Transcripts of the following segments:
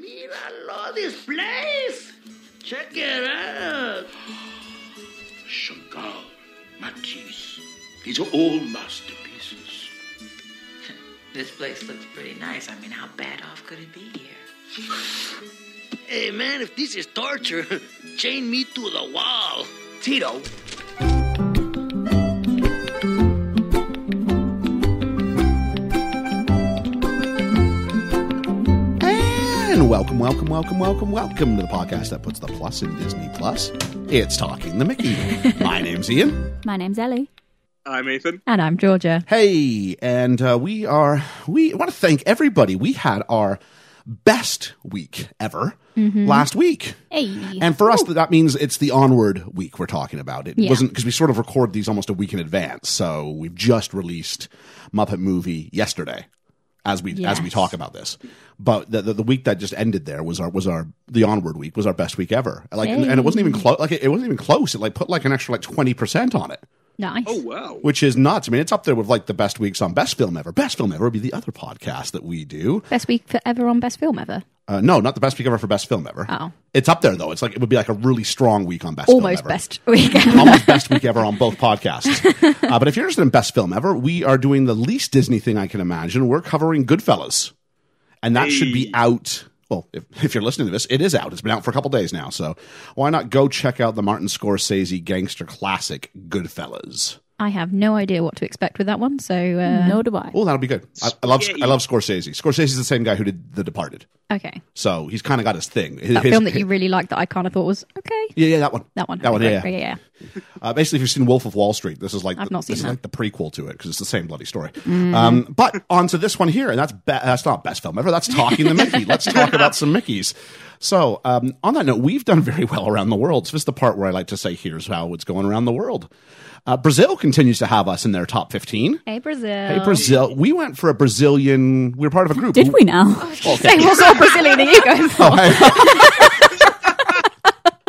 Míralo, displays. Check it out. Chagall, Matisse. These are all masterpieces. This place looks pretty nice. I mean, how bad off could it be here? Hey, man, if this is torture, chain me to the wall. Tito. And welcome, welcome, welcome, welcome, welcome to the podcast that puts the plus in Disney Plus. It's Talking the Mickey. My name's Ian. My name's Ellie. I'm Ethan. And I'm Georgia. Hey, and uh, we are, we want to thank everybody. We had our best week ever last week. Hey. And for us, that means it's the onward week we're talking about. It Yeah. wasn't because we sort of record these almost a week in advance. So we've just released Muppet Movie yesterday, as we as we Yes. talk about this. But the, the the week that just ended there was our was our the onward week was our best week ever. Like, and, and it wasn't even close. Like, it, it wasn't even close. It like put like an extra like twenty percent on it, nice. Oh wow. which is nuts. I mean, it's up there with like the best weeks on best film ever. Best film ever would be the other podcast that we do. Best week ever on best film ever. Uh, no, not the best week ever for best film ever. Oh. It's up there though. It's like it would be like a really strong week on best film Almost ever. best week ever. Almost best week ever on both podcasts. Uh, but if you're interested in best film ever, we are doing the least Disney thing I can imagine. We're covering Goodfellas, and that should be out. Well, if, if you're listening to this, it is out. It's been out for a couple days now. So why not go check out the Martin Scorsese gangster classic Goodfellas? I have no idea what to expect with that one. So uh, Nor do I. Oh, that'll be good. I, I love I love Scorsese. Scorsese's the same guy who did The Departed, okay, so he's kind of got his thing. His, that his- film that you really liked that I kind of thought was okay. yeah, yeah, that one. That one, That one, Okay, yeah. great, yeah, Uh, basically, if you've seen Wolf of Wall Street, this is like I've the, not seen this is that. Mm. like the prequel to it because it's the same bloody story. Um, but onto this one here, and that's be- that's not best film ever. That's talking the Mickey. Let's talk about some Mickey's. So um, on that note, we've done very well around the world. So this is the part where I like to say, "Here's how it's going around the world." Uh, Brazil continues to have us in their top fifteen. Hey Brazil, Hey, Brazil! We went for a Brazilian. We were part of a group. Did we now? Well, thank you. what sort of Brazilian are you going for? Oh,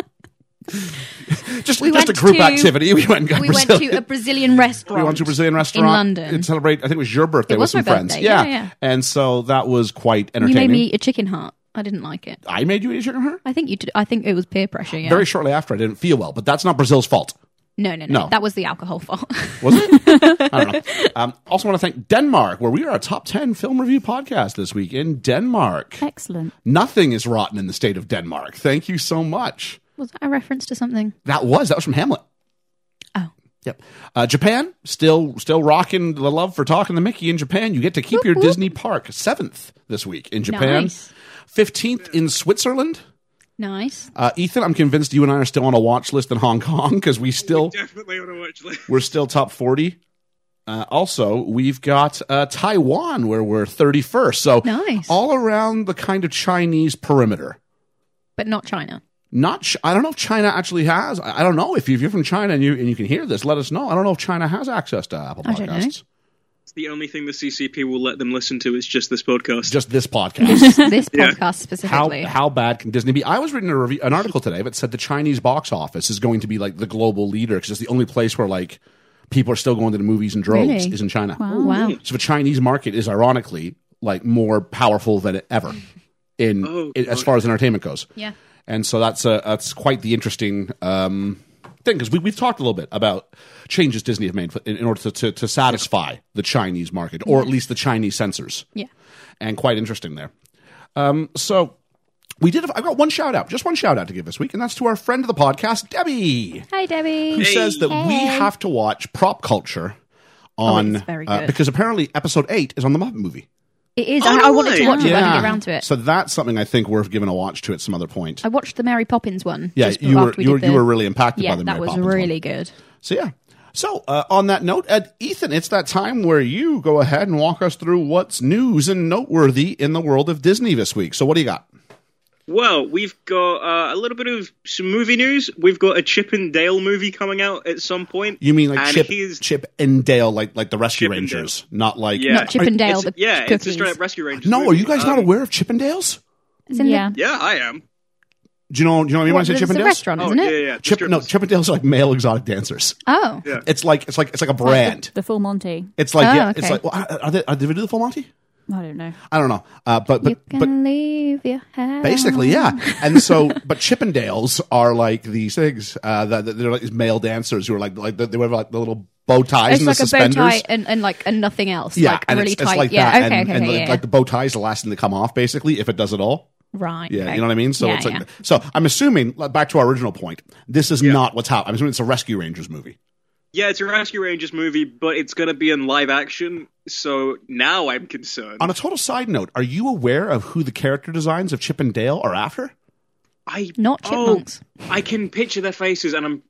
hey. just just went a group to- activity. We went and got we went Brazilian. to a Brazilian restaurant. We went to a Brazilian restaurant London. to celebrate. I think it was your birthday It with was some my friends. birthday, yeah, yeah. and so that was quite You entertaining. made me eat a chicken heart. I didn't like it. I made you eat a chicken heart I think you did. I think it was peer pressure. Yeah. very shortly after. I didn't feel well, but that's not Brazil's fault, no, no, no, No. That was the alcohol fault. was it? I don't know. Um, also, want to thank Denmark, where we are a top ten film review podcast this week in Denmark. Excellent. Nothing is rotten in the state of Denmark. Thank you so much. was that a reference to something? That was that was from Hamlet. Oh. Yep. Uh, Japan still still rocking the love for talking to Mickey in Japan. You get to keep your Disney park seventh this week in Japan, Nice. fifteenth in Switzerland. Nice. Uh, Ethan, I'm convinced you and I are still on a watch list in Hong Kong because we still Definitely on a watch list. we're still top forty. Uh, also, we've got uh, Taiwan where we're thirty first. So Nice. all around the kind of Chinese perimeter. But not China. not Ch- I don't know if China actually has. I I don't know if you- if you're from China and you and you can hear this, let us know. I don't know if China has access to Apple I don't know. Podcasts. It's the only thing the CCP will let them listen to is just this podcast. Just this podcast. This Yeah. podcast how specifically. how bad can Disney be? I was reading a review, an article today that said the Chinese box office is going to be like the global leader because it's the only place where like people are still going to the movies in droves Really? is in China. Wow. Oh, wow. So the Chinese market is ironically like more powerful than ever in, Oh, in- as God. far as entertainment goes. Yeah. and so that's a that's quite the interesting um, thing because we, we've talked a little bit about changes Disney have made for- in, in order to, to, to satisfy the Chinese market or at least the Chinese censors, Yeah. and quite interesting there. Um, so we did. have- I've got one shout out, just one shout out to give this week, and that's to our friend of the podcast, Debbie, Hi, Debbie. who says that we have to watch Prop Culture on uh, Oh, it's very good. because apparently episode eight is on the Muppet movie. It is. Oh, I, no I wanted to way. watch it. but I didn't get around to it. So that's something I think worth giving a watch to at some other point. I watched the Mary Poppins one. Yeah, just you were, after we you were, did you the- were really impacted Yeah, by the that Mary was Poppins one. really good. So yeah. So uh, on that note, uh, Ethan, it's that time where you go ahead and walk us through what's news and noteworthy in the world of Disney this week. So what do you got? Well, we've got uh, a little bit of some movie news. We've got a Chip and Dale movie coming out at some point. You mean like and Chip, he's- Chip and Dale, like like the Rescue Chip and Rangers, not like Yeah. Not Chip and Dale, It's- the yeah, it's a cookies. straight up Rescue Rangers. No, are movie. you guys Um, not aware of Chippendales? It's in the- yeah. Yeah, I am. Do you know? Do you know what I mean when I Well, say there's a Chippendales? restaurant, Oh, isn't yeah, it? yeah. the Chip, no, strippers. Chippendales are like male exotic dancers. Oh, Yeah. It's like it's like it's like a brand. The full Monty. It's like Oh, yeah, it's okay. like well, are, are they are they do the full Monty? I don't know. I don't know. Uh, but you but can but leave your house. basically, yeah. And so, but Chippendales are like these things. Uh, that that they're like these male dancers who are like like they wear like the little bow ties It's and like the a bow suspenders. tie and, and like and nothing else. yeah, like and really it's, tight. it's like yeah, that, okay, and, okay, and okay, like, yeah. like the bow tie is the last thing to come off, basically, if it does at all. right. Yeah, okay. you know what I mean. So Yeah, it's like, yeah. so I'm assuming like, back to our original point. This is not what's happening. I'm assuming it's a Rescue Rangers movie. Yeah, it's a Rescue Rangers movie, but it's going to be in live action, so now I'm concerned. On a total side note, are you aware of who the character designs of Chip and Dale are after? I Not chipmunks. Oh, I can picture their faces, and I'm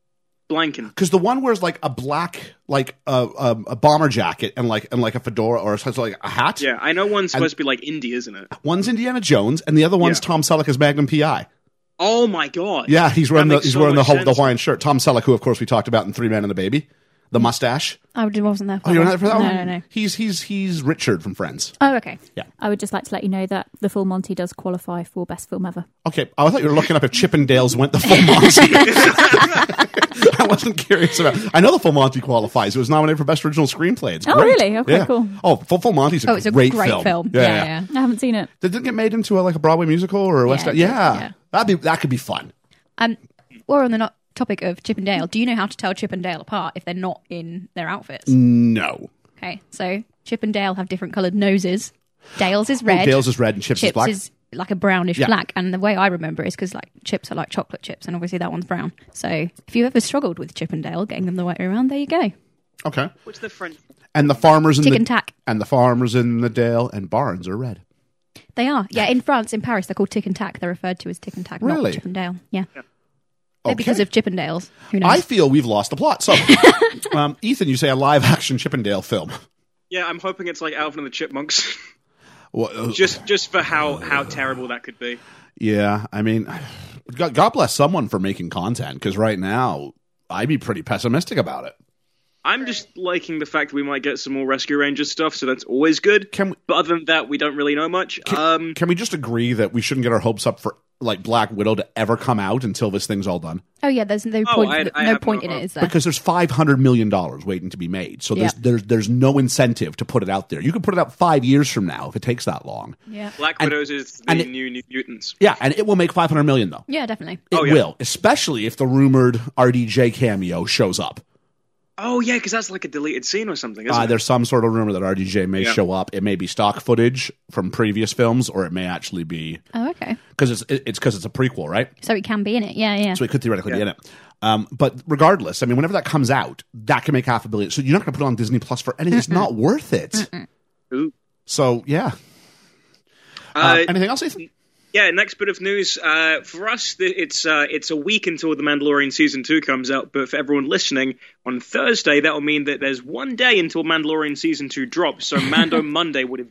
blanking. Because the one wears like a black, like a um, a bomber jacket and like and like a fedora or something like a hat. Yeah, I know one's supposed to be like indie, isn't it? One's Indiana Jones and the other one's Yeah. Tom Selleck as Magnum PI. Oh my god! Yeah, he's wearing That the makes he's so wearing the much whole, sense. the Hawaiian shirt. Tom Selleck, who of course we talked about in Three Men and a Baby, Mm-hmm. the mustache. I wasn't there Oh, for that you're one. not for that no, one. No, no, He's he's he's Richard from Friends. Oh, okay. I would just like to let you know that The Full Monty does qualify for Best Film Ever. Okay, I thought you were looking up if Chippendales went the full Monty. I wasn't curious about. I know the full Monty qualifies. It was nominated for best original screenplay. It's Oh, great. really? Okay, Yeah. cool. Oh, full, full Monty's a, Oh, it's a great, great, film. Yeah, yeah. I haven't seen it. Did it get made into a, like a Broadway musical or a West? Yeah, Yeah, it did, yeah. that'd be that could be fun. Um, we're on the no- topic of Chip and Dale. Do you know how to tell Chip and Dale apart if they're not in their outfits? Mm. No, Oh, Okay, so Chip and Dale have different coloured noses. Dale's is red. Oh, Dale's is red and Chips, Chips is black. is like a brownish Yeah. black. And the way I remember it is because like chips are like chocolate chips, and obviously that one's brown. So if you ever struggled with Chip and Dale getting them the right way around, there you go. okay, What's the French? and the farmers in Tick the and tack. and the farmers in the Dale and barns are red. They are. Yeah, in France, in Paris, they're called tick and tack. They're referred to as tick and tack, Really? not Chip and Dale. Yeah. Okay. Maybe because of Chip and Dale's. Who knows? I feel we've lost the plot. So, um, Ethan, you say a live action Chippendale film. Yeah, I'm hoping it's like Alvin and the Chipmunks. What- just just for how how terrible that could be. Yeah, I mean, God, God bless someone for making content because right now I'd be pretty pessimistic about it. I'm just liking the fact that we might get some more Rescue Rangers stuff, so that's always good. Can we- but other than that, we don't really know much. um, Can we just agree that we shouldn't get our hopes up for like Black Widow to ever come out until this thing's all done? oh yeah, there's no Oh, point. I- I no have point no in it, hope. is there? Because there's five hundred million dollars waiting to be made, so there's Yeah. there's there's no incentive to put it out there. You could put it out five years from now if it takes that long. yeah. Black and- Widows is the and it- new New Mutants. Yeah, and it will make five hundred million though. Yeah, definitely. It Oh, yeah. will, especially if the rumored RDJ cameo shows up. Oh yeah, because that's like a deleted scene or something. Isn't Uh, it? there's some sort of rumor that RDJ may Yeah. show up. It may be stock footage from previous films, or it may actually be Oh, okay. because it's it- it's because it's a prequel, right? So it can be in it. Yeah, yeah. So it could theoretically be in it. Um, but regardless, I mean, whenever that comes out, that can make half a billion. So you're not going to put it on Disney Plus for anything. It's not worth it. Ooh. So yeah. Uh, Uh, anything else, Ethan? Yeah, next bit of news uh, for us. th- It's uh, it's a week until the Mandalorian season two comes out, but for everyone listening, on Thursday that will mean that there's one day until Mandalorian season two drops. So Mando Monday would have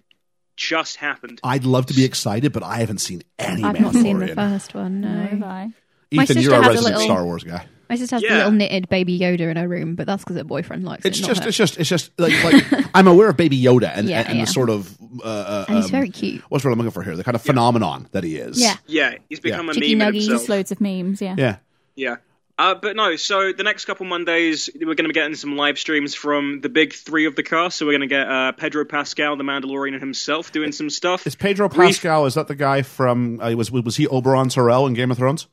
just happened. I'd love to be excited, but I haven't seen any I've Mandalorian. not seen the first one. No. Have I? My Ethan, sister you're a has a resident little- Star Wars guy. My sister has the Yeah. little knitted baby Yoda in her room, but that's because her boyfriend likes It's it. not just, her. it's just, it's just like, like I'm aware of Baby Yoda and, Yeah, and, and yeah. the sort of, uh, uh, and he's um, very cute. what's what I'm looking for here? The kind of phenomenon that he is. Yeah. Yeah, he's become a Chicky meme in nuggies. himself. Just loads of memes, yeah. Yeah. Yeah. Uh, but no, so the next couple Mondays, we're going to be getting some live streams from the big three of the cast. So we're going to get uh, Pedro Pascal, the Mandalorian himself, doing some stuff. Is Pedro Reese- Pascal? Is that the guy from? Uh, was was he Oberon Sorel in Game of Thrones?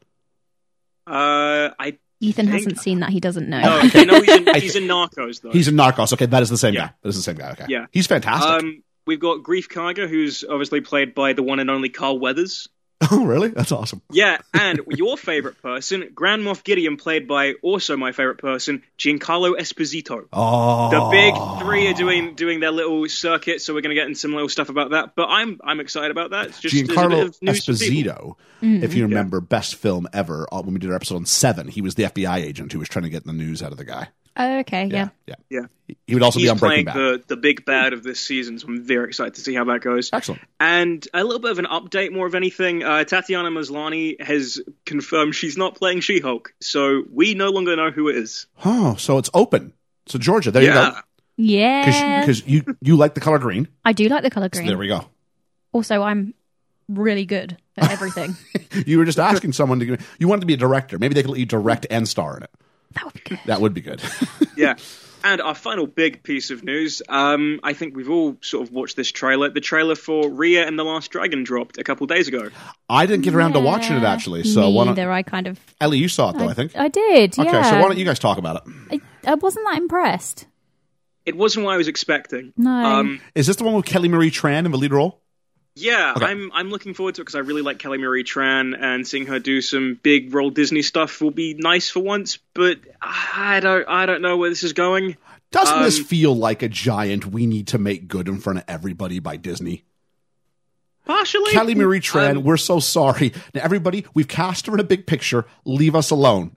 Uh, I Ethan think- hasn't seen that. He doesn't know. no, I know he's in, he's in Narcos though. He's in Narcos. Okay, that is the same Yeah. guy. That is the same guy. Okay. Yeah. He's fantastic. Um, we've got Grief Karga, who's obviously played by the one and only Carl Weathers. oh, really? That's awesome. Yeah, and your favorite person, Grand Moff Gideon, played by also my favorite person, Giancarlo Esposito. Oh, The big three are doing doing their little circuit, so we're going to get in some little stuff about that. But I'm I'm excited about that. It's just there's a bit Giancarlo of news for people. Esposito. Mm-hmm. If you remember, best film ever. uh, When we did our episode on Seven, he was the FBI agent who was trying to get the news out of the guy. Oh, okay, yeah. Yeah. Yeah. He would also He's be on Breaking playing Bad. the, the big bad of this season, so I'm very excited to see how that goes. Excellent. And a little bit of an update, more of anything. Uh, Tatiana Maslany has confirmed she's not playing She Hulk, so we no longer know who it is. Oh, so it's open. So Georgia, there you go. Yeah. Because you you like the color green. I do like the colour green. So there we go. also, I'm really good at everything. You were just asking someone to. give You wanted to be a director. Maybe they could let you direct and star in it. that would be good. That would be good. yeah. And our final big piece of news, um, I think we've all sort of watched this trailer. The trailer for Rhea and the Last Dragon dropped a couple days ago. I didn't get around to watching it actually. So why Neither. not, I kind of. Ellie, you saw it though, I, think. I did. okay, yeah. so why don't you guys talk about it? I, I wasn't that impressed. It wasn't what I was expecting. No. Um, Is this the one with Kelly Marie Tran in the lead role? yeah, Okay. I'm I'm looking forward to it because I really like Kelly Marie Tran, and seeing her do some big role Disney stuff will be nice for once. But I don't I don't know where this is going. Doesn't this Um, feel like a giant we need to make good in front of everybody by Disney? Partially, Kelly Marie Tran, Um, we're so sorry. Now everybody, we've cast her in a big picture. Leave us alone.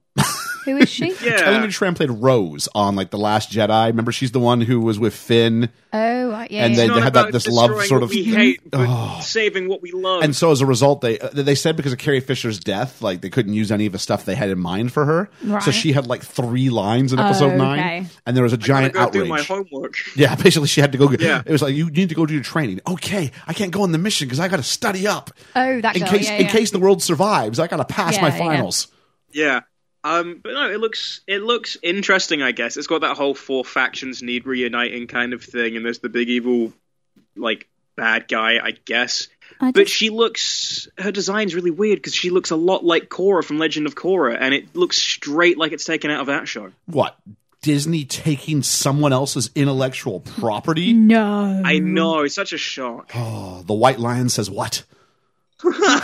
Who is she? Kelly Marie yeah, Tran played Rose on like The Last Jedi. Remember she's the one who was with Finn Oh, right, yeah. And yeah. then- Not they had that- about this love destroying sort what of- we hate, but Oh. saving what we love. and so as a result, they uh, they said because of Carrie Fisher's death, like they couldn't use any of the stuff they had in mind for her. So Right. she had like three lines in episode Oh, nine, okay. and there was a I giant gotta go do my outrage. homework. yeah, basically she had to go. Get, Yeah. It was like you need to go do your training. Okay, I can't go on the mission because I got to study up oh, that in girl. case yeah, in yeah. case the world survives. I got to pass Yeah, my yeah. finals. Yeah. Um, but no, it looks it looks interesting. I guess it's got that whole four factions need reuniting kind of thing, and there's the big evil, like bad guy, I guess. I But just- she looks her design's really weird because she looks a lot like Korra from Legend of Korra, and it looks straight like it's taken out of that show. What Disney taking someone else's intellectual property? No. I Mm. know, it's such a shock. Oh, the White Lion says what?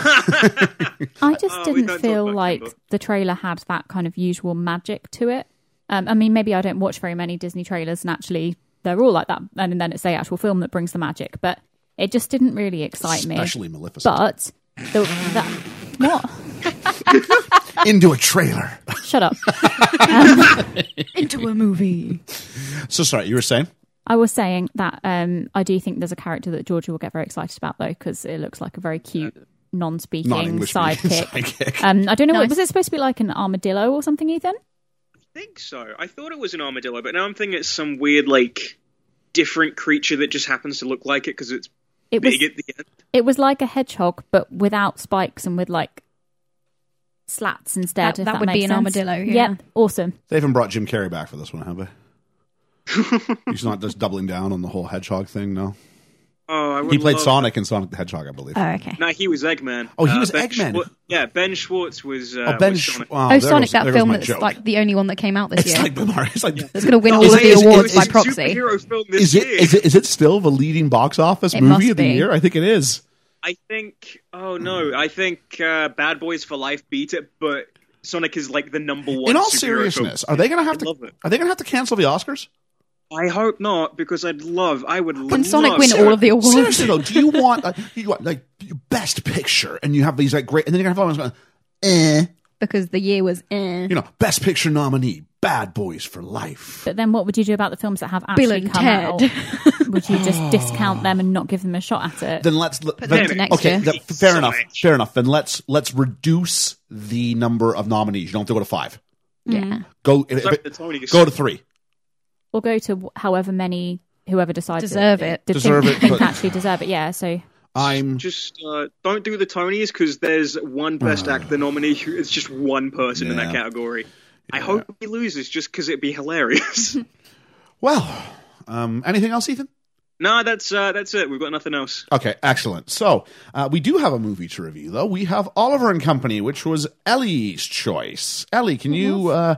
I just uh, Oh, we didn't can't talk feel about like Kimbo. the trailer had that kind of usual magic to it. Um, I mean, maybe I don't watch very many Disney trailers, and actually they're all like that. And then it's the actual film that brings the magic, but it just didn't really excite me. Especially Maleficent But the, that, what? into a trailer. Shut up. Into a movie. so sorry, you were saying. I was saying that um, I do think there's a character that Georgia will get very excited about though, because it looks like a very cute non-speaking Non-English sidekick. sidekick. Um, I don't know. What, Nice. was it supposed to be like an armadillo or something, Ethan? I think so. I thought it was an armadillo, but now I'm thinking it's some weird like different creature that just happens to look like it because it's It was. big at the end. It was like a hedgehog, but without spikes and with like slats instead. That- if that would makes be an sense. armadillo, yeah. Yep, awesome. They haven't brought Jim Carrey back for this one, have they? He's not just doubling down on the whole hedgehog thing, no. Oh, I would He played love Sonic and Sonic the Hedgehog, I believe. Oh, okay. No, he was Eggman. Uh, Oh, he was ben Eggman. Schwar- yeah, Ben Schwartz was. Uh, oh, Ben. was Sh- Sonic. wow, Oh, there Sonic, goes- that there goes film my that's joke. like the only one that came out this It's year. like the Mario. It's like That's going to win No, all of it the is- it awards was by a proxy. Superhero film this is it, year. is it is it still the leading box office It movie must of the be. year? I think it is. I think. Oh Hmm. no, I think uh, Bad Boys for Life beat it, but Sonic is like the number one. In all superhero seriousness, film. are they going to have I to? love it. Are they going to have to cancel the Oscars? I hope not, because I'd love. I would. Can love Sonic win all of the awards? Seriously though, do you want uh, you want like best picture, and you have these like great, and then you're going to have all these, eh, because the year was eh. you know, best picture nominee, Bad Boys for Life. But then, what would you do about the films that have actually Bill and come Ted. out? would you just discount them and not give them a shot at it? then let's put them to next okay year. th- fair So enough much. fair enough then let's let's reduce the number of nominees you don't have to go to five Yeah. go if- if Sorry, it- the Tonys. go to three or go to wh- however many whoever decides Deserve it. did Deserve think, it, think but- actually deserve it. Yeah. So i'm Just uh, don't do the Tonys because there's one Best Actor nominee. Who, it's just one person in that Ah. Yeah. category. I hope he loses just because it'd be hilarious. well um anything else ethan no, that's uh, that's it. We've got nothing else. okay excellent so uh, we do have a movie to review though we have oliver and company which was ellie's choice ellie can you uh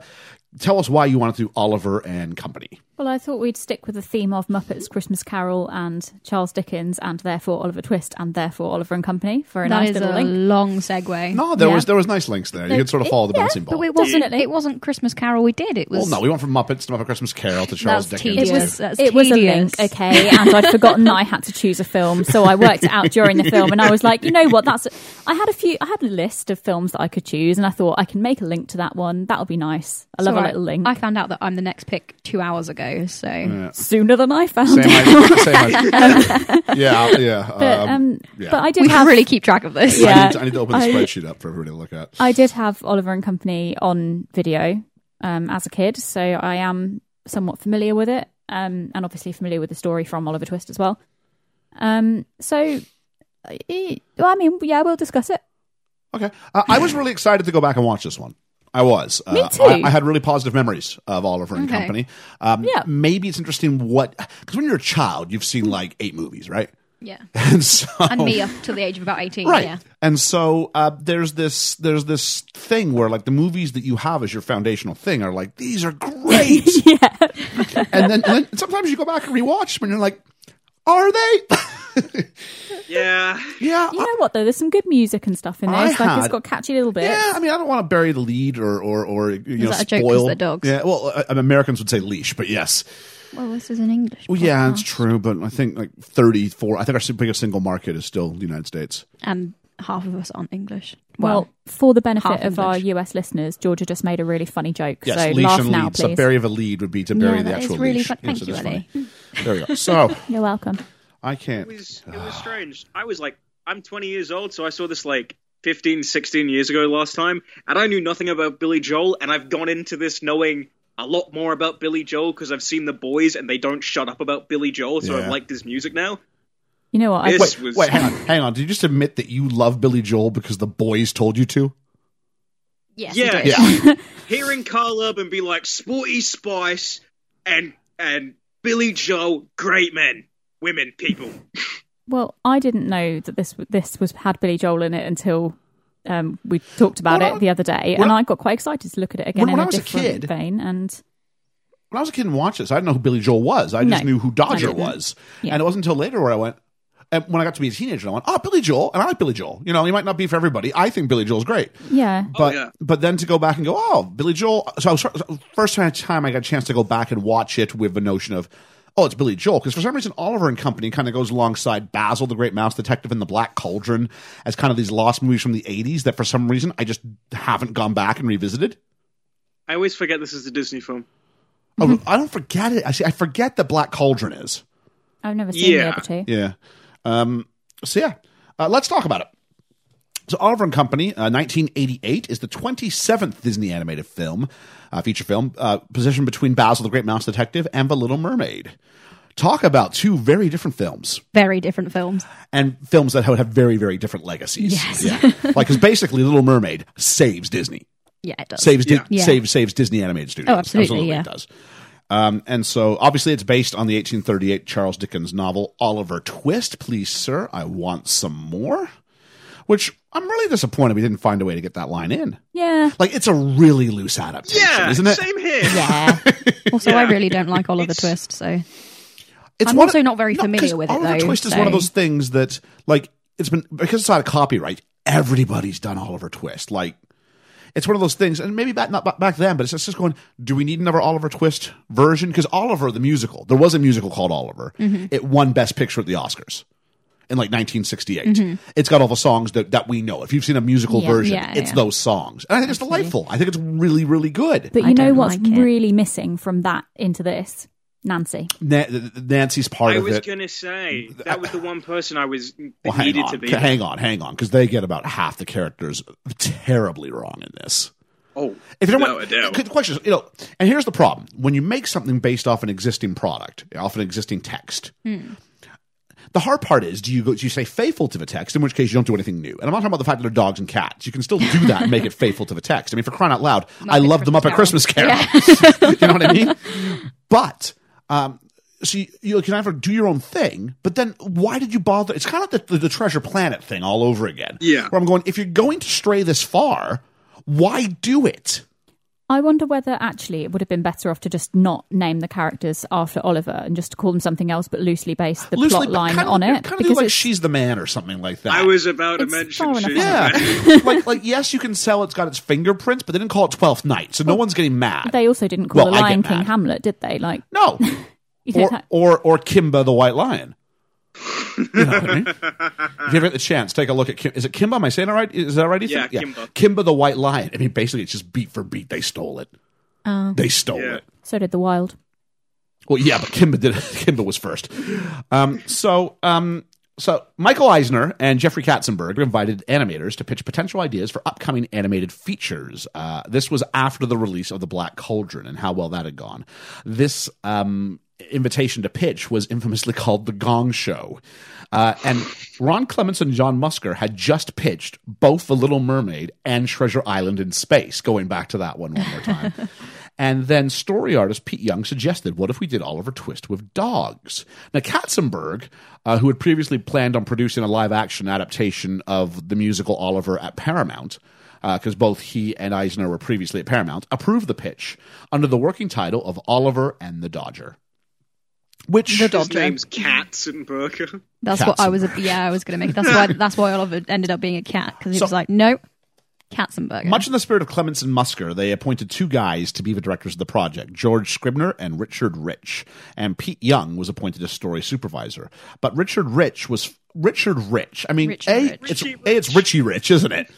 tell us why you wanted to do oliver and company Well, I thought we'd stick with the theme of Muppets Christmas Carol and Charles Dickens and therefore Oliver Twist and therefore Oliver and Company for a That nice is little a link. long segue. no there Yeah. was there was nice links there you could sort of follow the bouncing ball But it wasn't. Definitely. It wasn't Christmas Carol. We did. It was. well, no, we went from Muppets to Muppet Christmas Carol to Charles That's Dickens. tedious. It was, That's it was a tedious. link, okay, and I'd forgotten that I had to choose a film, so I worked it out during the film, and I was like, you know what? That's I had a few, I had a list of films that I could choose, and I thought I can make a link to that one. That'll be nice. I It's love all a right. little link. I found out that I'm the next pick two hours ago. So Sooner than I found. Same it. idea. Same idea. yeah, uh, yeah. But, um, yeah. but I did we have can really keep track of this. Yeah. I, need to, I need to open the I- spreadsheet up for everybody to look at. I did have Oliver and Company on video um, as a kid, so I am somewhat familiar with it, um, and obviously familiar with the story from Oliver Twist as well. Um, so, I- I- well, I mean, yeah, we'll discuss it. okay, uh, I was really excited to go back and watch this one. I was. Me Uh, too. I, I had really positive memories of Oliver and Okay. Company. Um, Yeah. Maybe it's interesting what because when you're a child, you've seen like eight movies, right? Yeah. And so And me up till the age of about 18. right Yeah. and so uh, there's this there's this thing where like the movies that you have as your foundational thing are like these are great and, then, and then sometimes you go back and rewatch them and you're like are they Yeah. yeah You know what though? There's some good music and stuff in there. I It's like had- it's got catchy little bits. Yeah, I mean, I don't want to bury the lead or or or you know that a joke 'cause spoil they're dogs? Yeah, well, uh, Americans would say leash, but yes, Well, this is an English. well, yeah, it's podcast. true. But I think like thirty four. I think our biggest single market is still the United States. And half of us aren't English. Well, Well, for the benefit half of our English. US listeners, Georgia just made a really funny joke. Yes, so leash laugh and now, lead. So please. bury the lead would be to Yeah, bury the that is actual really leash. fun- Yes, thank it you, is Ellie. funny. There we go. So You're welcome. I It can't. was, it was strange. I was like, I'm 20 years old, so I saw this like 15, 16 years ago last time, and I knew nothing about Billy Joel, and I've gone into this knowing a lot more about Billy Joel because I've seen the boys and they don't shut up about Billy Joel, so Yeah. I've liked his music now. You know what? I, This Wait, was wait, hang on, hang on. Did you just admit that you love Billy Joel because the boys told you to? yes. Yeah. I do. hearing Carl Urban be like Sporty Spice and and Billy Joel, great men, women, people. well, I didn't know that this this was had Billy Joel in it until um, we talked about Well, it the other day, when and I- I got quite excited to look at it again When- in when a I was a different kid- vein. And when I was a kid and watched this, I didn't know who Billy Joel was. I just No, knew who Dodger I didn't. was. Yeah. And it wasn't until later where I went, and when I got to be a teenager, I went, oh, Billy Joel. And I like Billy Joel. You know, he might not be for everybody. I think Billy Joel's great. Oh, yeah, But yeah. but then to go back and go, oh, Billy Joel. So I was, so first time- time I got a chance to go back and watch it with the notion of, oh, it's Billy Joel. Because for some reason, Oliver and Company kind of goes alongside Basil, the Great Mouse Detective, and The Black Cauldron as kind of these lost movies from the 80s that for some reason I just haven't gone back and revisited. I always forget this is a Disney film. Oh, Mm-hmm. I don't forget it. I see. I forget that Black Cauldron is. I've never seen Yeah. the other two. Yeah. Um, so yeah, uh, let's talk about it. So Oliver and Company, uh, 1988, is the 27th Disney animated film, uh, feature film, uh, positioned between Basil the Great Mouse Detective and The Little Mermaid. Talk about two very different films Very different films. and films that would have very, very different legacies. Yeah. like, because basically Little Mermaid saves Disney Yeah, it does. saves Di- Yeah. saves saves Disney animated studios. Oh, absolutely, it yeah. does. Um, and so, obviously, it's based on the 1838 Charles Dickens novel Oliver Twist. Please, sir, I want some more. Which I'm really disappointed we didn't find a way to get that line in. Yeah, Like, it's a really loose adaptation, Yeah, isn't it? same here. yeah. Also, I really don't like Oliver It's- Twist, so It's I'm one also not very 'cause familiar with it, Oliver though, Twist is one of so- those things that, like, it's been because it's out of copyright. Everybody's done Oliver Twist. Like, it's one of those things, and maybe back not ba- back then, but it's just going. Do we need another Oliver Twist version? Because Oliver the musical, there was a musical called Oliver. Mm-hmm. It won Best Picture at the Oscars in like 1968. It's got all the songs that, that we know. If you've seen a musical Yeah, version, Mm-hmm. yeah, it's yeah. those songs, and I think it's delightful. I think it's really, really good. But I you know don't what's like it. really missing from that into this, Nancy. Na- Nancy's part I of was it. gonna say that was the one person I was that Well, hang needed on, to be. hang on, hang on, because they get about half the characters terribly wrong in this. Oh, If you don't without want, a doubt. the question is, you know, and here's the problem: when you make something based off an existing product, off an existing text, the hard part is: do you go? Do you say faithful to the text? In which case, you don't do anything new. And I'm not talking about the fact that they're dogs and cats. You can still do that and make it faithful to the text. I mean, for crying out loud, I love them up at Christmas Christmas Carol. you know what I mean? But um, so you, you can either do your own thing, but then why did you bother? It's kind of like the, the, the Treasure Planet thing all over again. Yeah. where I'm going. If you're going to stray this far, why do it? I wonder whether actually it would have been better off to just not name the characters after Oliver and just to call them something else, but loosely base the plot but line kind of- on it. Kind of do Because like it's- she's the man or something like that. I was about to It's mention far enough she's out. back. yeah, like like yes, you can sell it's got its fingerprints, but they didn't call it Twelfth Night, so no one's getting mad. they also didn't call Well, the I Lion get King mad. Hamlet, did they? Like, no, you know, or, that- or or Kimba the White Lion. You know what I mean? if you ever get the chance, take a look at Kim. Is it Kimba? Am I saying it right? Is that right? Ethan? Yeah, Kimba. Kimba the White Lion. I mean, basically, it's just beat for beat. They stole it. Oh. they stole Yeah. it. so did the Wild. Well, yeah, but Kimba did. Kimba was first. Um, so, um, So Michael Eisner and Jeffrey Katzenberg invited animators to pitch potential ideas for upcoming animated features. Uh, this was after the release of the Black Cauldron and how well that had gone. This um, invitation to pitch was infamously called the Gong Show, uh, and Ron Clements and John Musker had just pitched both The Little Mermaid and Treasure Island in Space. Going back to that one one more time. And then story artist Pete Young suggested, what if we did Oliver Twist with dogs? Now, Katzenberg, uh, who had previously planned on producing a live action adaptation of the musical Oliver at Paramount, because both he and Eisner were previously at Paramount, approved the pitch under the working title of Oliver and the Dodger. Which The His Dodger. name's Katzenberger. That's Cats what I and was. Yeah, I was going to make. That's why. That's why Oliver ended up being a cat because he So- was like, no, Katzenberger. Much in the spirit of Clements and Musker, they appointed two guys to be the directors of the project George Scribner and Richard Rich. And Pete Young was appointed as story supervisor. But Richard Rich was. Richard Rich. I mean, Richie a, Rich. It's, a, it's Richie Rich, isn't it?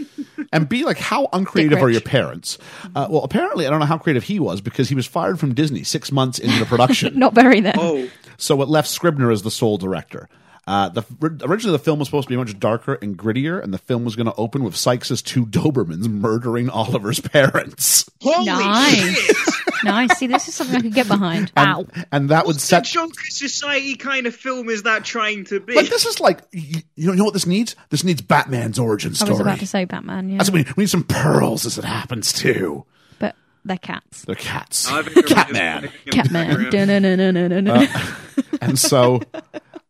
And B, like, how uncreative Dick are Rich. your parents? Uh, well, apparently, I don't know how creative he was because he was fired from Disney six months into the production. Not very then. Oh, So it left Scribner as the sole director. Uh, the originally the film was supposed to be much darker and grittier, and the film was going to open with Sykes's two Dobermans murdering Oliver's parents, Holy Nice. shit! nice. See, this is something I could get behind. and, and that would that set. Junker Society kind of film is that trying to be? Like this is like you, you know what this needs? This needs Batman's origin I story. was about to say Batman. Yeah, That's what we need. We need some pearls as it happens too. but they're cats. They're cats, I think everyone Catman, is- Catman. Dun-dun-dun-dun-dun-dun. Uh. and so,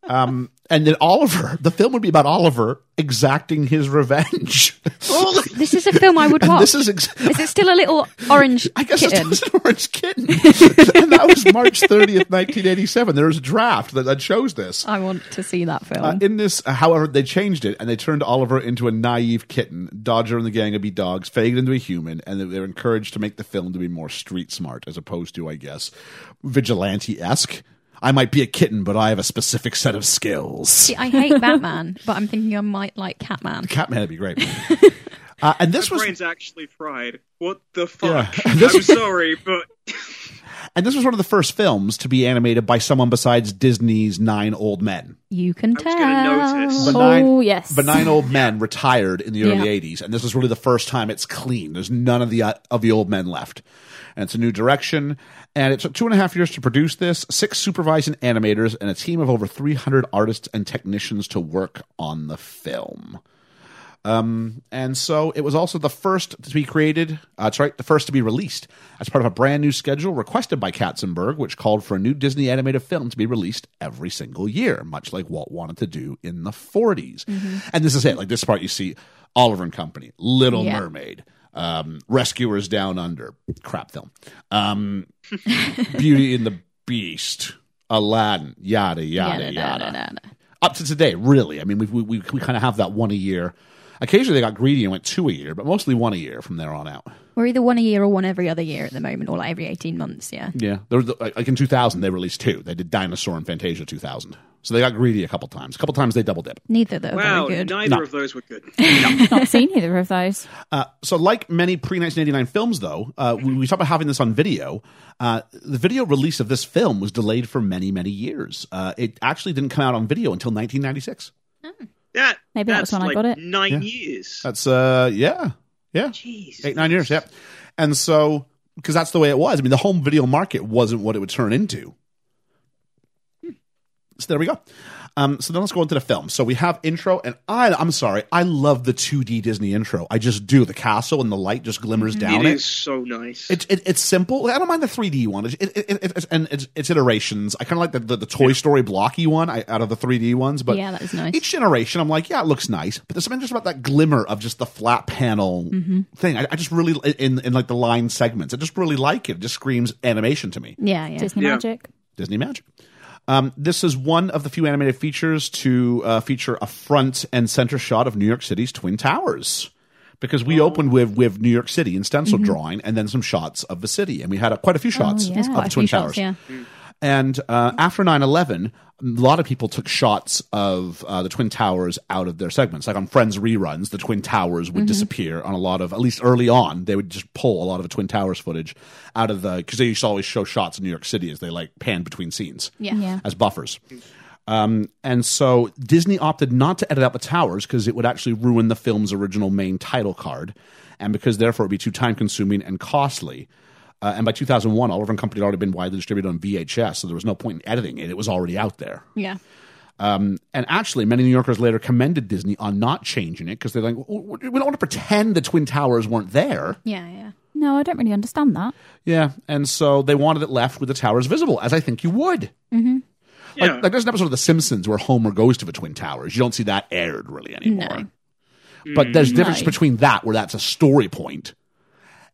um, and then Oliver. The film would be about Oliver exacting his revenge. Holy this is a film I would And watch. this is ex- Is it still a little orange I guess kitten? it's an orange kitten. and that was March 30th, 1987. There was a draft that, that shows Uh-huh. this. I want to see that film. Uh, in this, uh, however, they changed it and they turned Oliver into a naive kitten. Dodger and the gang would be dogs, Fagin into a human, and they- they were encouraged to make the film to be more street smart as opposed to, I guess, vigilante esque. I might be a kitten, but I have a specific set of skills. I hate Batman, but I'm thinking I might like Catman. Catman would be great. uh, and this My was brain's actually fried. What the fuck? Yeah. This- I'm sorry, but and this was one of the first films to be animated by someone besides Disney's Nine Old Men. You can was gonna notice. tell. Benign- Oh, yes. benign old men retired in the early Yeah. 80s and this is really the first time it's clean there's none of the uh, of the old men left and it's a new direction and it took two and a half years to produce this six supervising animators and a team of over 300 artists and technicians to work on the film um, and so it was also the first to be created, uh, sorry, the first to be released as part of a brand new schedule requested by Katzenberg, which called for a new Disney animated film to be released every single year, much like Walt wanted to do in the 40s. And this is it. Like this part, you see Oliver and Company, Little Yeah. Mermaid, um, Rescuers Down Under, crap film, um, Beauty and the Beast, Aladdin, yada, yada, Yeah, da, yada da, da, da. up to today, really. I mean, we've, we we we kind of have that one a year. Occasionally, they got greedy and went two a year, but mostly one a year from there on out. We're either one a year or one every other year at the moment, or like every 18 months, yeah. Yeah, there was, like like in 2000, they released two. They did Dinosaur and Fantasia 2000, so they got greedy a couple times. A couple times they double dip. Neither, though, wow, very good. neither No. of those were good. I've not seen either of those. Uh, so, like many pre 1989 films, though, uh, we, we talk about having this on video. Uh, the video release of this film was delayed for many, many years. Uh, it actually didn't come out on video until 1996. That Maybe that was that's when I like got it. Nine Yeah. years. That's uh, yeah, yeah. Jeez. eight nine years yep and so because that's the way it was i mean the home video market wasn't what it would turn into Hmm. so there we go um, so then let's go into the film so we have intro and i i'm sorry i love the 2d disney intro i just do the castle and the light just glimmers down Mm-hmm. It it is so nice. it, it, it's simple. I don't mind the 3D one. It, it, it, it, it's, and it's, it's iterations. I kind of like the, the, the Toy Story blocky one I, out of the 3D ones, but Yeah, that was nice. each generation, I'm like, yeah, it looks nice, but there's something just about that glimmer of just the flat panel Mm-hmm. thing. I, I just really in in like the line segments. I just really like it. It just screams animation to me. Yeah, yeah. Disney Yeah. Magic. Disney magic. Um, this is one of the few animated features to uh, feature a front and center shot of New York City's Twin Towers. Because we Oh. opened with with New York City in stencil drawing, and then some shots of the city, and we had a, quite a few shots yeah. There's of quite the a Twin few shots, Towers. Mm-hmm. Oh, yeah. And uh, after 9 11, a lot of people took shots of uh, the Twin Towers out of their segments. Like on Friends reruns, the Twin Towers would disappear on a lot of, at least early on, they would just pull a lot of the Twin Towers footage out of the, because they used to always show shots in New York City as they like pan between scenes Yeah. Yeah. as buffers. Um, and so Disney opted not to edit out the towers because it would actually ruin the film's original main title card, and because therefore it would be too time consuming and costly. Uh, and by 2001, Oliver and Company had already been widely distributed on VHS, so there was no point in editing it. It was already out there. Yeah. And actually, many New Yorkers later commended Disney on not changing it because they're like, "W- w- we don't want to pretend the Twin Towers weren't there. Yeah, yeah. No, I don't really understand that. Yeah, and so they wanted it left with the towers visible, as I think you would. Mm-hmm. Like, Yeah. like there's an episode of The Simpsons where Homer goes to the Twin Towers. You don't see that aired really anymore. But there's difference No. between that, where that's a story point,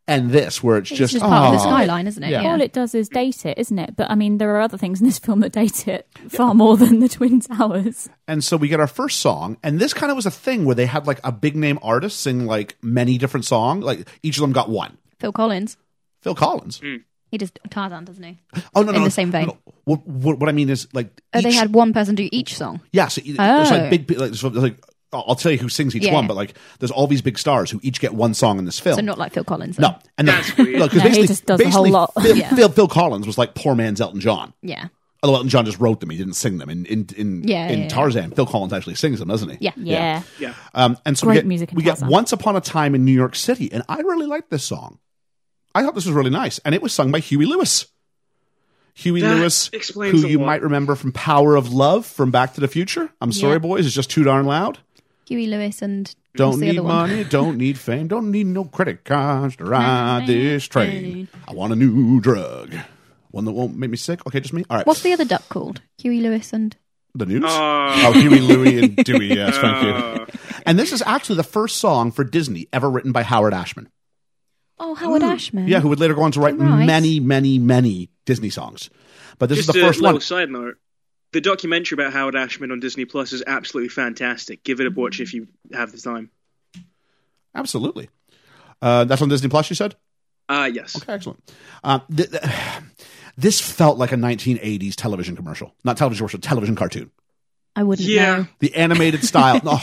and this, where it's, It's just part of the "Aw." skyline, isn't it? Yeah. Yeah. All it does is date it, isn't it? But I mean, there are other things in this film that date it far more than the Twin Towers. And so we get our first song, and this kind of was a thing where they had like a big name artist sing like many different songs. Like each of them got one. Phil Collins. Phil Collins. He does Tarzan, doesn't he? Oh no, no, In no, the same vein. no. What, what, what I mean is like Oh, they each- had one person do each song. Yeah, so e- there's like Oh. big, like, so there's like I'll I'll tell you who sings each Yeah. one, but like there's all these big stars who each get one song in this film. So not like Phil Collins. then. no, and then- That's weird. no, 'cause No, he basically, just does a whole basically lot. Phil, Yeah. Phil, Phil Collins was like poor man's Elton John. Yeah. Although Elton John just wrote them, he didn't sing them. In in in, Yeah, in yeah, yeah. Tarzan, Phil Collins actually sings them, doesn't he? Yeah. Yeah. Yeah. Um, and so we Great get, music in we get Tarzan. Once Upon a Time in New York City, and I really liked this song. I thought this was really nice, and it was sung by Huey Lewis. Huey That Lewis, explains who a you lot. might remember from Power of Love from Back to the Future. I'm sorry, Yeah. boys, it's just too darn loud. Huey Lewis and Don't what's the need other one? money, don't need fame, don't need no credit cards to ride this train. I want a new drug. One that won't make me sick. Okay, just me. All right. What's the other duck called? Huey Lewis and the news? Uh, oh, Huey, Louie, and Dewey. Yes, thank Uh. you. And this is actually the first song for Disney ever written by Howard Ashman. Oh, Howard Ashman. Yeah, who would later go on to write Right. many, many, many Disney songs. But this Just is the a first little one. side note. The documentary about Howard Ashman on Disney Plus is absolutely fantastic. Give it a watch if you have the time. Absolutely. Uh, that's on Disney Plus, you said? Uh yes. Okay, excellent. Uh, th- th- this felt like a 1980s television commercial. Not television commercial, television cartoon. I wouldn't Yeah. know. The animated style. No.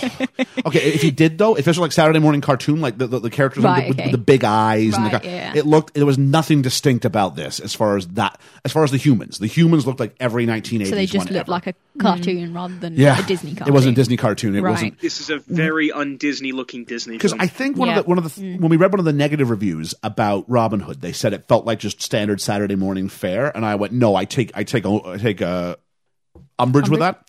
Okay, if he did though, if it was like Saturday morning cartoon, like the, the, the characters Right, with, okay. with the big eyes and the Right, guy, yeah. it looked there was nothing distinct about this as far as that as far as the humans. The humans looked like every 1980s So they just one look ever. like a cartoon rather than yeah, a Disney cartoon. It wasn't a Disney cartoon. It Right. wasn't This is a very un-Disney looking Disney because film. I think one Yeah. of the one of the when we read one of the negative reviews about Robin Hood, they said it felt like just standard Saturday morning fare, and I went, no, I take I take o- I take uh, umbrage with that.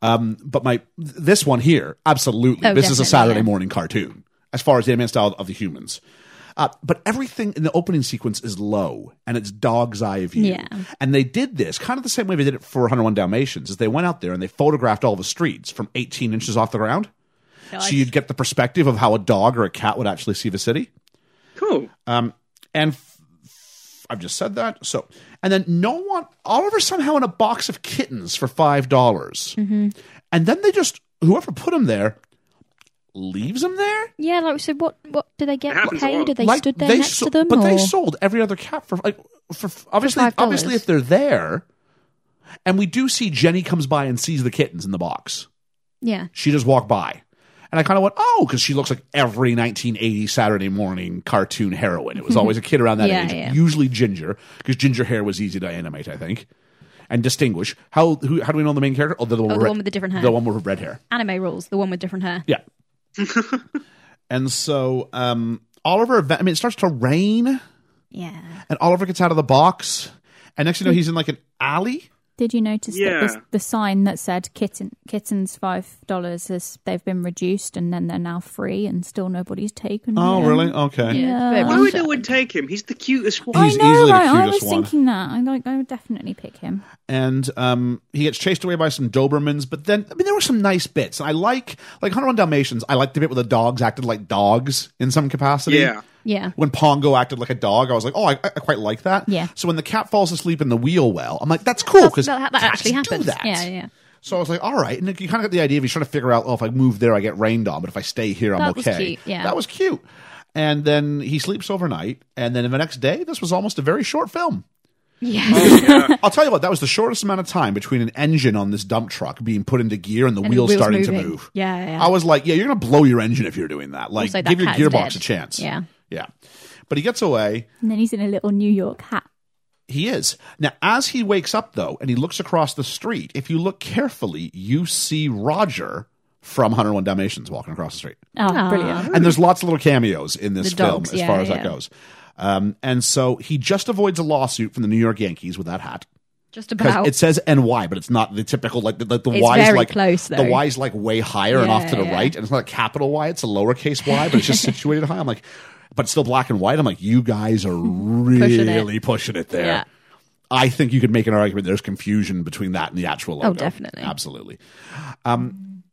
Um, but my this one here, absolutely, Oh, this is a definitely, Saturday yeah. morning cartoon as far as the animated style of the humans. Uh, but everything in the opening sequence is low and it's dog's eye view. Yeah. And they did this kind of the same way they did it for 101 Dalmatians, is they went out there and they photographed all the streets from 18 inches off the ground. So you'd get the perspective of how a dog or a cat would actually see the city. cool. And f- f- I've just said that. So, and then no one, Oliver somehow in a box of kittens for $5. dollars And then they just, whoever put him there, leaves him there? Yeah, like so. What what do they get It happens a paid? lot. Did they Like, stood there they next so- to them? But they or- sold every other cat for, like, for, for obviously, $5. obviously if they're there, and we do see Jenny comes by and sees the kittens in the box. yeah, She just walked by. And I kind of went, oh, because she looks like every 1980 Saturday morning cartoon heroine. It was always a kid around that Yeah, age, yeah. usually ginger, because ginger hair was easy to animate, I think, and distinguish. How who, how do we know the main character? Oh, the, Oh, the red- one with the different hair. The one with red hair. anime rules. The one with different hair. Yeah. and so um, Oliver, I mean, it starts to rain, Yeah, and Oliver gets out of the box, and next you know, he's in like an alley. Did you notice that this, Yeah. the sign that said kitten kittens five dollars is they've been reduced and then they're now free and still nobody's taken Oh, them? really? Okay. yeah. it's a bit Why would random. no one take him? He's the cutest one. I He's know, easily the right? I cutest was one. thinking that. I like. I would definitely pick him. and um, he gets chased away by some Dobermans. But then, I mean, there were some nice bits. And I like, like 101 Dalmatians. I liked the bit where the dogs acted like dogs in some capacity. Yeah. yeah. When Pongo acted like a dog, I was like, oh, I, I quite like that. Yeah. So when the cat falls asleep in the wheel well, I'm like, that's cool because that, that actually happens. Do that. Yeah, yeah. So I was like, all right. And like, you kind of get the idea of he's trying to figure out, oh, if I move there, I get rained on, but if I stay here, I'm That was okay. cute, yeah. That was cute. And then he sleeps overnight. And then the next day, this was almost a very short film. Yes. I'll tell you what, that was the shortest amount of time between an engine on this dump truck being put into gear and the And the wheels, wheels starting to moving. move. Yeah, yeah. I was like, yeah, you're going to blow your engine if you're doing that. Like, Also, that give your cat's gearbox dead. a chance. Yeah. Yeah. But he gets away. And then he's in a little New York hat. He is. Now, as he wakes up, though, and he looks across the street, if you look carefully, you see Roger from 101 Dalmatians walking across the street. Oh, brilliant. And there's lots of little cameos in this The film dogs, as yeah, far as that yeah. goes. Um, and so he just avoids a lawsuit from the New York Yankees with that hat. Just Because about. it says NY, but it's not the typical like the, like the It's Y's very like close, the though. Y's like way higher and off to the Yeah, yeah. right, and it's not a capital Y, it's a lowercase Y, but it's just situated high. I'm like, but it's still black and white. I'm like, you guys are it. really pushing it there. Yeah. I think you could make an argument there's confusion between that and the actual logo. Oh, definitely. absolutely. Um,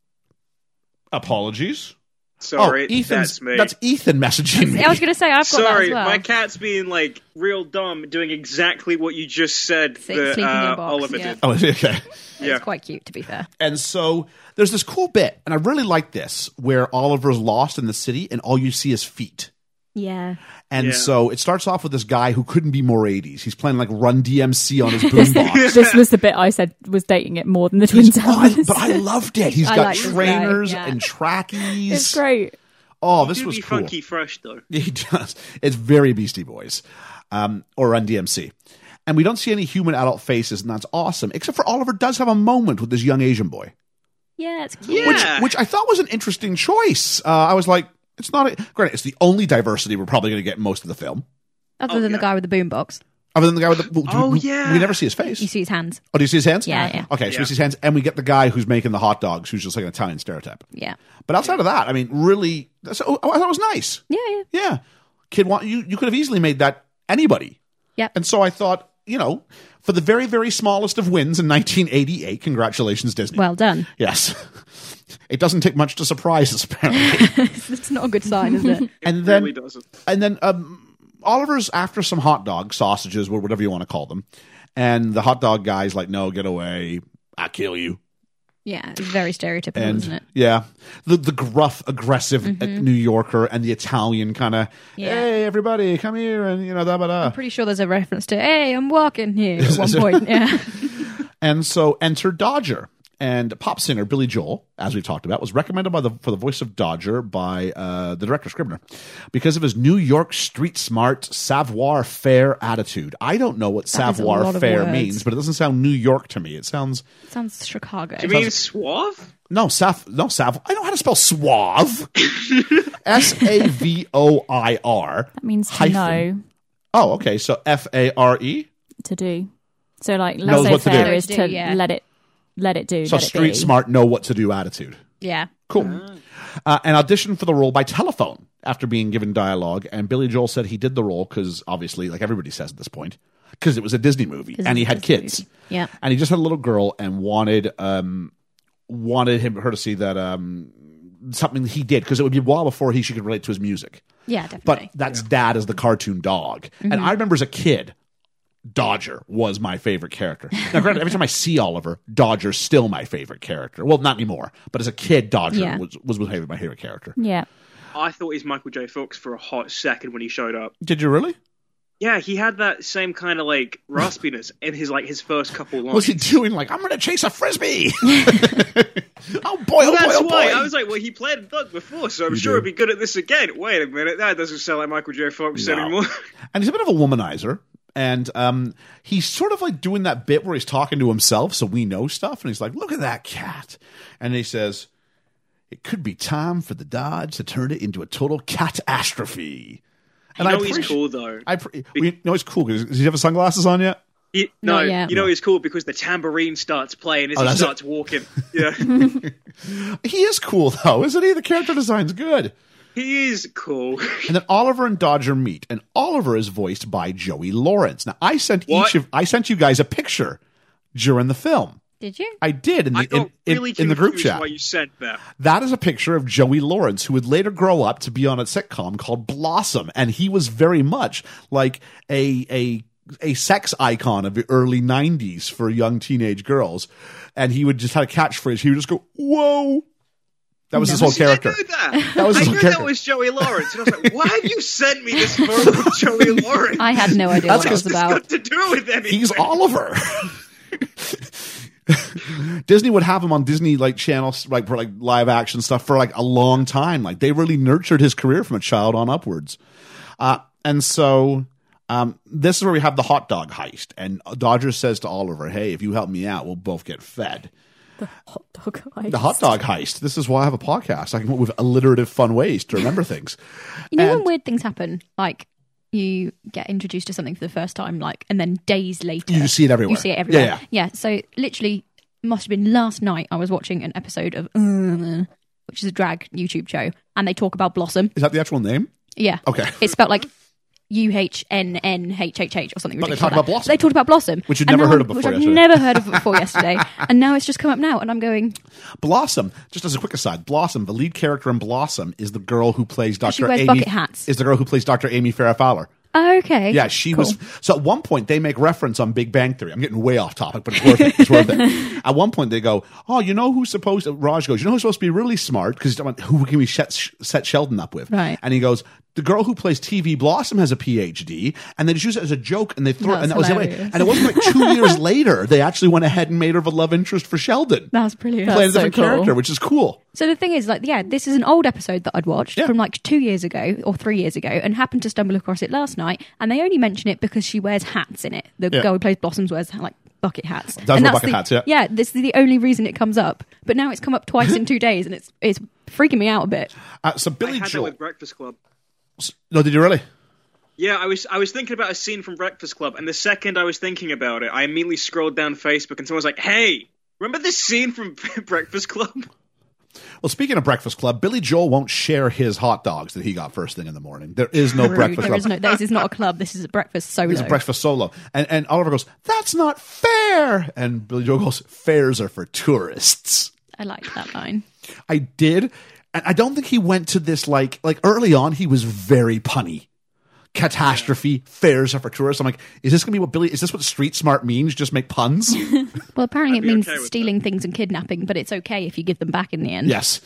apologies. Sorry, oh, Ethan's, that's me. Ethan messaging me. I was going to say I've got Sorry, that as well. my cat's being like real dumb, doing exactly what you just said Se- that sleeping in uh, a box, Oliver yeah. did. oh, okay. yeah. It's quite cute, to be fair. And so there's this cool bit, and I really like this, where Oliver's lost in the city and all you see is feet. Yeah. And Yeah. so it starts off with this guy who couldn't be more 80s. He's playing like Run DMC on his boombox. this was the bit I said was dating it more than the Twin He's- oh, I- Towers. but I loved it. He's I got like this guy, trainers yeah. and trackies. it's great. Oh, this Do was be cool. funky fresh though. He does. It's very Beastie Boys um, or Run DMC. And we don't see any human adult faces, and that's awesome. Except for Oliver does have a moment with this young Asian boy. Yeah, it's cute. Yeah. which which I thought was an interesting choice. Uh, I was like, it's not. A, granted, it's the only diversity we're probably going to get in most of the film, Other than the guy with the boombox. other than the guy with the. well, do we- Oh, we, yeah. we never see his You face. see his hands. Oh, do you see his hands? Yeah, yeah. Okay, so Yeah. we see his hands, and we get the guy who's making the hot dogs, who's just like an Italian stereotype. Yeah. But outside of that, I mean, really, that's, oh, I thought it was nice. Yeah, yeah. Yeah, kid, want, you you could have easily made that anybody. Yep. And so I thought, you know, for the very very smallest of wins in 1988, congratulations Disney. Well done. yes. It doesn't take much to surprise us, apparently. It's not a good sign, is it? and then really doesn't. and then um, Oliver's after some hot dog sausages or whatever you want to call them, and the hot dog guy's like, "No, get away! I kill you!" yeah, it's very stereotypical, And isn't it? Mm-hmm. yeah, the the gruff, aggressive uh, New Yorker and the Italian kind of, Yeah. "Hey, everybody, come here!" and you know, da da da. Pretty sure there's a reference to, hey, I'm walking here at one point. Yeah. And so enter Dodger. And pop singer Billy Joel, as we've talked about, was recommended by the for the voice of Dodger by uh, the director Scribner because of his New York street smart savoir faire attitude. I don't know what That is a savoir lot of faire words. means, but it doesn't sound New York to me. It sounds sounds Chicago. Do you mean suave? no sav no sav. I know how to spell suave. S a v o i r. That means to hyphen. know, Oh, okay. So F a r e. to do. So like Knows laissez what to do. faire is Do, to yeah. let it let it do. So let it street be. smart, know what to do attitude. yeah. Cool. Uh, and auditioned for the role by telephone after being given dialogue. And Billy Joel said he did the role because, obviously, like everybody says at this point, because it was a Disney movie and he had kids. Yeah. And he just had a little girl and wanted um, wanted him her to see that um, something he did because it would be a while before he she could relate to his music. Yeah, But definitely. that's dad as the cartoon dog. Mm-hmm. And I remember as a kid, Dodger was my favorite character. Now, granted, every time I see Oliver, Dodger's still my favorite character. Well, not anymore, but as a kid, Dodger Yeah. was, was my favorite, my favorite character. Yeah. I thought he's Michael J. Fox for a hot second when he showed up. Did you really? Yeah, he had that same kind of like raspiness in his like his first couple lines. Was he doing like, I'm going to chase a frisbee? oh, boy, oh, boy, That's oh, why boy. I was like, well, he played a dog before, so I'm You sure do. he'd be good at this again. Wait a minute, that doesn't sound like Michael J. Fox No. anymore. and he's a bit of a womanizer. And um, he's sort of like doing that bit where he's talking to himself, so we know stuff. And he's like, "Look at that cat," and he says, "It could be time for the Dodge to turn it into a total catastrophe." And you know he's appreciate- cool though. I pre- we know it's cool because does he have his sunglasses on yet? He- no, Not yet. you know he's cool because the tambourine starts playing as Oh, he that's it. starts walking. Yeah, He is cool though, isn't he? The character design's good. he is cool. And then Oliver and Dodger meet, and Oliver is voiced by Joey Lawrence. Now I sent What? each of I sent you guys a picture during the film. Did you? I did in the I got in, in- really in the group confused chat. Why you said that? That is a picture of Joey Lawrence, who would later grow up to be on a sitcom called Blossom, and he was very much like a a a sex icon of the early '90s for young teenage girls, and he would just had a catchphrase. He would just go, "Whoa!" That was his whole See, Oh, character. I knew that. That was I his knew whole that character. was Joey Lawrence, and I was like, why have you sent me this photo of Joey Lawrence? I had no idea That's what it was because- about. What to do with anything? He's Oliver. Disney would have him on Disney like channels like for like live action stuff for like a long time. Like they really nurtured his career from a child on upwards. Uh, and so Um, this is where we have the hot dog heist, and Dodger says to Oliver, "Hey, if you help me out, we'll both get fed." Hot dog ice. The hot dog heist. This is why I have a podcast. I can come up with alliterative, fun ways to remember things. You know And- when weird things happen, like you get introduced to something for the first time, like, and then days later You see it everywhere. You see it everywhere. Yeah, Yeah, so literally, must have been last night. I was watching an episode of, uh, which is a drag YouTube show, and they talk about Blossom. Is that the actual name? Yeah, Okay. It's spelled like U H N N H H H or something. But they ridiculous talk like about that. Blossom. They talked about Blossom, Which you'd And never now heard I'm- of Which before I've yesterday. never heard of before yesterday, and now it's just come up now, and I'm going. Blossom. Just as a quick aside, Blossom, the lead character in Blossom, is the girl who plays Doctor. She wears Amy, bucket hats. Is the girl who plays Doctor Amy Farrah Fowler. "Oh, okay. Yeah, she Cool. was. So at one point, they make reference on Big Bang Theory. I'm getting way off topic, but it's worth it. It's worth it. At one point, they go, "Oh, you know who's supposed?" to, Raj goes, "You know who's supposed to be really smart?" Because who can we set, set Sheldon up with? Right. And he goes, "The girl who plays TV Blossom has a PhD," and they just use it as a joke, and they throw, it, and That's that was the way. hilarious. And it wasn't like two years later they actually went ahead and made her the love interest for Sheldon, That was brilliant. playing a so different cool. character, which is cool. So the thing is, like, yeah, this is an old episode that I'd watched Yeah. from like two years ago or three years ago, and happened to stumble across it last night. And they only mention it because she wears hats in it. The Yeah. girl who plays Blossoms wears like bucket hats. wear and that's bucket the- hats, yeah. yeah. This is the only reason it comes up. But now it's come up twice in two days, and it's it's freaking me out a bit. Uh, so I Billy had that Joel. with Breakfast Club. No, did you really? Yeah, I was I was thinking about a scene from Breakfast Club, and the second I was thinking about it, I immediately scrolled down Facebook, and someone was like, "Hey, remember this scene from Breakfast Club?" Well, speaking of Breakfast Club, Billy Joel won't share his hot dogs that he got first thing in the morning. There is no Breakfast Club. There is no. This is not a club. This is a breakfast solo. It's a breakfast solo. And, and Oliver goes, That's not fair. And Billy Joel goes, Fairs are for tourists. I liked that line. I did. And I don't think he went to this like, like early on, he was very punny. Catastrophe, fairs are for tourists. I'm like, Is this going to be what Billy, is this what street smart means? Just make puns? Well, apparently it be means okay with stealing things and kidnapping, but it's okay if you give them back in the end. yes.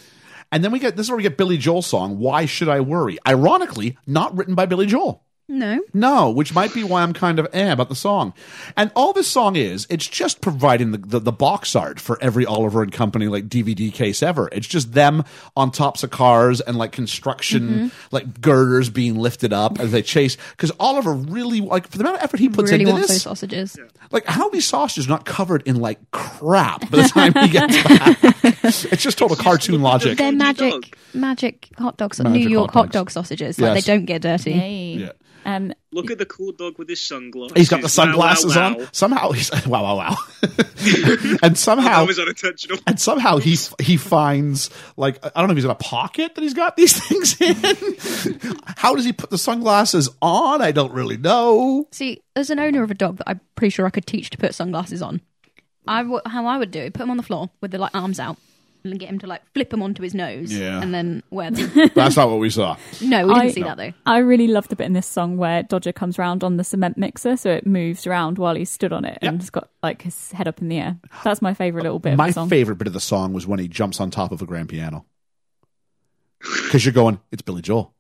And then we get, this is where we get Billy Joel's song, Why Should I Worry? Ironically, not written by Billy Joel. No. No, which might be why I'm kind of eh about the song. And all this song is, it's just providing the, the, the box art for every Oliver and Company like DVD case ever. It's just them on tops of cars and like construction, Mm-hmm. like girders being lifted up as they chase. Because Oliver really, like, for the amount of effort he puts Really into wants those this, sausages. like, how are these sausages not covered in like crap by the time he gets back? it's just total cartoon logic. They're Hot magic, dog. magic hot dogs, Magic New York hot hot, dogs. dog sausages. Like Yes. they don't get dirty. Hey. Yeah. Um, Look at the cool dog with his sunglasses. He's got the Wow, wow, sunglasses wow. on. Somehow he's wow wow wow, and somehow That was unintentional. and somehow he he finds like I don't know if he's in a pocket that he's got these things in. How does he put the sunglasses on? I don't really know. See, as an owner of a dog, that I'm pretty sure I could teach to put sunglasses on. I w- how I would do it: put him on the floor with the like arms out, and get him to like flip them onto his nose, Yeah. and then wear them. That's not what we saw. no, we didn't I- see that though. I really love the bit in this song where Dodger comes round on the cement mixer, so it moves around while he's stood on it and has got like his head up in the air. That's my favourite little bit of My the song. favorite bit of the song was when he jumps on top of a grand piano. Because you're going, it's Billy Joel.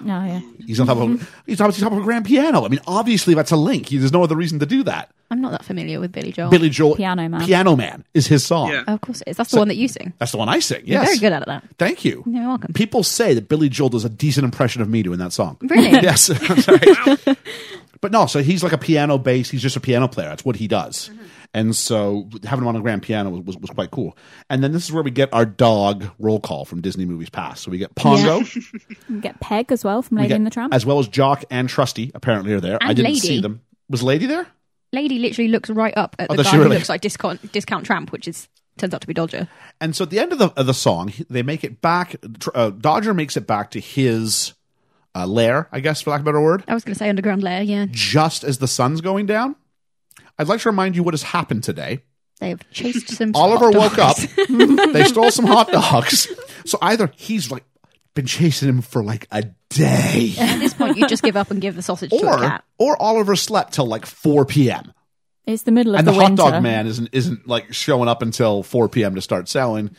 oh, yeah. He's on top of he's on top of a grand piano. I mean, obviously that's a link. There's no other reason to do that. I'm not that familiar with Billy Joel. Billy Joel, Piano Man. Piano Man is his song. Yeah. Oh, of course it is. That's the one that you sing. That's the one I sing. You're Yes, very good at that. Thank you. You're welcome. People say that Billy Joel does a decent impression of me doing that song. Really? Yes. I'm sorry. but no, so he's like a piano bass. He's just a piano player. That's what he does. Mm-hmm. And so having him on a grand piano was, was, was quite cool. And then this is where we get our dog roll call from Disney movies past. So we get Pongo, You get Peg as well from we Lady get- and the Tramp. as well as Jock and Trusty. Apparently are there. I And didn't Lady. see them. Was Lady there? Lady literally looks right up at Oh, the does guy she really? who looks like discount discount tramp, which is turns out to be Dodger. And so at the end of the of the song, he- they make it back. Tr- Uh, Dodger makes it back to his uh, lair, I guess, for lack of a better word. I was going to say underground lair. Yeah, just as the sun's going down. I'd like to remind you what has happened today. they have chased some. Oliver hot woke up. dogs. they stole some hot dogs. So either he's like been chasing him for like a day, At this point, you just give up and give the sausage to a or cat. or Oliver slept till like four p.m. it's the middle of and the, the, hot winter. dog man isn't isn't like showing up until four p.m. to start selling.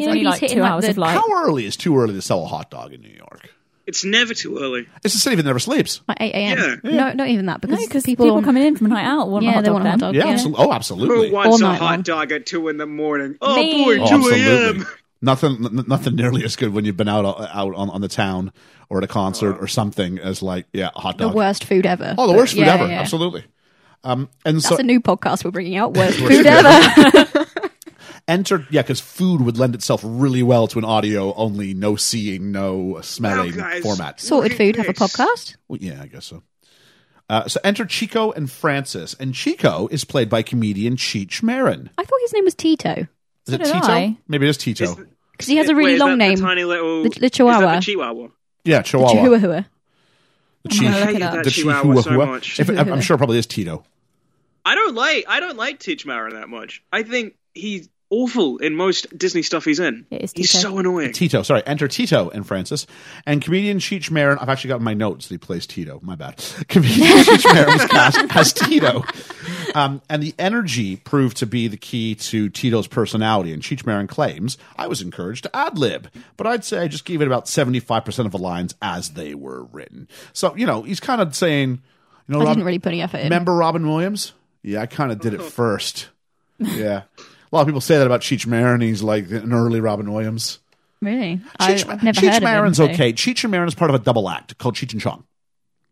You know, only he's like hitting, two like, hours the of light. How early is too early to sell a hot dog in New York? It's never too early. It's a city that never sleeps. Like 8 a.m. Yeah. No, not even that No, because because people, people, are coming in from a night out want Yeah, a hot they dog want a hot then. dog. Yeah, Yeah. absolutely. oh, Who absolutely. wants All a night hot long. dog at two in the morning? Oh Me. boy, Oh, two absolutely. a.m. Nothing, n- nothing nearly as good when you've been out uh, out on, on the town or at a concert or something as like yeah, a hot The dog. worst food ever. oh, the But worst food yeah, ever, yeah. absolutely. Um, and That's so a new podcast we're bringing out. Worst Worst food food ever. enter yeah, because food would lend itself really well to an audio only, no seeing, no smelling guys. format. Sorted food. Have a Goodness. podcast. Well, yeah, I guess so. Uh, so enter Chico and Francis, and Chico is played by comedian Cheech Marin. I thought his name was Tito Is it So did Tito? I. Maybe it is Tito. Is- because he has a Wait, really is long that name. The tiny little The- the is that Chihuahua. chihuahua. yeah, Chihuahua. Chihuahua. Hua. The I'm gonna Chihuahua. look it hate up. that The Chihuahua Chihuahua. so much. If, I'm I'm sure it probably is Tito. I don't like I don't like Titch Marin that much. I think he's awful in most Disney stuff he's in. It is he's Tito. so annoying. Tito, sorry, enter Tito and Francis. And comedian Cheech Marin, I've actually got my notes that he plays Tito, my bad. Comedian Cheech Marin was cast as Tito. Um, and the energy proved to be the key to Tito's personality. And Cheech Marin claims, I was encouraged to ad lib, but I'd say I just gave it about 75% of the lines as they were written. So, you know, he's kind of saying, you know, I Rob- didn't really put any effort in. Remember Robin Williams? Yeah, I kind of did it first. Yeah. A lot of people say that about Cheech Marin. He's like an early Robin Williams. really? I, Cheech, have never Cheech heard of him, Marin's so- okay. Cheech Marin is part of a double act called Cheech and Chong.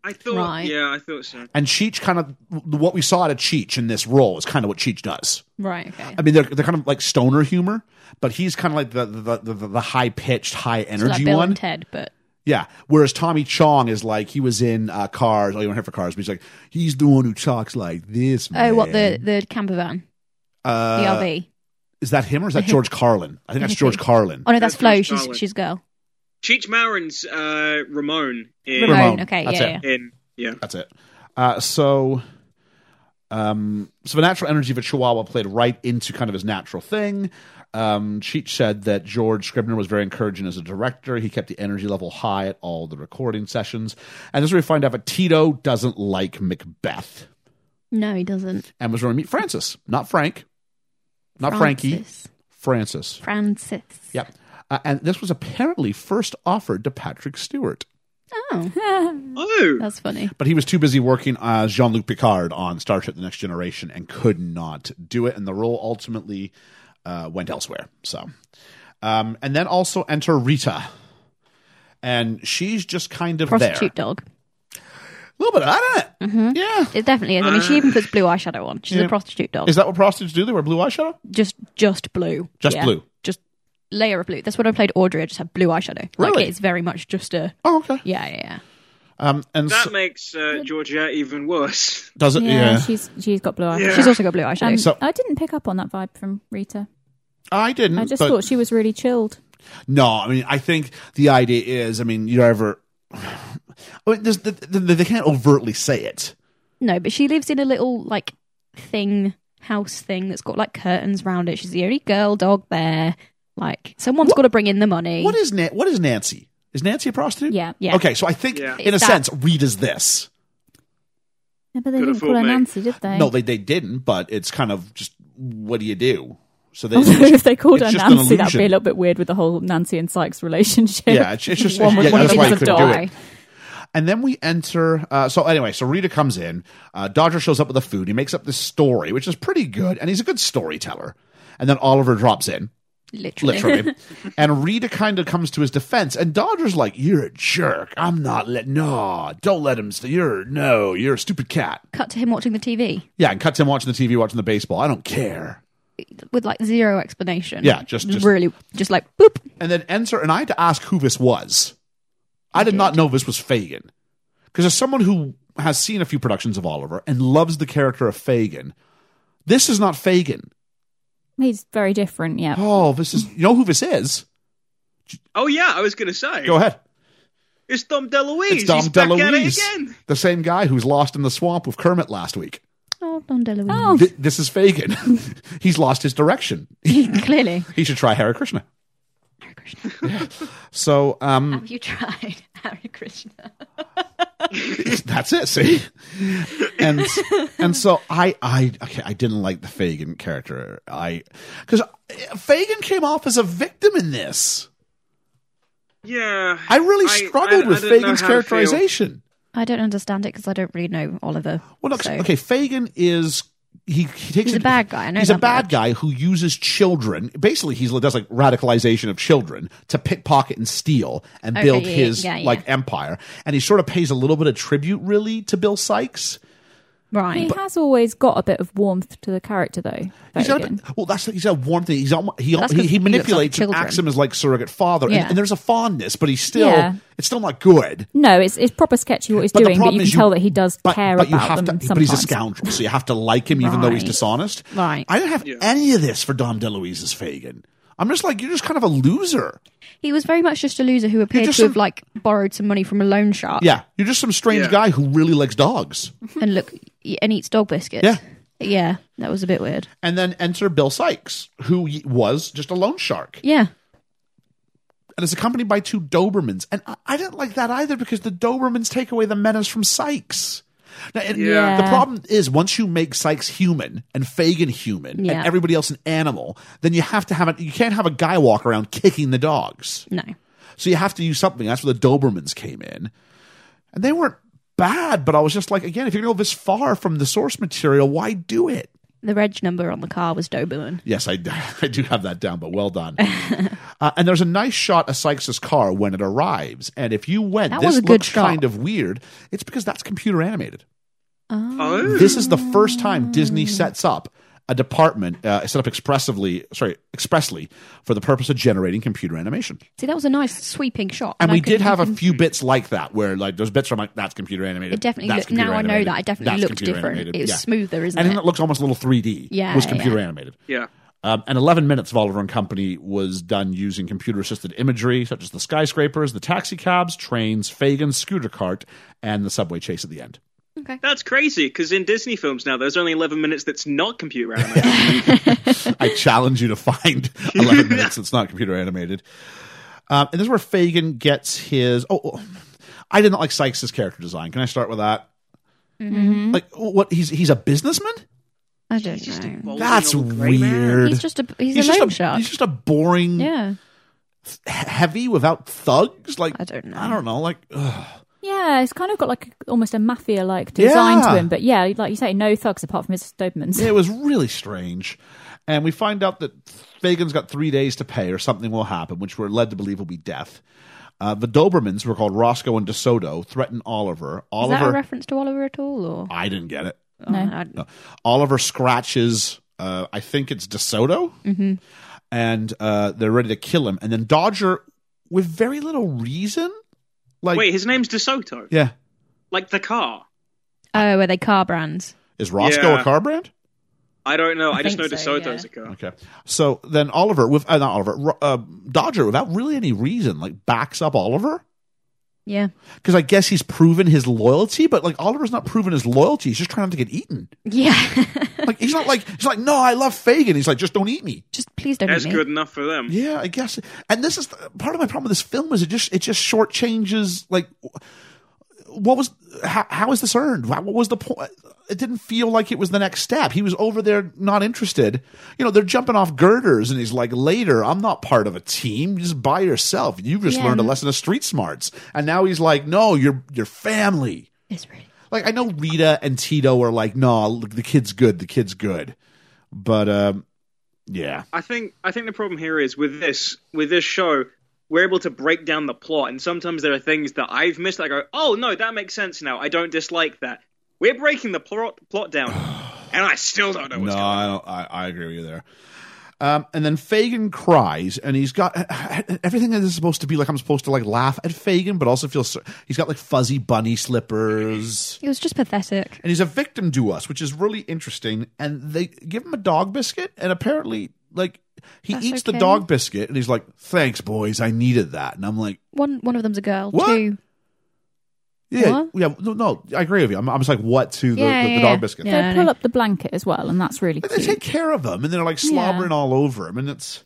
I thought Right. yeah, I thought so. And Cheech kind of what we saw out of Cheech in this role is kind of what Cheech does. Right. Okay. I mean, they're they're kind of like stoner humor, but he's kind of like the the the, the high pitched, high It's energy like Bill one. and Ted, but Yeah. Whereas Tommy Chong is like he was in uh, Cars. Oh, you want to hear for Cars? But he's like he's the one who talks like this. oh, what the man. the camper van, the Uh, RV? Is that him or is that George Carlin? I think that's George Carlin. Oh no, that's That's Flo. Miss She's Darwin. she's a girl. Cheech Marin's uh, Ramon in, Ramon. Ramon. Okay. That's yeah. it. yeah. in yeah. That's it. Uh, so, um, so the natural energy of a Chihuahua played right into kind of his natural thing. Um, Cheech said that George Scribner was very encouraging as a director. He kept the energy level high at all the recording sessions. And this is where we find out that Tito doesn't like Macbeth No, he doesn't. and was going to meet Francis, not Frank, not Frankie, Francis. Francis. Francis. Yep. Uh, and this was apparently first offered to Patrick Stewart. Oh, Oh, that's funny. but he was too busy working as Jean Luc Picard on Starship: The Next Generation and could not do it, and the role ultimately uh, went elsewhere. So, um, and then also enter Rita, and she's just kind of Prostitute there, dog. a little bit of that, isn't Mm-hmm. it? Yeah. It definitely is. I mean, she even puts blue eyeshadow on. She's a prostitute dog. Is that what prostitutes do? They wear blue eyeshadow. just just blue. Just blue. Just layer of blue. That's when I played Audrey. I just had blue eyeshadow. Really? Like it's very much just a Oh, okay. yeah yeah yeah. Um, and that so, makes uh, Georgia even worse. does it? Yeah, Yeah. she's she's got blue eyes. Yeah. She's also got blue eyeshadow. Um, So- I didn't pick up on that vibe from Rita. I didn't. I just but- thought she was really chilled. No, I mean, I think the idea is, I mean, you're ever. I mean, there's, the, the, they can't overtly say it. no, but she lives in a little like thing house thing that's got like curtains round it. She's the only girl dog there. Like someone's got to bring in the money. What is Na- what is Nancy? Is Nancy a prostitute? Yeah. Yeah. Okay, so I think Yeah. in a It's that- sense, Rita's this. Yeah, Oh, but they Could didn't afford call her me. Nancy, did they? No, they they didn't, but it's kind of just what do you do? So they Although if they called her it's just an Nancy, that'd be a illusion. little bit weird with the whole Nancy and Sykes relationship. Yeah, it's, it's just One yeah, with one that's why you piece of couldn't do dye. it. And then we enter. Uh, so anyway, so Rita comes in. Uh, Dodger shows up with the food. He makes up this story, which is pretty good, and he's a good storyteller. And then Oliver drops in, Literally. literally, and Rita kind of comes to his defense. And Dodger's like, "You're a jerk. I'm not let. No, don't let him. St- you're no. You're a stupid cat." Cut to him watching the TV Yeah, and cuts him watching the TV, watching the baseball. I don't care. with like zero explanation. Yeah, just- just- really just like boop. and then enter. And I had to ask who this was. I did not know this was Fagin because as someone who has seen a few productions of Oliver and loves the character of Fagin, this is not Fagin. He's very different, yeah. Oh, this is you know who this is. Oh yeah, I was gonna say Go ahead. it's Dom DeLuise. It's Dom he's back at it DeLuise, again. the same guy who's lost in the swamp with Kermit last week. Oh, Don DeLuise. Oh, Th- this is Fagin. He's lost his direction. Oh, Clearly. He should try Hare Krishna. So um, Have you tried Harry Krishna? that's it. See, and and so I I okay I didn't like the Fagin character. I because Fagin came off as a victim in this. Yeah, I really I- struggled I- I with don't know Fagin's how to feel. characterization. I don't understand it because I don't really know Oliver. Well, no, 'cause- so- okay, Fagin is he, he takes He's a bad guy, I know he's a that bad much. guy who uses children. Basically, he does like radicalization of children to pickpocket and steal and Okay, build yeah, his yeah, yeah. like empire. And he sort of pays a little bit of tribute, really, to Bill Sykes. Right. He has always got a bit of warmth to the character, though. He's got a Vertigan. bit- well, that's he's a warm thing. He's almo- he That's he, 'cause he he looks manipulates after and acts children. him as like surrogate father, and- Yeah. and, there's a fondness, but he's still Yeah. it's still not good. No, it's it's proper sketchy what he's But the doing, but problem you can is tell that he does but- care but you about have them to, But sometimes. he's a scoundrel, so you have to like him, even though he's Right. dishonest. Right. I don't have any of this for Dom DeLuise as Fagin. I'm just like you're just kind of a loser. He was very much just a loser who appeared just to have some- like borrowed some money from a loan shark Yeah, you're just some strange Yeah. guy who really likes dogs. and look and eats dog biscuits. Yeah. Yeah, that was a bit weird. And then enter Bill Sykes, who y- was just a loan shark, Yeah. and is accompanied by two Dobermans. And I, I didn't like that either because the Dobermans take away the menace from Sykes. Now, and Yeah. The problem is once you make Sykes human and Fagin human Yeah. and everybody else an animal, then you have to have a, you can't have a guy walk around kicking the dogs. No. So you have to use something. That's where the Dobermans came in. And they weren't bad, but I was just like, again, if you're going to go this far from the source material, why do it? The reg number on the car was Doberman. Yes, I, I do have that down, but well done. uh, and there's a nice shot of Sykes' car when it arrives. And if you went, That this was a good looks shot. kind of weird. It's because that's computer animated. Oh, This is the first time Disney sets up a department uh, set up expressively, sorry, expressly for the purpose of generating computer animation. See, that was a nice sweeping shot. and I we could- did have you a can- few bits like that where like those bits from like that's computer animated. It definitely that's looked- computer now I know animated, that, it definitely that's looked computer different. animated." It was smoother, isn't and then it? it looks almost a little 3D. Yeah, was yeah, computer yeah. animated. yeah. Um, and 11 minutes of Oliver and Company was done using computer assisted imagery such as the skyscrapers, the taxi cabs, trains, Fagin's scooter cart, and the subway chase at the end. That's crazy because in Disney films now, there's only 11 minutes that's not computer animated. I challenge you to find 11 minutes that's not computer animated. Um, and this is where Fagin gets his. Oh, oh, I did not like Sykes' character design. Can I start with that? Mm-hmm. Like what? He's he's a businessman. I don't know. That's weird. He's just a he's, a just loan a, shark. he's just a boring yeah. heavy without thugs. Like I don't know. I don't know. Like ugh. Yeah, it's kind of got like almost a mafia like design Yeah. to him. But yeah, like you say, no thugs apart from his Dobermans. it was really strange. And we find out that Fagin's got three days to pay, or something will happen, which we're led to believe will be death. Uh, the Dobermans were called Roscoe and DeSoto. Threaten Oliver. Is that a Oliver. reference to Oliver at all, or I didn't get it. no? I, No. Oliver scratches. Uh, I think it's DeSoto, mm-hmm. and uh, they're ready to kill him. And then Dodger, with very little reason, like Wait, his name's DeSoto. yeah, Like the car. oh, are they car brands? is Roscoe Yeah. a car brand? I don't know. I, just know think so, DeSoto's a car. Okay. So then Oliver, with uh, not Oliver, Ro- uh, Dodger, without really any reason, like backs up Oliver Yeah. because I guess he's proven his loyalty. But like Oliver's not proven his loyalty; he's just trying not to get eaten. Yeah. Like he's not like he's like no, I love Fagin. He's like just don't eat me. just please don't That's eat me. good enough for them. Yeah, I guess. And this is part of my problem with this film is it just it just shortchanges like what was how, how is this earned? Wha- What was the point? It didn't feel like it was the next step. He was over there not interested. You know, they're jumping off girders and he's like, "Later, I'm not part of a team. You're just by yourself. You've just Yeah. learned a lesson of street smarts." And now he's like, "No, you're you're family." It's really Like I know Rita and Tito are like, "No, look, the kid's good. The kid's good." But um yeah. I think I think the problem here is with this with this show, we're able to break down the plot, and sometimes there are things that I've missed. I go, oh no, that makes sense now. I don't dislike that. We're breaking the plot plot down, and I still don't know what's no, going on. I, don't, I, I agree with you there. Um, and then Fagin cries, and he's got everything that is supposed to be like I'm supposed to like laugh at Fagin, but also feel so, he's got like fuzzy bunny slippers, It was just pathetic. and he's a victim to us, which is really interesting. And they give him a dog biscuit, and apparently, like he That's eats the okay. dog biscuit, and he's like, "Thanks, boys, I needed that." And I'm like, One one of them's a girl. What? Two. "Yeah, What? yeah, no, no, I agree with you." I'm, I'm just like, "What to the, Yeah, the, the yeah, dog yeah. biscuit?" Yeah. They pull up the blanket as well, and that's really But they take cute. care of him, and they're like slobbering all over him, and it's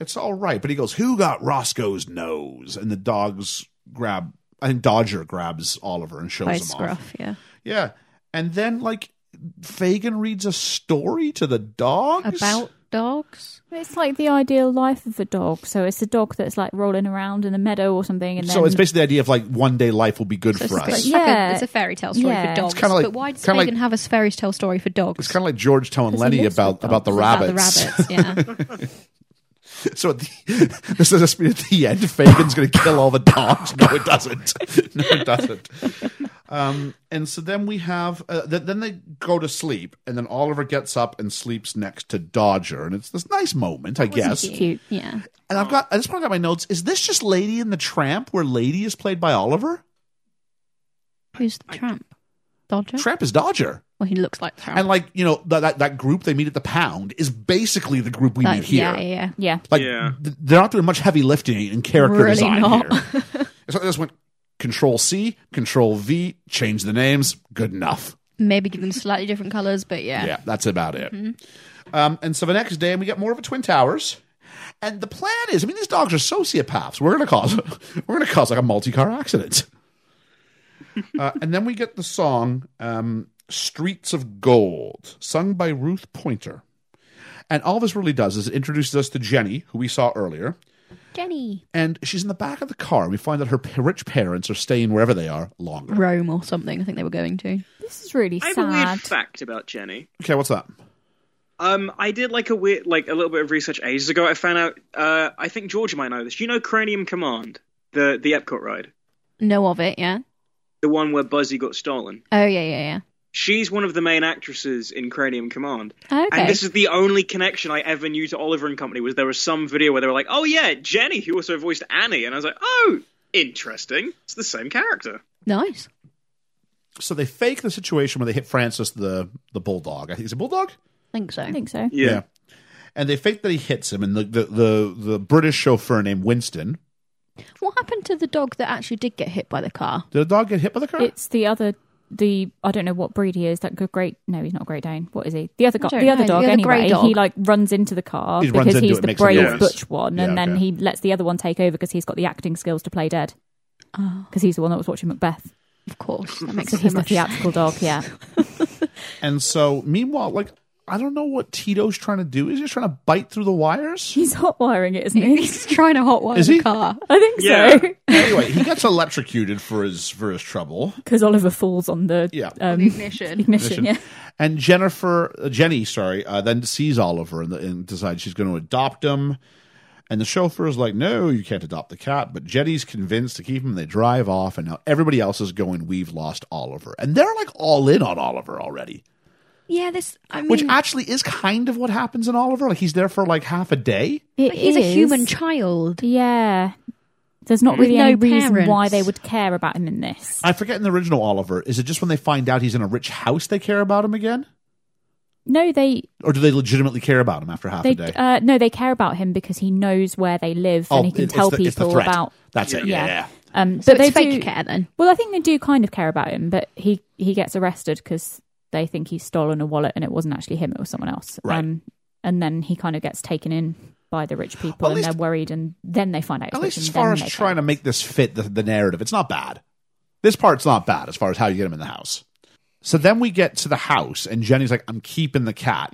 it's all right. But he goes, "Who got Roscoe's nose?" And the dogs grab. I think Dodger grabs Oliver and shows By him off. Scruff. Yeah. Yeah, and then like Fagin reads a story to the dogs About dogs. It's like the ideal life of a dog. So it's a dog that's like rolling around in a meadow or something. And So then, it's basically the idea of like one day life will be good for us. It's, good. like Yeah. a, it's a fairy tale story Yeah. for It's dogs. kinda like- but why does kinda Megan like- have a fairy tale story for dogs? It's kind of like George telling Lenny lives with about about the rabbits. About the rabbits, yeah. so at the, this is just me at the end. Fagin's going to kill all the dogs. No, it doesn't. No, it doesn't. Um, and so then we have uh, th- then they go to sleep, and then Oliver gets up and sleeps next to Dodger, and it's this nice moment, I guess. It's cute. yeah. And I've got I just want to get my notes. Is this just Lady and the Tramp, where Lady is played by Oliver? Who's the tramp? Dodger? Tramp is Dodger. well, he looks like tramp. And like you know that that, that group they meet at the pound is basically the group we Like, meet here. Yeah, yeah, yeah. Yeah. Like Yeah. th- they're not doing much heavy lifting in character Really design not. here. so I just went Control C, Control V, change the names. Good enough. Maybe give them slightly different colours, but yeah. Mm-hmm. Yeah, that's about it. Um, and so the next day, we get more of a Twin Towers. And the plan is, I mean, these dogs are sociopaths. We're gonna cause, we're gonna cause like a multi-car accident. uh, and then we get the song um, "Streets of Gold," sung by Ruth Pointer. And all this really does is it introduces us to Jenny, who we saw earlier, Jenny. and she's in the back of the car. And we find that her p- rich parents are staying wherever they are longer. Rome or something, I think they were going to. This is really I have a sad. weird fact about Jenny. Okay, what's that? Um, I did like a weird, like a little bit of research ages ago. I found out. Uh, I think George might know this. You know, Cranium Command, the the Epcot ride, Know of it, yeah. the one where Buzzy got stolen. Oh, yeah, yeah, She's one of the main actresses in Cranium Command, yeah. Okay. and this is the only connection I ever knew to Oliver and Company. Was there was some video where they were like, "Oh yeah, Jenny, who also voiced Annie," and I was like, "Oh, interesting. It's the same character." nice. So they fake the situation where they hit Francis the the bulldog. I think it's a bulldog. think so. I think so. Yeah. And they fake that he hits him, and the, the, the, the British chauffeur named Winston. What happened to the dog that actually did get hit by the car? Did a dog get hit by the car? It's the other. The I don't know what breed he is. That good great. No, he's not Great Dane. What is he? The other go- don't the other know, dog. the other grey anyway, dog. he like runs into the car He runs because into he's it, the makes a brave noise. butch one, Yeah, and then okay. he lets the other one take over because he's got the acting skills to play dead. Because he's the one that was watching Macbeth. Of course. That makes Oh. So so he's the much theatrical dog. Yeah. and so, meanwhile, like, I don't know what Tito's trying to do. Is he just trying to bite through the wires? He's hot wiring it, isn't he? He's trying to hotwire Is the he? car. I think Yeah. so. anyway, he gets electrocuted for his for his trouble. Because Oliver falls on the Yeah. um, Ignition. ignition. Yeah. And Jennifer, uh, Jenny, sorry, uh, then sees Oliver and, and decides she's going to adopt him. And the chauffeur is like, "No, you can't adopt the cat." But Jenny's convinced to keep him. They drive off, and now everybody else is going. We've lost Oliver, and they're like all in on Oliver already. Yeah, this. I mean, which Mm. actually is kind of what happens in Oliver. Like he's there for like half a day. It but he's a is. human child. Yeah. There's not With really any no reason why parents. they would care about him in this. I forget in the original Oliver, is it just when they find out he's in a rich house they care about him again, No, they or do they legitimately care about him after half they a day? uh, no, they care about him because he knows where they live and he can Oh, it- tell it's the, it's the people threat. about. That's it. Yeah. Yeah. Um, So but it's they fake do, care then. Well, I think they do kind of care about him, but he he gets arrested because they think he's stolen a wallet and it wasn't actually him; it was someone else. Right. Um, and then he kind of gets taken in by the rich people, Well, at and least- they're worried, and then they find out. it's At rich least and as far then as they trying to find- make this fit the, the narrative, it's not bad. This part's not bad as far as how you get him in the house. So then we get to the house, and Jenny's like, "I'm keeping the cat,"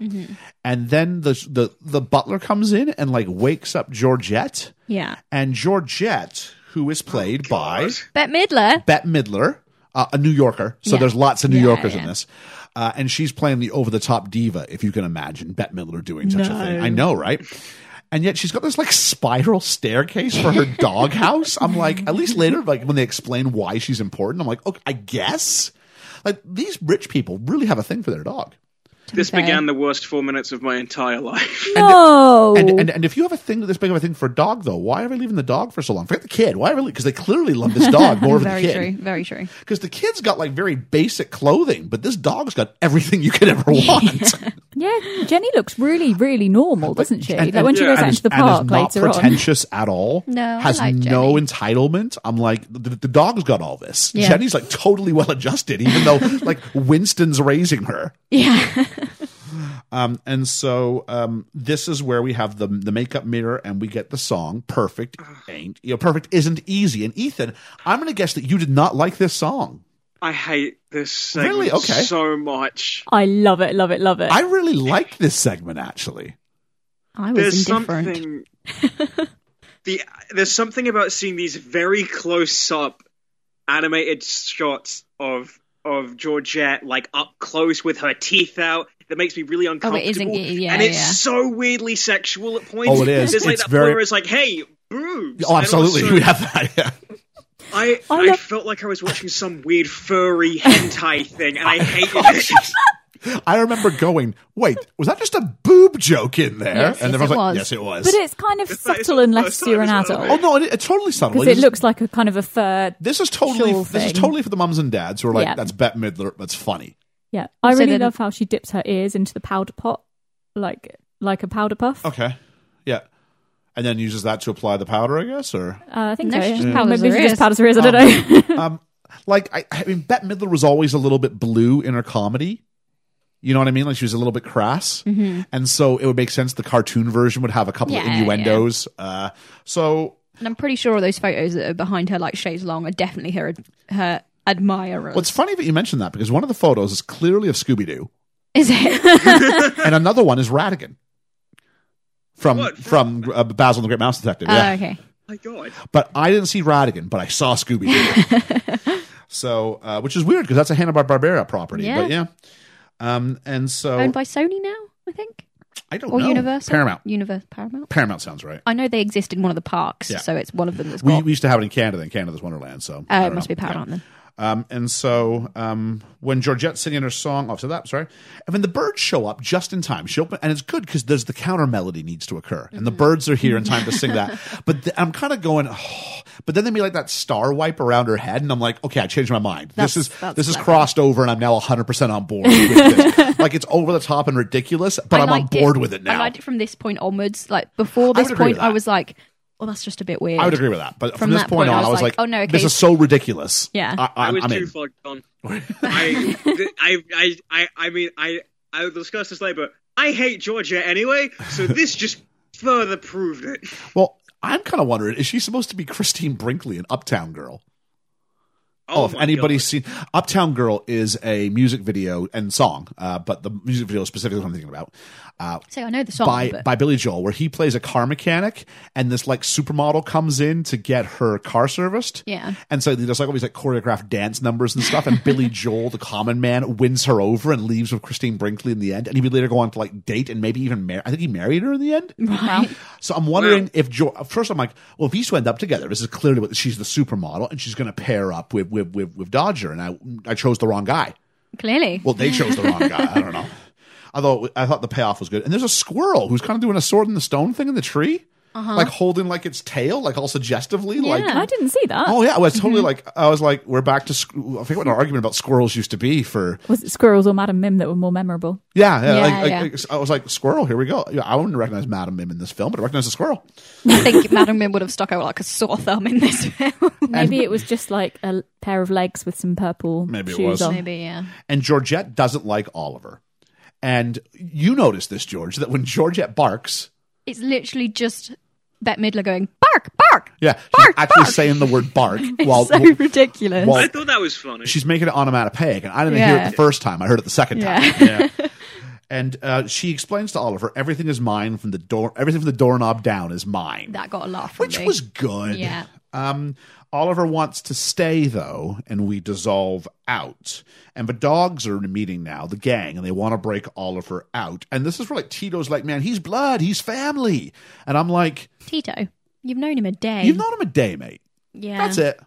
and then the the the butler comes in and like wakes up Georgette, Yeah. and Georgette, who is played by Bette Midler. Bette Midler, uh, a New Yorker. So Yeah. there's lots of New Yeah, Yorkers in yeah. this. Uh, and she's playing the over the top diva, if you can imagine Bette Midler doing such a thing. I know, right? And yet she's got this like spiral staircase for her doghouse. I'm like, at least later, like when they explain why she's important, I'm like, okay, I guess. Like these rich people really have a thing for their dog. This Okay. began the worst four minutes of my entire life. No, And, and and if you have a thing this big of a thing for a dog, though, why are we leaving the dog for so long? Forget the kid. Why are we? Because they clearly love this dog more than the Very kid. true. Very true. because the kid's got like very basic clothing, but this dog's got everything you could ever want. yeah, Jenny looks really, really normal, doesn't she? And- like when she yeah, goes and out is- to the and is park not later on. pretentious at all. No, I has like no Jenny. entitlement. I'm like the, the dog's got all this. Yeah. Jenny's like totally well adjusted, even though like Winston's raising her. Yeah. Um, and so um, this is where we have the the makeup mirror, and we get the song "Perfect Ain't." You know, "Perfect Isn't Easy." And Ethan, I'm going to guess that you did not like this song. I hate this segment Really? Okay. so much. I love it, love it, love it. I really liked this segment actually. I was there's indifferent. something the there's something about seeing these very close up animated shots of of Georgette like up close with her teeth out that makes me really Oh, it is uncomfortable. in- yeah, and it's yeah. so weirdly sexual at points. Oh, it is. There's like It's that very- point where it's like, hey, boobs. Oh, And all of a absolutely. sudden, We have that. Yeah. I, I I love- felt like I was watching some weird furry hentai thing, Oh and I hated it. I remember going, wait, was that just a boob joke in there? Yes, yes, and everyone's it like, was. yes, it was. But it's kind of not- it's subtle not unless first you're an time as well, adult. oh, no, it, it totally subtle. Because It it is- looks like a kind of a fur. this is totally Sure this is thing. totally for the mums and dads who are like, Yeah. that's Bette Midler, that's funny. Yeah, I So really then- love how she dips her ears into the powder pot, like like a powder puff. Okay. Yeah. And then uses that to apply the powder, I guess, or Uh, I think No, so. she just Yeah. powders Maybe her she ears. just powders her ears. I don't know. um, like I, I mean, Bette Midler was always a little bit blue in her comedy. You know what I mean? Like she was a little bit crass, and so it would make sense the cartoon version would have a couple of Yeah, innuendos. Uh, so, And I'm pretty sure all those photos that are behind her, like shades long, are definitely her her admirers. well, it's funny that you mentioned that because one of the photos is clearly of Scooby Doo, Is it? and another one is Radigan from What? from uh, Basil and the Great Mouse Detective. Oh, yeah. okay. my God. but I didn't see Radigan, but I saw Scooby Doo. so, uh, which is weird because that's a Hanna Barbera property. Yeah. But yeah, um, and so Owned by Sony now, I think, I don't or know. Universal. Paramount. Universal. Paramount. Paramount sounds right. I know they exist in one of the parks, Yeah. so it's one of them that's We, got. we used to have it in Canada, and Canada's Wonderland, so I uh, it don't must know. be Paramount then. Yeah. Um, and so um, when Georgette's singing her song, oh, so that sorry, and then the birds show up just in time. She open, and it's good because there's the counter melody needs to occur, and the Mm-hmm. birds are here in time to sing that. But th- I'm kind of going, oh. but then they made like that star wipe around her head, and I'm like, okay, I changed my mind. That's- this is that's this is clever. crossed over, and I'm now 100 percent on board. with this. Like it's over the top and ridiculous, but I'm on liked board with it now. I liked it from this point onwards. Like before I this would agree point, with that. I was like, "Well, that's just a bit weird." I would agree with that. But from, From this that point, point, on, I was like, oh, no, okay. this is so ridiculous. Yeah. I, I, I was am too in. far gone. I, th- I, I, I, I mean, I, I will discuss this later, but I hate Georgia anyway, so this just further proved it. Well, I'm kind of wondering is she supposed to be Christine Brinkley in Uptown Girl? Oh, if my anybody's seen God. Uptown Girl is a music video and song, uh, but the music video specifically is what I'm thinking about uh, So I know the song, by but by Billy Joel, where he plays a car mechanic, and this like supermodel comes in to get her car serviced. Yeah. and so there's like all these like choreographed dance numbers and stuff, and Billy Joel, the common man, wins her over and leaves with Christine Brinkley in the end, and he would later go on to like date and maybe even marry. I think he married her in the end. Wow. So I'm wondering Well- if George. First, I'm like, well, if these two end up together, this is clearly what she's the supermodel, and she's going to pair up with with with, with Dodger, and I I chose the wrong guy. clearly, Well, they chose the wrong guy. I don't know. I thought I thought the payoff was good, and there's a squirrel who's kind of doing a sword in the stone thing in the tree, Uh-huh. like holding like its tail, like all suggestively, like. I didn't see that. Oh yeah, I was totally Mm-hmm. like I was like we're back to squ- I forget what our argument about squirrels used to be for Was it squirrels or Madam Mim that were more memorable? yeah, yeah, Yeah, like, like- yeah. like- I was like squirrel here we go yeah, I wouldn't recognize Madam Mim in this film but I recognize the squirrel I think Madam Mim would have stuck out like a sore thumb in this film. Maybe it was just like a l- pair of legs with some purple Maybe it shoes was. on. Maybe, yeah. and Georgette doesn't like Oliver. And you notice this, George, that when Georgette barks, It's literally just Bette Midler going bark, bark. yeah, she's Bark, actually bark. saying the word bark while, so while- ridiculous. while I thought that was funny. she's making it onomatopoeic. And I didn't hear it Yeah. the first time; I heard it the second time. Yeah. Yeah. And uh, she explains to Oliver, "Everything is mine from the door. Everything from the doorknob down is mine." that got a laugh. From which me. was good. Yeah. Um, Oliver wants to stay though, and we dissolve out. And the dogs are in a meeting now, the gang, and they want to break Oliver out. And this is where like Tito's like, man, he's blood, he's family. And I'm like, Tito. You've known him a day. you've known him a day, mate. yeah, That's it.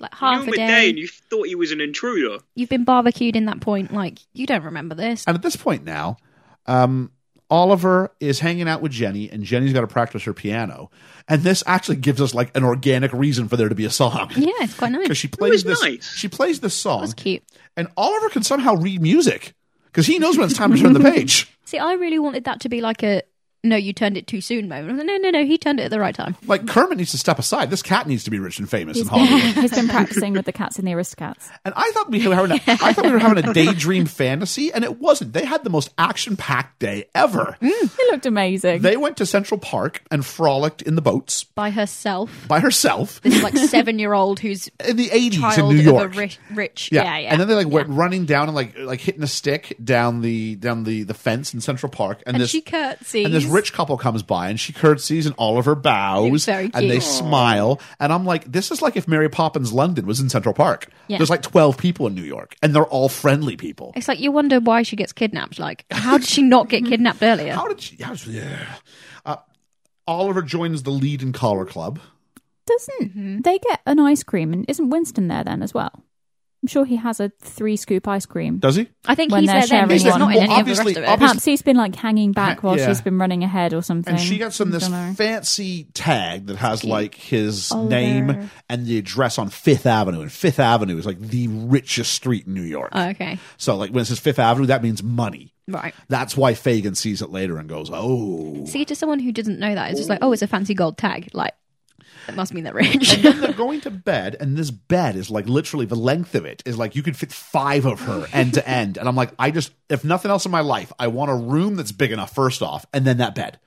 Like you half knew a him day. and you thought he was an intruder. You've been barbecued in that point. Like you don't remember this. And at this point now, um, Oliver is hanging out with Jenny, and Jenny's got to practice her piano. And this actually gives us like an organic reason for there to be a song. yeah, it's quite Because nice. she was plays this, nice. she plays this song. That was cute. and Oliver can somehow read music because he knows when it's time to turn the page. See, I really wanted that to be like a no, you turned it too soon moment. I was like, no, no, no, he turned it at the right time. Like Kermit needs to step aside. This cat needs to be rich and famous in He's Hollywood. he's been practicing with the cats and the Aristocats. And I thought we were having a, I thought we were having a daydream fantasy, and it wasn't. They had the most action packed day ever. Mm. It looked amazing. They went to Central Park and frolicked in the boats By herself, by herself this like seven year old who's in the eighties in child New York. of a rich, rich. Yeah. Yeah, yeah. and then they like went running down and like like hitting a stick down the down the the fence in Central Park, and, And this she curtsies. and this rich couple comes by and she curtsies and Oliver bows It's very and they cute. smile. And I'm like, this is like if Mary Poppins London was in Central Park. Yeah. There's like 12 people in New York and they're all friendly people. It's like you wonder why she gets kidnapped. Like, how did she not get kidnapped earlier? How did she? How, yeah. Uh, Oliver joins the lead and collar club. Doesn't they get an ice cream? And isn't Winston there then as well? I'm sure he has a three scoop ice cream. Does he? I think When he's they're there then, but sharing he's one. not in Well, any of the obviously- rest of it. obviously- Perhaps he's been like hanging back while yeah. she's been running ahead or something. And she gets him this Dunno. fancy tag that has like his Oliver. name and the address on Fifth Avenue. And Fifth Avenue is like the richest street in New York. Oh, okay, so, like, when it says Fifth Avenue, that means money. right. That's why Fagin sees it later and goes, oh. See, to someone who doesn't know that, it's just like, oh, it's a fancy gold tag. Like, it must mean they're rich. And then they're going to bed, and this bed is like literally the length of it is like you could fit five of her end to end. And I'm like, I just, if nothing else in my life, I want a room that's big enough, first off, and then that bed.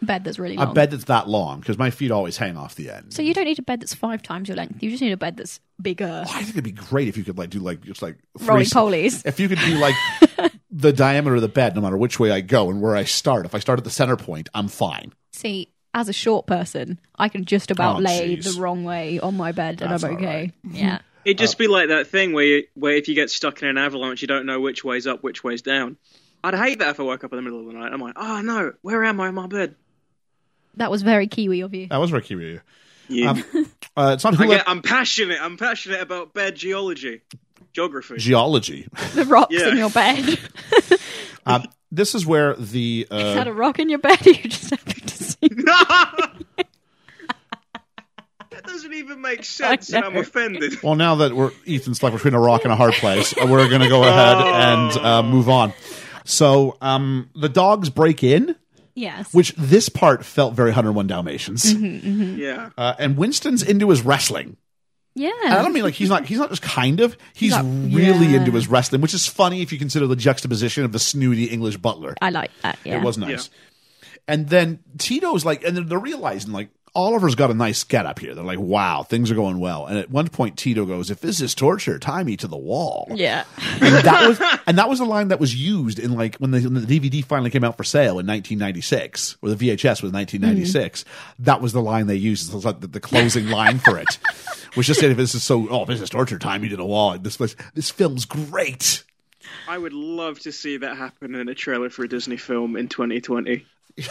bed that's really A long. bed that's that long because my feet always hang off the end. So you don't need a bed that's five times your length. You just need a bed that's bigger. I think it'd be great if you could like do like just like Rolling three- polies. If you could do like the diameter of the bed, no matter which way I go and where I start. If I start at the center point, I'm fine. See, as a short person, I can just about Oh, lay jeez. the wrong way on my bed That's and I'm all okay. Yeah. It'd Oh. just be like that thing where you, where if you get stuck in an avalanche, you don't know which way's up, which way's down. I'd hate that if I woke up in the middle of the night. I'm like, oh no, where am I in my bed? That was very Kiwi of you. That was Ricky Ryu. Yeah. Uh, it's on I who get, I'm passionate. I'm passionate about bed geology, geography. geology. The rocks Yeah. in your bed. Is Um, this is where the uh, that a rock in your bed? You just happen to see. that doesn't even make sense, and I'm know. offended. well now that we're Ethan's stuck between a rock and a hard place, we're going to go ahead Oh. and uh, move on. So um, the dogs break in, Yes. which this part felt very 101 Dalmatians, Mm-hmm. Yeah. uh, and Winston's into his wrestling. yeah. And I don't mean like he's not he's not just kind of he's really yeah. into his wrestling, which is funny if you consider the juxtaposition of the snooty English butler. I like that. Yeah. It was nice. And then Tito's like, and then they're realizing like Oliver's got a nice get up here. They're like, wow, things are going well. And at one point, Tito goes, "If this is torture, tie me to the wall." Yeah. And that was and that was a line that was used in like when the, when the DVD finally came out for sale in 1996, or the VHS was 1996. That was the line they used. It was like the, the closing line for it, which just said, "If this is so, oh, if this is torture, tie me to the wall." This place, this film's great. I would love to see that happen in a trailer for a Disney film in 2020.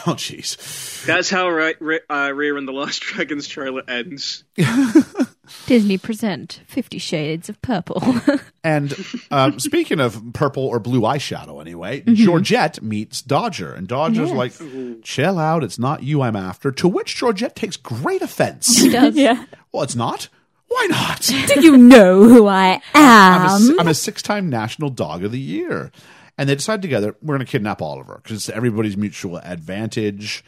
Oh, jeez. That's how Re- Re- uh, Rear and the Last Dragons trailer ends. Disney present Fifty Shades of Purple. And um, speaking of purple or blue eyeshadow, anyway, Georgette meets Dodger, and Dodger's like, "Chill out, it's not you I'm after." To which Georgette takes great offense. yeah. well, it's not. Why not? Do you know who I am? I'm a, I'm a six-time National Dog of the Year, and they decide together we're going to kidnap Oliver because it's everybody's mutual advantage.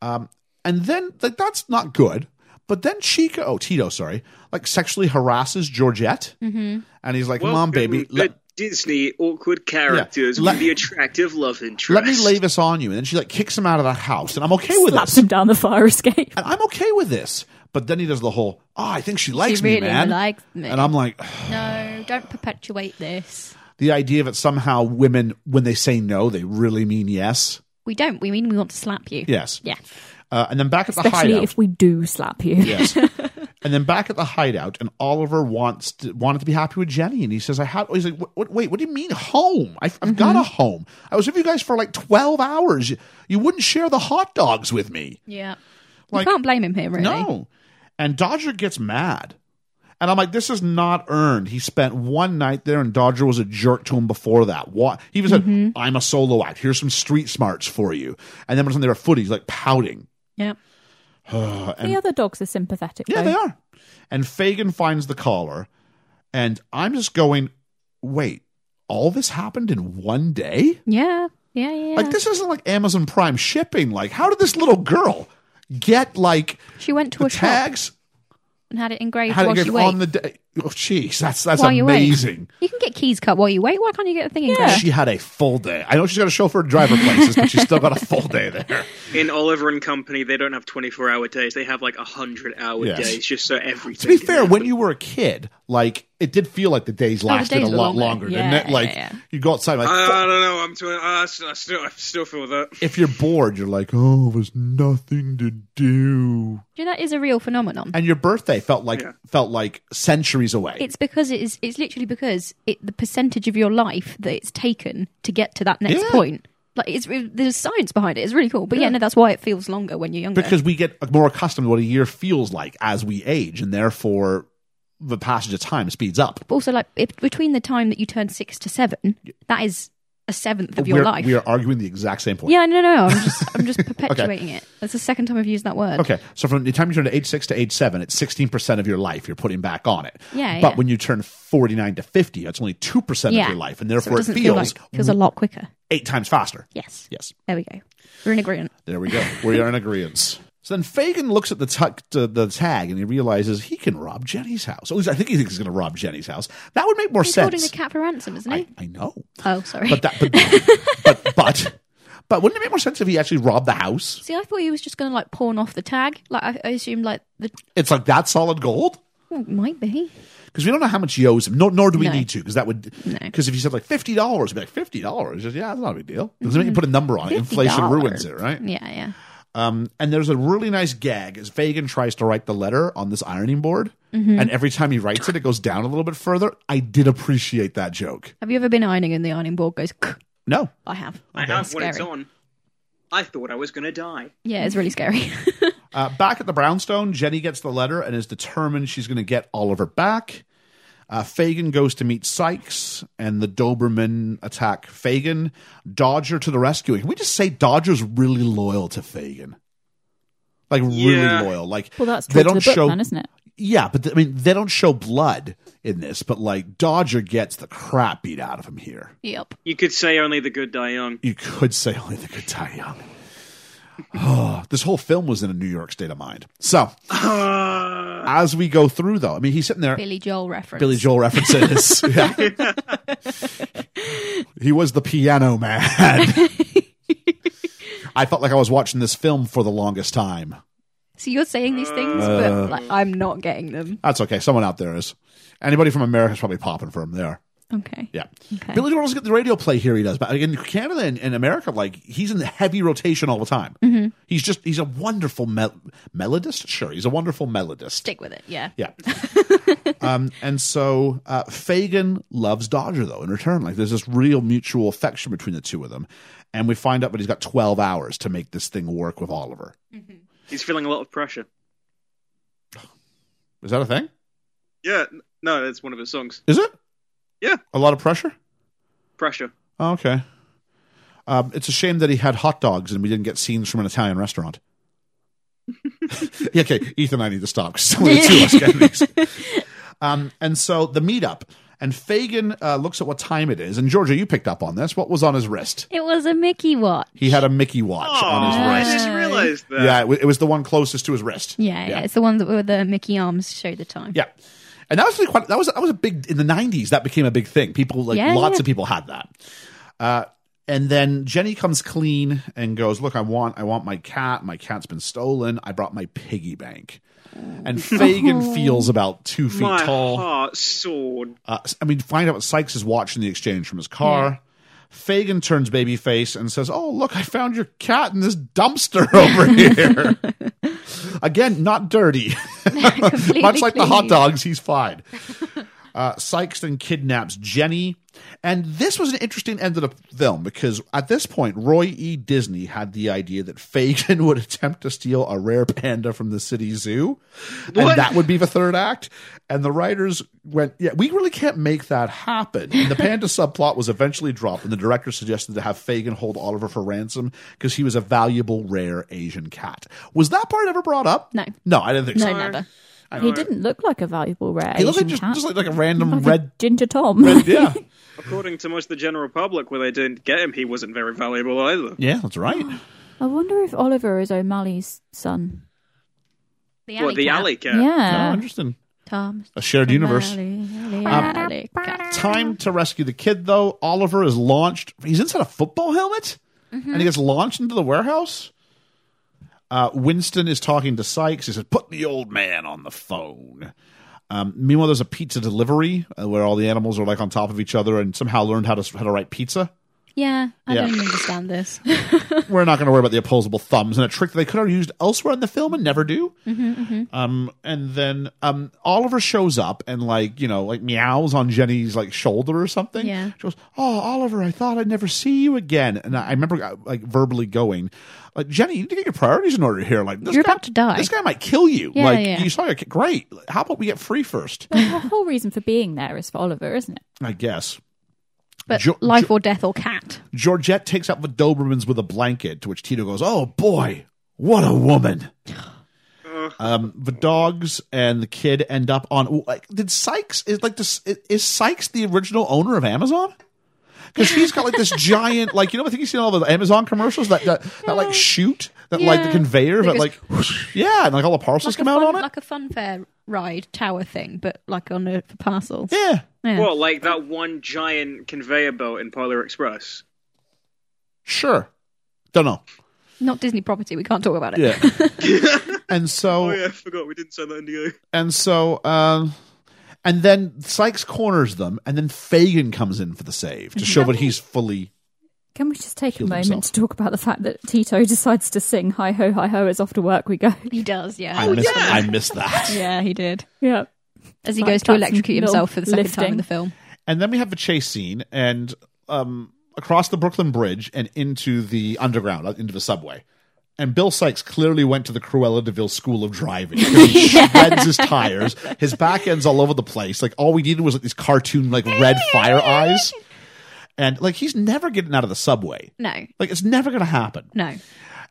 Um, and then like that's not good. But then Chico, oh Tito, sorry, like sexually harasses Georgette, mm-hmm. and he's like, "Mom, baby, Good, let- Disney awkward characters Yeah. Let- with the attractive love interest. let me lay this on you. And then she like kicks him out of the house, and I'm okay with Slaps this. him down the fire escape. And I'm okay with this. But then he does the whole, oh, I think she likes me, really man. likes me. And I'm like, no, don't perpetuate this. the idea that somehow women, when they say no, they really mean yes. We don't. We mean we want to slap you. Yes. Yeah. Uh, and then back at the Especially hideout. if we do slap you. yes. And then back at the hideout, and Oliver wants to, wanted to be happy with Jenny, and he says, "I have." He's like, what, what, "Wait, what do you mean home? I've, I've got Mm-hmm. a home. I was with you guys for like twelve hours. You, you wouldn't share the hot dogs with me." Yeah. Like- you can't blame him here, really. No. And Dodger gets mad. And I'm like, this is not earned. He spent one night there, and Dodger was a jerk to him before that. What? He was Mm-hmm. like, I'm a solo act. Here's some street smarts for you. And then when they were footies, like pouting. Yeah. Uh, and The other dogs are sympathetic. yeah, though. they are. And Fagin finds the collar, and I'm just going, wait, all this happened in one day? Yeah. Yeah. Yeah. Like, this isn't like Amazon Prime shipping. Like, how did this little girl get like she went to the a shop tags? and had it engraved How while did it she get waited. on the day? Oh, jeez, that's that's While you wait. amazing. You can get keys cut while you wait. Why can't you get a thing in Yeah. She had a full day. I know she's got a chauffeur and driver places, but she's still got a full day there. In Oliver and Company, they don't have 24 hour days. They have like 100 hour Yes. days just so everything. To be can fair, when happen. you were a kid, like it did feel like the days lasted Oh, days a were lot longer, longer. didn't Yeah, it? Like yeah, yeah. you go outside, like I, I don't know. I'm doing. I still, I still, I still feel that. if you're bored, you're like, oh, there's nothing to do. Do you know that is a real phenomenon? And your birthday felt like felt like centuries away. It's because it is. It's literally because it, the percentage of your life that it's taken to get to that next Yeah. point. Like it's re- there's science behind it. It's really cool. But yeah, no, that's why it feels longer when you're younger. because we get more accustomed to what a year feels like as we age, and therefore the passage of time speeds up. but also, like if, between the time that you turn six to seven, that is a seventh of we're, your life. we are arguing the exact same point. Yeah, no, no, I'm just I'm just perpetuating it. That's the second time I've used that word. Okay, so from the time you turn to age six to age seven, it's sixteen percent of your life you're putting back on it. Yeah, But yeah. when you turn forty nine to fifty, that's only two percent Yeah. of your life, and So it therefore doesn't it feel feels like feels a lot quicker. eight times faster. Yes. Yes. There we go. We're in agreement. There we go. We are in agreement. So then Fagin looks at the, tuck to the tag and he realizes he can rob Jenny's house. At least I think he thinks he's going to rob Jenny's house. That would make more He's holding the sense. cat for ransom, isn't he? I, I know, Oh, sorry. but that, but, but, but, but wouldn't it make more sense if he actually robbed the house? See, I thought he was just going to like pawn off the tag. Like I, I assumed, like the It's like that solid gold. well, it might be. Because we don't know how much he owes him, nor, nor do we No. need to. Because that would, No. because if you said like fifty dollars, be like fifty dollars. Just yeah, that's not a big deal. Doesn't Mm-hmm. mean you put a number on it. Inflation $50. ruins it, right? Yeah, yeah. Um, and there's a really nice gag as Fagin tries to write the letter on this ironing board, Mm-hmm. and every time he writes it, it goes down a little bit further. I did appreciate that joke. Have you ever been ironing and the ironing board goes? "Kuh"? No, I have. I have when it's Scary. on. I thought I was going to die. Yeah, it's really scary. uh, back at the brownstone, Jenny gets the letter and is determined she's going to get Oliver back. Uh, Fagin goes to meet Sykes, and the Doberman attack Fagin. Dodger to the rescue. Can we just say Dodger's really loyal to Fagin? Like really Yeah. loyal. Like Well, that's they true to don't the book, show then, isn't it? Yeah, but th- I mean, they don't show blood in this, but like Dodger gets the crap beat out of him here. yep. You could say only the good die young. You could say only the good die young. Oh, this whole film was in a New York state of mind. So as we go through, though, I mean, he's sitting there. Billy Joel reference. Billy Joel references. Yeah. he was the piano man. I felt like I was watching this film for the longest time. So you're saying these things, Uh, but like I'm not getting them. That's okay. Someone out there is. Anybody from America's probably popping for him there. Okay. Yeah. Okay. Billy Joel doesn't get the radio play here he does, but in Canada and, and America, like he's in heavy rotation all the time. He's just he's a wonderful mel- melodist. Sure, he's a wonderful melodist. Stick with it. Yeah. Yeah. um, and so uh, Fagin loves Dodger though in return. Like there's this real mutual affection between the two of them, and we find out that he's got 12 hours to make this thing work with Oliver. He's feeling a lot of pressure. Is that a thing? Yeah, n- no, that's one of his songs. Is it? Yeah. A lot of pressure. Pressure. Oh, okay. Um, it's a shame that he had hot dogs and we didn't get scenes from an Italian restaurant. yeah, okay, Ethan, I need to stop because only the two of us get these. Um, and so the meetup, and Fagin uh, looks at what time it is. And Georgia, you picked up on this. What was on his wrist? It was a Mickey watch. He had a Mickey watch on his Oh, I wrist. just realized that. Yeah, it, wa- it was the one closest to his wrist. Yeah, yeah, It's the one that where the Mickey arms show the time. Yeah. And that was really quite, that was, that was a big, in the 90s, that became a big thing. People, like, Yeah, lots yeah. of people had that. Uh, and then Jenny comes clean and goes, look, I want, I want my cat. My cat's been stolen. I brought my piggy bank. And Fagin feels about two feet My tall. heart soared. Uh, I mean, find out what Sykes is watching the exchange from his car. Fagin turns babyface and says, "Oh, look! I found your cat in this dumpster over here. Again, not dirty. Completely Much like the hot clean. dogs, he's fine. Uh, Sykes then kidnaps Jenny. And this was an interesting end of the film because at this point, Roy E. Disney had the idea that Fagin would attempt to steal a rare panda from the city zoo. What? And that would be the third act. And the writers went, Yeah, we really can't make that happen. And the panda subplot was eventually dropped. And the director suggested to have Fagin hold Oliver for ransom because he was a valuable, rare Asian cat. Was that part ever brought up? No. No, I didn't think so. No, never. He didn't look like a valuable rare. He looked like Asian just, cat. just like, like a random Like a red. ginger Tom. Yeah. According to most of the general public, where they didn't get him, he wasn't very valuable either. Yeah, that's right. I wonder if Oliver is O'Malley's son. The What, the cat. alley cat? Yeah. no, interesting. Tom's A shared universe. Um, Alley, Alley, Time to rescue the kid, though. Oliver is launched. He's inside a football helmet, and he gets launched into the warehouse. Uh, Winston is talking to Sykes. He says, "Put the old man on the phone." Um, meanwhile, there's a pizza delivery uh, where all the animals are like on top of each other and somehow learned how to how to write pizza. Yeah, I Yeah. don't understand this. We're not going to worry about the opposable thumbs and a trick that they could have used elsewhere in the film and never do. Mm-hmm, Um, and then um, Oliver shows up and like you know like meows on Jenny's like shoulder or something. Yeah. She goes, "Oh, Oliver, I thought I'd never see you again." And I, I remember uh, like verbally going, "Like Jenny, you need to get your priorities in order here. Like this You're guy- about to die." This guy might kill you. Yeah, like yeah. you saw your kid. Great. How about we get free first? Well, the whole reason for being there is for Oliver, isn't it? I guess. But Jo- life Jo- or death or cat. Georgette takes out the Dobermans with a blanket, to which Tito goes, Oh boy, what a woman. Um, the dogs and the kid end up on. Like, did Sykes is like this? Is Sykes the original owner of Amazon? Because he's got like this giant, like you know, I think you see all the Amazon commercials that that, that like shoot that like the Yeah. conveyor that That like yeah, and like all the parcels a come out fun, on it. like a fun fair ride tower thing, but like on a for parcels. yeah, Yeah. Well, like that one giant conveyor belt in Polar Express. sure. Don't know. Not Disney property. We can't talk about it. Yeah. and so Oh yeah, I forgot we didn't say that in the And so, um, and then Sykes corners them, and then Fagan comes in for the save to show that he's fully. Can we just take Killed a moment himself. to talk about the fact that Tito decides to sing "Hi ho, hi ho" as off to work we go? He does. Oh, Yeah. I miss. I miss that. yeah, he did. Yeah, As he Like, goes to that's electrocute little himself for the second time lifting. in the film. And then we have the chase scene, and um, across the Brooklyn Bridge, and into the underground, uh, into the subway. And Bill Sykes clearly went to the Cruella Deville School of Driving. He shreds his tires. His back end's all over the place. Like all we needed was like these cartoon like red fire eyes. And like he's never getting out of the subway. No, Like it's never gonna happen. no.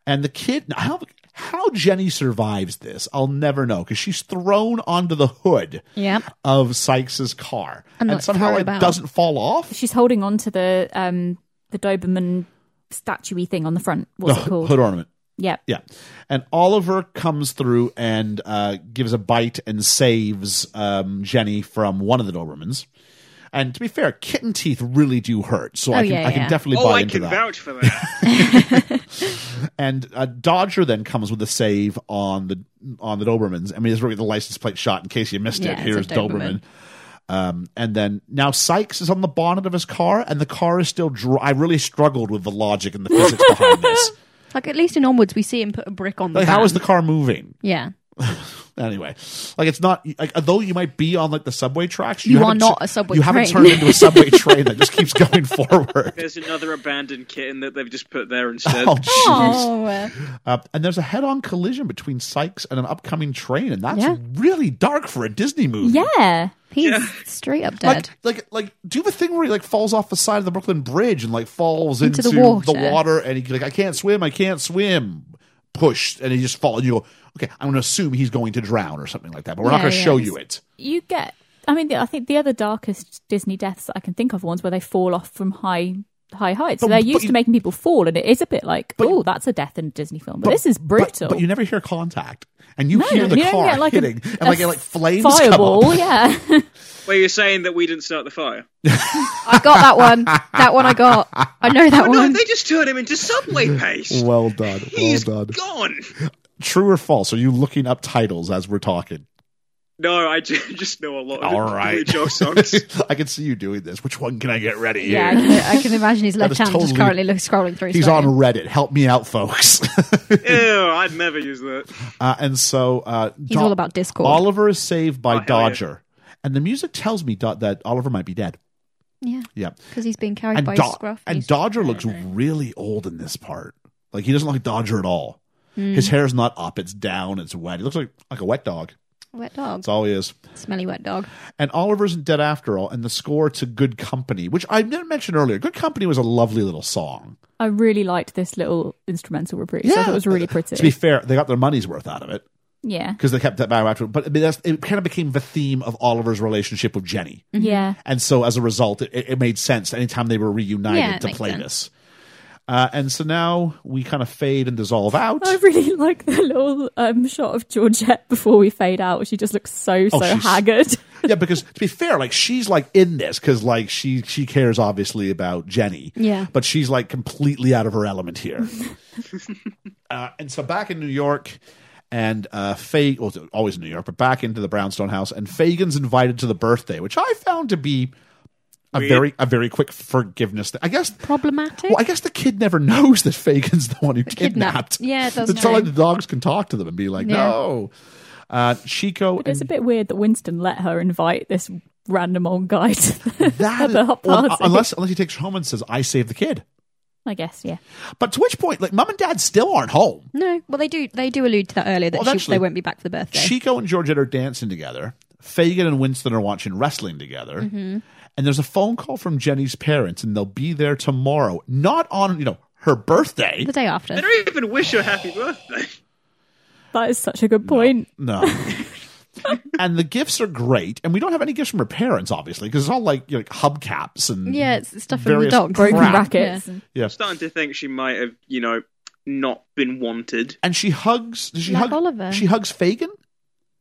And the kid, how how Jenny survives this, I'll never know because she's thrown onto the hood Yeah. of Sykes's car, And, and, like, somehow thrown it about. doesn't fall off. she's holding on to the um the Doberman statuey thing on the front. The What's it ho- called? hood ornament, Yeah, yeah. And Oliver comes through and uh, gives a bite and saves um, Jenny from one of the Dobermans. And to be fair, kitten teeth really do hurt, so I Oh, can yeah, I can yeah. definitely Oh, buy I into can that. vouch for that. And uh, Dodger then comes with a save on the on the Dobermans. I mean, it's really the license plate shot. In case you missed Yeah, it, it's a here's Doberman. Doberman. Um, and then now Sykes is on the bonnet of his car, and the car is still. Dr- I really struggled with the logic and the physics behind this. Like at least in onwards, we see him put a brick on the. Like, how van. is the car moving? Yeah. Anyway, like it's not like although you might be on like the subway tracks, You haven't are not a subway You haven't train. turned into a subway train that just keeps going forward. There's another abandoned kitten that they've just put there instead. Oh, jeez. uh, Uh, and there's a head-on collision between Sykes and an upcoming train, and that's Yeah. really dark for a Disney movie. yeah. he's straight up dead. Like, like, like, do the thing where he like falls off the side of the Brooklyn Bridge and like falls into, Into the the, water. water. and he like, I can't swim, I can't swim. Push, and he just falls. And you go, okay, I'm going to assume he's going to drown or something like that, but we're not Yeah, going to yeah. show you it. You get. I mean, the, I think the other darkest Disney deaths that I can think of are ones where they fall off from high high heights. So But- they're but used you- to making people fall, and it is a bit like, But- oh, that's a death in a Disney film. But, this is brutal. But, you never hear contact, and you No, hear the you don't car get, like, a- hitting, and a like it, like flames Fireball, come up. yeah. Where you're saying that we didn't start the fire? I got that one. That one I got. I know that Oh one. no, they just turned him into subway paste. Well done, well He's done. gone. True or false? Are you looking up titles as we're talking? No, I ju- just know a lot of All the right. Joe songs. I can see you doing this. Which one can I get ready here? Yeah, I can, I can imagine his left is hand just totally- currently look, scrolling through. He's on Instagram. Reddit. Help me out, folks. Ew, I'd never use that. Uh, and so uh, He's all about Discord. Oliver is saved by hell yeah. Dodger, and the music tells me Do- that Oliver might be dead. Yeah, Yeah, because he's being carried and, by Do- his scruff. and He's- Dodger looks really old in this part. Like he doesn't look like Dodger at all. Hmm. His hair's not up; it's down. It's wet. He looks like like a wet dog. wet dog, That's all he is. smelly wet dog. And Oliver's not dead after all. And the score to "Good Company," which I didn't mention earlier, "Good Company" was a lovely little song. I really liked this little instrumental reprise. I thought it was really pretty. To be fair, they got their money's worth out of it. yeah. because they kept that back after. But I mean, that's, it kind of became the theme of Oliver's relationship with Jenny, Yeah. mm-hmm. and so as a result, it, it made sense anytime they were reunited Yeah, it to makes play sense. this. Uh, and so now we kind of fade and dissolve out. I really like the little um, shot of Georgette before we fade out. She just looks so so Oh, she's- haggard. yeah, because to be fair, like she's like in this because like she she cares obviously about Jenny. Yeah. but she's like completely out of her element here. uh, and so back in New York. And uh, Faye, well, always in New York, but back into the brownstone house, and Fagan's invited to the birthday, which I found to be a Weird. very, a very quick forgiveness. Thing. I guess Problematic. Well, I guess the kid never knows that Fagin's the one who kidnapped. Kidnapped. Yeah, it doesn't It's not know. like the dogs can talk to them and be like, Yeah. no. Uh, Chico But it's a and bit weird that Winston let her invite this random old guy to that, the hot well, party. unless unless he takes her home and says, "I saved the kid." I guess, yeah. But to which point, like, mum and dad still aren't home. no, well they do. They do allude to that earlier that Well, she, actually- they won't be back for the birthday. Chico and Georgette are dancing together. Fagan and Winston are watching wrestling together. Mm-hmm. And there's a phone call from Jenny's parents, and they'll be there tomorrow. Not on, you know, her birthday. the day after. They don't even wish her happy birthday. That is such a good point. No. and the gifts are great, and we don't have any gifts from her parents, obviously, because it's all like, you know, like hubcaps and Yeah, it's stuff from the various dog. Broken crap. rackets. and- Yeah. Starting to think she might have, you know, not been wanted. And she hugs. Does she Like hug Oliver. She hugs Fagin.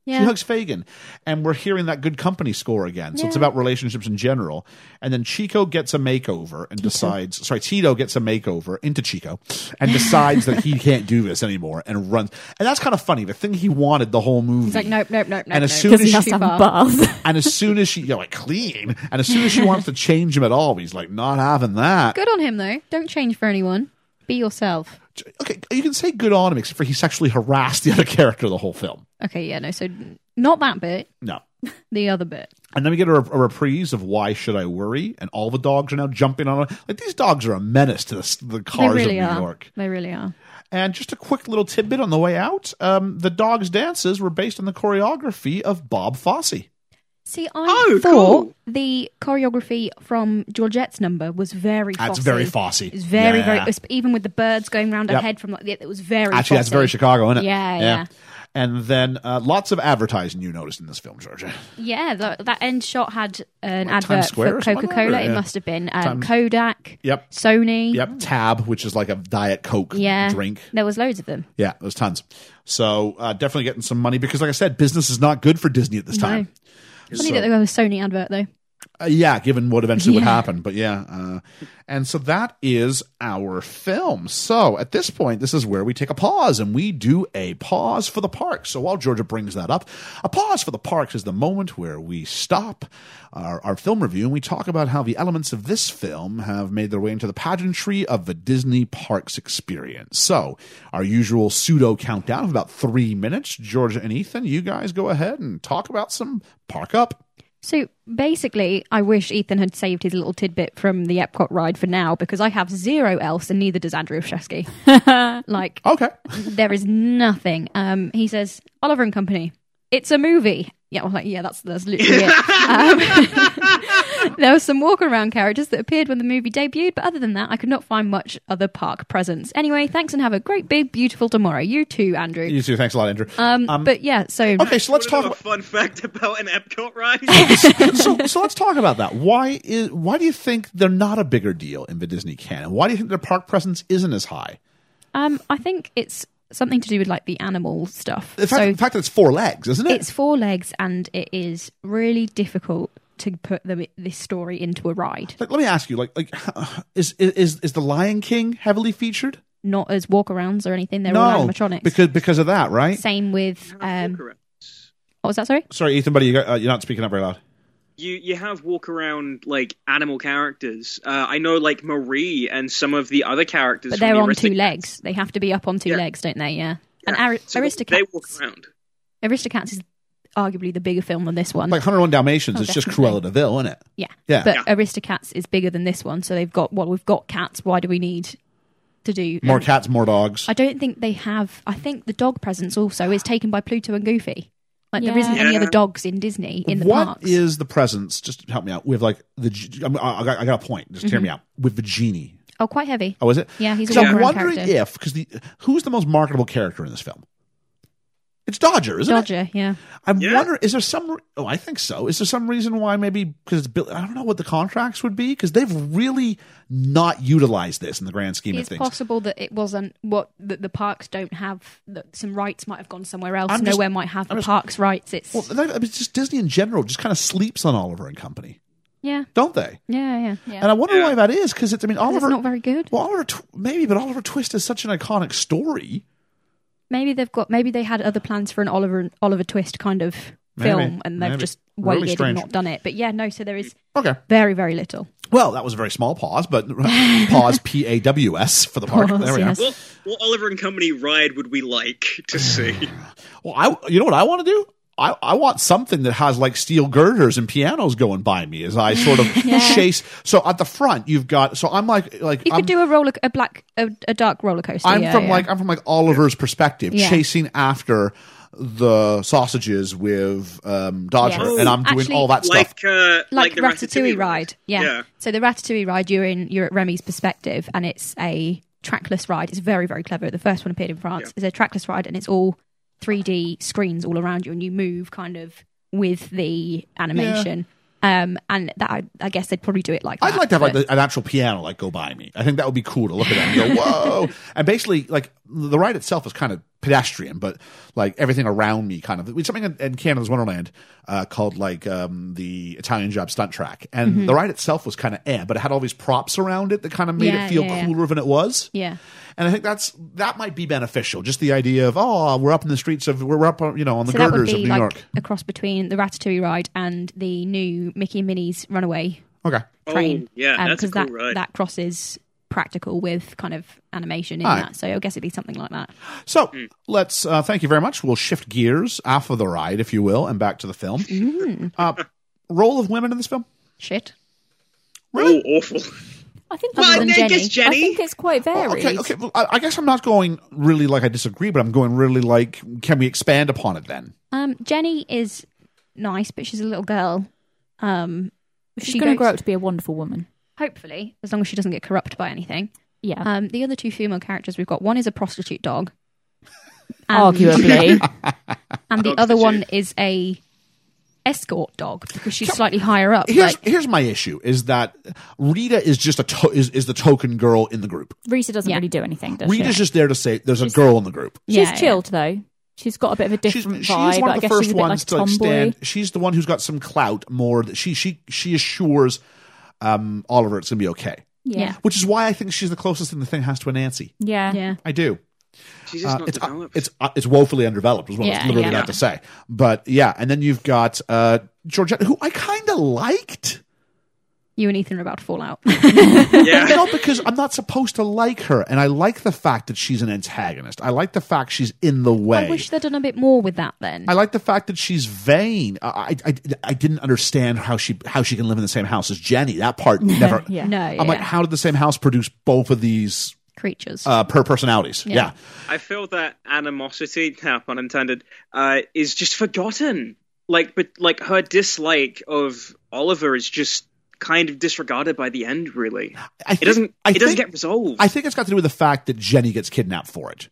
Yeah. She hugs Fagin, and we're hearing that good company score again. So it's Yeah. about relationships in general. And then Chico gets a makeover and decides. Sorry, Tito gets a makeover into Chico, and decides that he can't do this anymore and runs. And that's kind of funny. The thing he wanted the whole movie. He's like, nope, nope, nope, nope. And as nope. soon Because as he has she- to have a Too bath. And as soon as she, you know, like clean, and as soon as she wants to change him at all, he's like, not having that. Good on him though. Don't change for anyone. Be yourself. Okay, you can say good on him, except for he sexually harassed the other character the whole film. Okay, yeah, no. So not that bit. No. The other bit. And then we get a, a reprise of Why Should I Worry? And all the dogs are now jumping on her. Like, these dogs are a menace to the, s- the cars they really of New are. York. They really are. And just a quick little tidbit on the way out um, the dogs' dances were based on the choreography of Bob Fosse. See, I Oh, thought cool. the choreography from Georgette's number was very. That's Fosse. very Fosse. It's very, very. Yeah. it's- Even with the birds going round her Yep. head from like it was very. Actually, that's Fosse. very Chicago, isn't it? Yeah, yeah. And then uh, lots of advertising you noticed in this film, Georgia. Yeah, tha- that end shot had an Times advert Square for or something like Coca that, Cola. or- It yeah. must have been Time- um, Kodak. Yep. Sony. Yep. Tab, which is like a Diet Coke Yeah. drink. There was loads of them. Yeah, there's tons. So uh, definitely getting some money because, like I said, business is not good for Disney at this time. Funny that they got a Sony advert though. Uh, yeah, given what eventually would Yeah. happen. But yeah. Uh, and so that is our film. So at this point, this is where we take a pause and we do a pause for the parks. So while Georgia brings that up, a pause for the parks is the moment where we stop our, our film review and we talk about how the elements of this film have made their way into the pageantry of the Disney parks experience. So our usual pseudo countdown of about three minutes. Georgia and Ethan, you guys go ahead and talk about some park up. So basically, I wish Ethan had saved his little tidbit from the Epcot ride for now because I have zero else, and neither does Andrew Shesky. like Okay. there is nothing. Um, he says Oliver and Company. It's a movie. Yeah, well, like, yeah, that's that's literally it. Um, there were some walk around characters that appeared when the movie debuted, but other than that, I could not find much other park presence. Anyway, thanks and have a great, big, beautiful tomorrow. You too, Andrew. You too. Thanks a lot, Andrew. Um, but yeah, so okay, so let's Wanna know talk. a fun fact about an Epcot ride. About, so, so let's talk about that. Why is why do you think they're not a bigger deal in the Disney canon? Why do you think their park presence isn't as high? um, I think it's something to do with like the animal stuff. The fact, so the fact that it's four legs, isn't it? it's four legs, and it is really difficult to put them, this story into a ride. Like, let me ask you. Like, like is is is the Lion King heavily featured? Not as walkarounds or anything. They're all no, animatronics. because because of that, right? Same with um, Walk around. what was that? Sorry, Sorry, Ethan, buddy, you got, uh, you're not speaking up very loud. you you have walk around like animal characters. Uh, I know like Marie and some of the other characters. but from they're the on two Aristocats. legs. They have to be up on two Yeah. legs, don't they? Yeah. And Ari- So They walk Aristocats. around. Aristocats is arguably the bigger film than this one. Like 101 Dalmatians, Oh, it's just definitely. Cruella de Vil, isn't it? yeah. Yeah. But Aristocats is bigger than this one, so they've got well, we've got cats. Why do we need to do More cats, more dogs. I don't think they have. I think the dog presence also is taken by Pluto and Goofy. Like there isn't Yeah. any Yeah. other dogs in Disney in the What parks. is the presence? Just help me out with like the. g- I'm- I, I got- I got a point. Just Mm-hmm. hear me out with the genie. oh, quite heavy. Oh, is it? Yeah, he's a Because I'm walk-around wondering character. if because the who's the most marketable character in this film? It's Dodger, isn't it? Dodger, yeah. I'm Yeah. wondering, is there some? re- Oh, I think so. Is there some reason why maybe because I don't know what the contracts would be because they've really not utilized this in the grand scheme of It's things. possible that it wasn't what that the parks don't have. That some rights might have gone somewhere else. I'm just- Nowhere might have I'm the just- parks rights. It's Well, that- I mean, it's just Disney in general just kind of sleeps on Oliver and Company, yeah, don't they? yeah, yeah. And I wonder why that is because it's. I mean, Oliver. it's not very good. well, Oliver Tw- maybe, but Oliver Twist is such an iconic story. Maybe they've got. Maybe they had other plans for an Oliver Oliver Twist kind of Maybe, film, and they've maybe. just Really waited strange. and not done it. But yeah, no. So there is Okay. very very little. Well, that was a very small pause, but pause P A W S for the park. Pause, there we yes. are. What, what Oliver and Company ride would we like to see? Well, I you know what I want to do? I, I want something that has like steel girders and pianos going by me as I sort of chase. So at the front, you've got. So I'm like like You I'm, could do a roller, a black, a, a dark roller coaster. I'm yeah, from yeah. like I'm from like Oliver's perspective, Yeah. chasing after the sausages with um, Dodger, Yes. and I'm doing Actually, all that stuff. like, uh, like, the Ratatouille, ride. Yeah. Yeah. So the Ratatouille ride, you're in you're at Remy's perspective, and it's a trackless ride. It's very very clever. The first one appeared in France. It's a trackless ride, and it's all 3D screens all around you, and you move kind of with the animation. Um, and that I, I guess they'd probably do it like. I'd that, like to have like but- the, an actual piano like go by me. I think that would be cool to look at that and go, whoa. and basically, like the ride itself is kind of pedestrian, but like everything around me kind of. It's something in, in Canada's Wonderland uh, called like um, the Italian Job Stunt Track. And Mm-hmm. the ride itself was kind of eh, but it had all these props around it that kind of made Yeah, it feel yeah, yeah. cooler than it was. yeah. And I think that's that might be beneficial. Just the idea of oh, we're up in the streets of we're up on, you know on the So that would girders of be New like York. a cross between the Ratatouille ride and the new Mickey and Minnie's Runaway Okay. train. Oh, yeah, that's a because cool that ride. that crosses practical with kind of animation in Aye. that. So I guess it'd be something like that. So let's uh, thank you very much. We'll shift gears off of the ride, if you will, and back to the film. Hmm. Uh, role of women in this film? Shit. Really? Oh, awful. I think Well, other than I Jenny, guess Jenny- I think it's quite varied. Oh, okay, okay. Well, I, I guess I'm not going really like I disagree, but I'm going really like can we expand upon it then? Um, Jenny is nice, but she's a little girl. Um, She's she going to goes- grow up to be a wonderful woman. hopefully, as long as she doesn't get corrupted by anything. Yeah, Um, the other two female characters we've got one is a prostitute dog, Um, arguably. and the Dog other prostitute. one is a escort dog because she's slightly higher up. Here's Like, here's my issue: is that Rita is just a to- is is the token girl in the group. Rita doesn't Yeah. really do anything, does Rita's she? just there to say there's a girl in the group. yeah, she's chilled though. She's got a bit of a She's, different she's vibe. one I of the guess first she's a bit ones like a to like tomboy. stand. She's the one who's got some clout more. That she she she assures um, Oliver it's gonna be okay. yeah, which is why I think she's the closest thing the thing has to a Nancy. yeah. Yeah. yeah. I do. She's Uh, just not it's uh, developed. it's uh, it's woefully underdeveloped. Is what I was Yeah, literally yeah. about to say. But yeah, and then you've got uh, Georgette, who I kind of liked. You and Ethan are about to fall out. yeah. No, because I'm not supposed to like her, and I like the fact that she's an antagonist. I like the fact she's in the way. I wish they'd done a bit more with that then. I like the fact that she's vain. I, I, I- I didn't understand how she how she can live in the same house as Jenny. That part never. Yeah. no, I'm like, yeah. how did the same house produce both of these creatures. uh, per personalities? Yeah. yeah. I feel that animosity, now pun intended, uh, is just forgotten. Like, but like her dislike of Oliver is just kind of disregarded by the end. Really, I think, it doesn't. I it doesn't think- get resolved. I think it's got to do with the fact that Jenny gets kidnapped for it.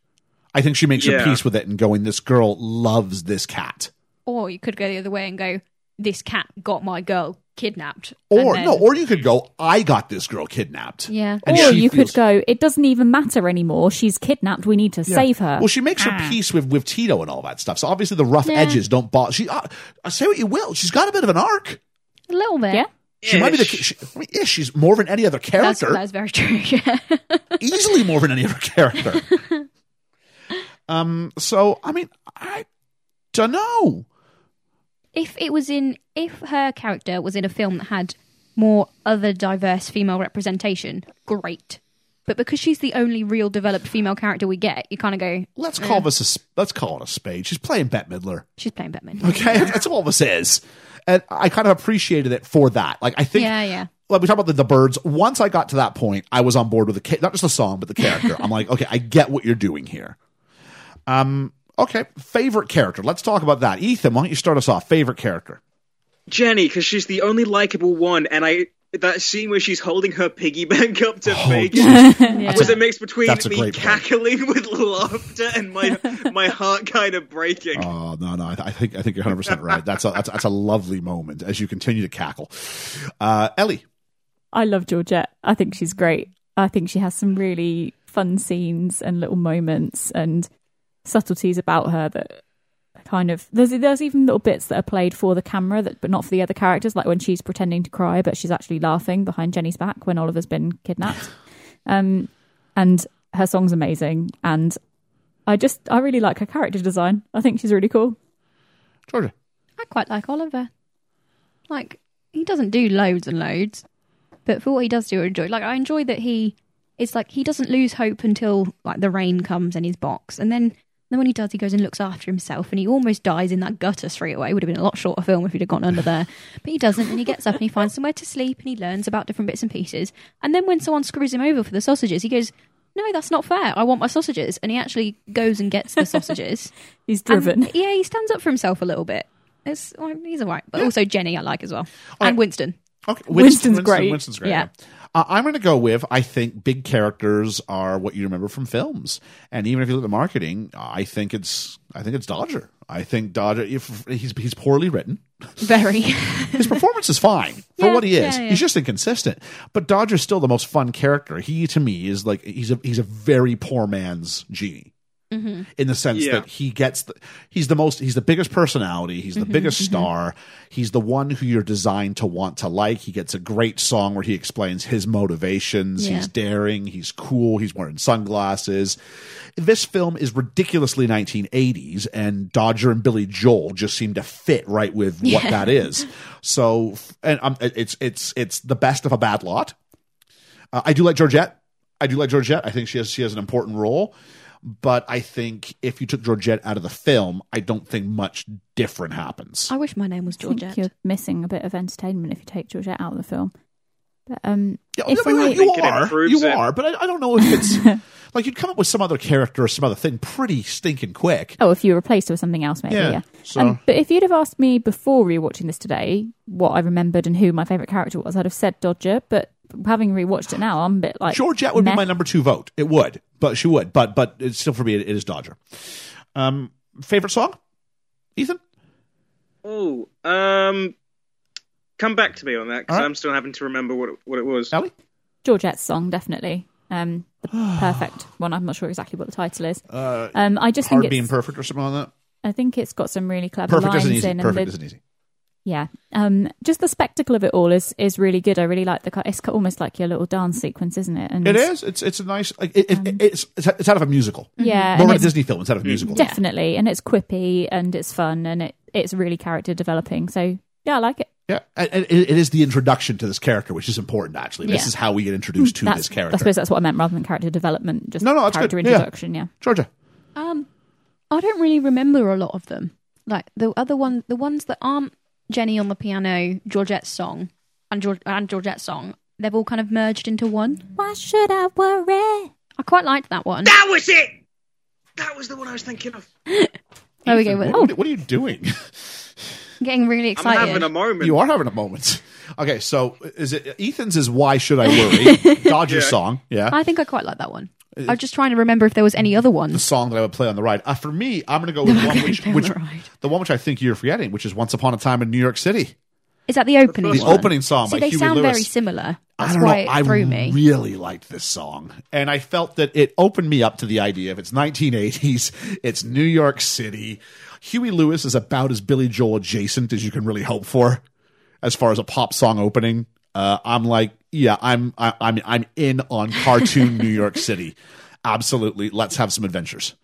I think she makes her Yeah. peace with it and going, this girl loves this cat. or you could go the other way and go, this cat got my girl kidnapped. and Or then- no, or you could go, I got this girl kidnapped. Yeah. And or she you feels- could go. It doesn't even matter anymore. She's kidnapped. We need to save her. Well, she makes her Ah. peace with, with Tito and all that stuff. So obviously the rough edges don't bother. She uh, say what you will, she's got a bit of an arc. a little bit. Yeah. She might be the Ish. she, I mean, ish, she's more than any other That's, character. that's very true. Yeah. easily more than any other character. um. So I mean, I don't know. if it was in, if her character was in a film that had more other diverse female representation, great. But because she's the only real developed female character we get, you kind of go, Let's call this a sp- let's call it a spade. She's playing Bette Midler. she's playing Batman. Okay, that's all this is, and I kind of appreciated it for that. Like I think, Yeah, yeah. Like we talk about the, the birds. Once I got to that point, I was on board with the ca- not just the song but the character. I'm like, okay, I get what you're doing here. Um. Okay, favorite character. Let's talk about that. Ethan, why don't you start us off? Favorite character. Jenny, because she's the only likable one, and I that scene where she's holding her piggy bank up to Oh, Vegas was a mix between that's a me great point. cackling with laughter and my my heart kind of breaking. Oh no, no, I, th- I think I think you're 100 percent right. That's a that's, that's a lovely moment as you continue to cackle. Uh, Ellie, I love Georgette. I think she's great. I think she has some really fun scenes and little moments and subtleties about her that kind of there's there's even little bits that are played for the camera that but not for the other characters like when she's pretending to cry but she's actually laughing behind Jenny's back when Oliver's been kidnapped. Um and her song's amazing and I just I really like her character design. I think she's really cool. Georgia, I quite like Oliver. Like he doesn't do loads and loads, but for what he does do, I enjoy. Like I enjoy that he it's like he doesn't lose hope until like the rain comes in his box, and then then when he does, he goes and looks after himself, and he almost dies in that gutter straight away. Would have been a lot shorter film if he'd have gone under there, but he doesn't, and he gets up and he finds somewhere to sleep, and he learns about different bits and pieces, and then when someone screws him over for the sausages, he goes. No, that's not fair. I want my sausages. And he actually goes and gets the sausages. He's driven. And, yeah, he stands up for himself a little bit. It's well, he's all right, but also Jenny I like as well, and Winston. okay, Winston's great. Winston's great. Yeah. Uh, I'm going to go with I think big characters are what you remember from films, and even if you look at the marketing, I think it's I think it's Dodger. I think Dodger. If he's he's poorly written, Very. his performance is fine for Yeah, what he is. yeah, yeah. He's just inconsistent. But Dodger's still the most fun character. He to me is like he's a he's a very poor man's genie. Mm-hmm. In the sense Yeah. that he gets, the, he's the most, he's the biggest personality, he's the Mm-hmm, biggest star, he's the one who you're designed to want to like. He gets a great song where he explains his motivations. Yeah. He's daring, he's cool, he's wearing sunglasses. This film is ridiculously 1980s, and Dodger and Billy Joel just seem to fit right with what Yeah. that is. So, f- and um, it's it's it's the best of a bad lot. Uh, I do like Georgette. I do like Georgette. I think she has she has an important role, but I think if you took Georgette out of the film, I don't think much different happens. Um, I wish my name was I think Georgette. you're missing a bit of entertainment if you take Georgette out of the film. But um, Yeah, if I mean, I- you Think it are, improves you it. are, but I, I don't know if it's like you'd come up with some other character or some other thing pretty stinking quick. oh, if you replaced her with something else, maybe Yeah, yeah. so- Um, but if you'd have asked me before rewatching this today what I remembered and who my favorite character was, I'd have said Dodger. But having rewatched it now, I'm a bit like Georgette would meh. be my number two vote. It would, but she would, but but it's still for me, it, it is Dodger. Um, favorite song, Ethan. Oh, um, come back to me on that because Alright. I'm still having to remember what it, what it was. Ellie? Georgette's song, definitely. Um, the perfect one. I'm not sure exactly what the title is. um, I just think Uh, Hard being it's, perfect or something like that. I think it's got some really clever Perfect lines isn't easy. in, and Perfect the, isn't easy. Yeah. Um, just the spectacle of it all is, is really good. I really like the. It's almost like your little dance sequence, isn't it? And It is. It's it's a nice. Like, it, it, it's it's out of a musical. Yeah. More and of a it's- Disney film instead of a musical. definitely, and it's quippy and it's fun and it it's really character developing. So yeah, I like it. Yeah, and, and it, it is the introduction to this character, which is important. Actually, this Yeah. is how we get introduced to that's, this I character. suppose that's what I meant rather than character development. Just No, no, that's good. character Yeah. introduction. Yeah. Georgia, Um, I don't really remember a lot of them. Like the other one, the ones that aren't Jenny on the piano, Georgette's song, and George and Georgette's song, they've all kind of merged into one. Why should I worry? I quite liked that one. That was it. That was the one I was thinking of. There we go. We're- what, Oh, what are you doing? getting really I'm excited. having a moment. you are having a moment. Okay, so is it Ethan's? Is why should I worry? Dodger's song. Yeah, I think I quite like that one. I was just trying to remember if there was any other the ones. song that I would play on the ride. Uh, for me, I'm going to go with the one which, play on which the ride. the one which I think you're forgetting, which is "Once Upon a Time in New York City." Is that the opening? The one? opening song See, by they Huey sound Lewis. very similar. That's I don't why know. it I threw me. really liked this song, and I felt that it opened me up to the idea of it's 1980s, it's New York City. Huey Lewis is about as Billy Joel adjacent as you can really hope for, as far as a pop song opening. Uh, I'm like, yeah, I'm, I, I'm, I'm in on cartoon New York City. Absolutely, let's have some adventures.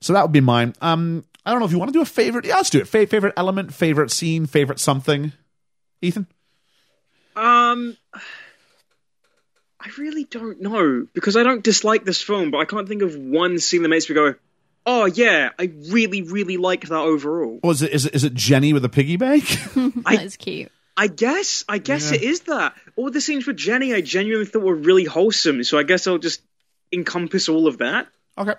So that would be mine. Um, I don't know if you want to do a favorite. Yeah, let's do it. Fa- favorite element, favorite scene, favorite something. Ethan, Um, I really don't know because I don't dislike this film, but I can't think of one scene that makes me go, "Oh yeah, I really, really liked that overall." was it? Is it, is it Jenny with a piggy bank? That is cute. I guess, I guess it is that. All the scenes with Jenny, I genuinely thought were really wholesome. So I guess I'll just encompass all of that. Okay.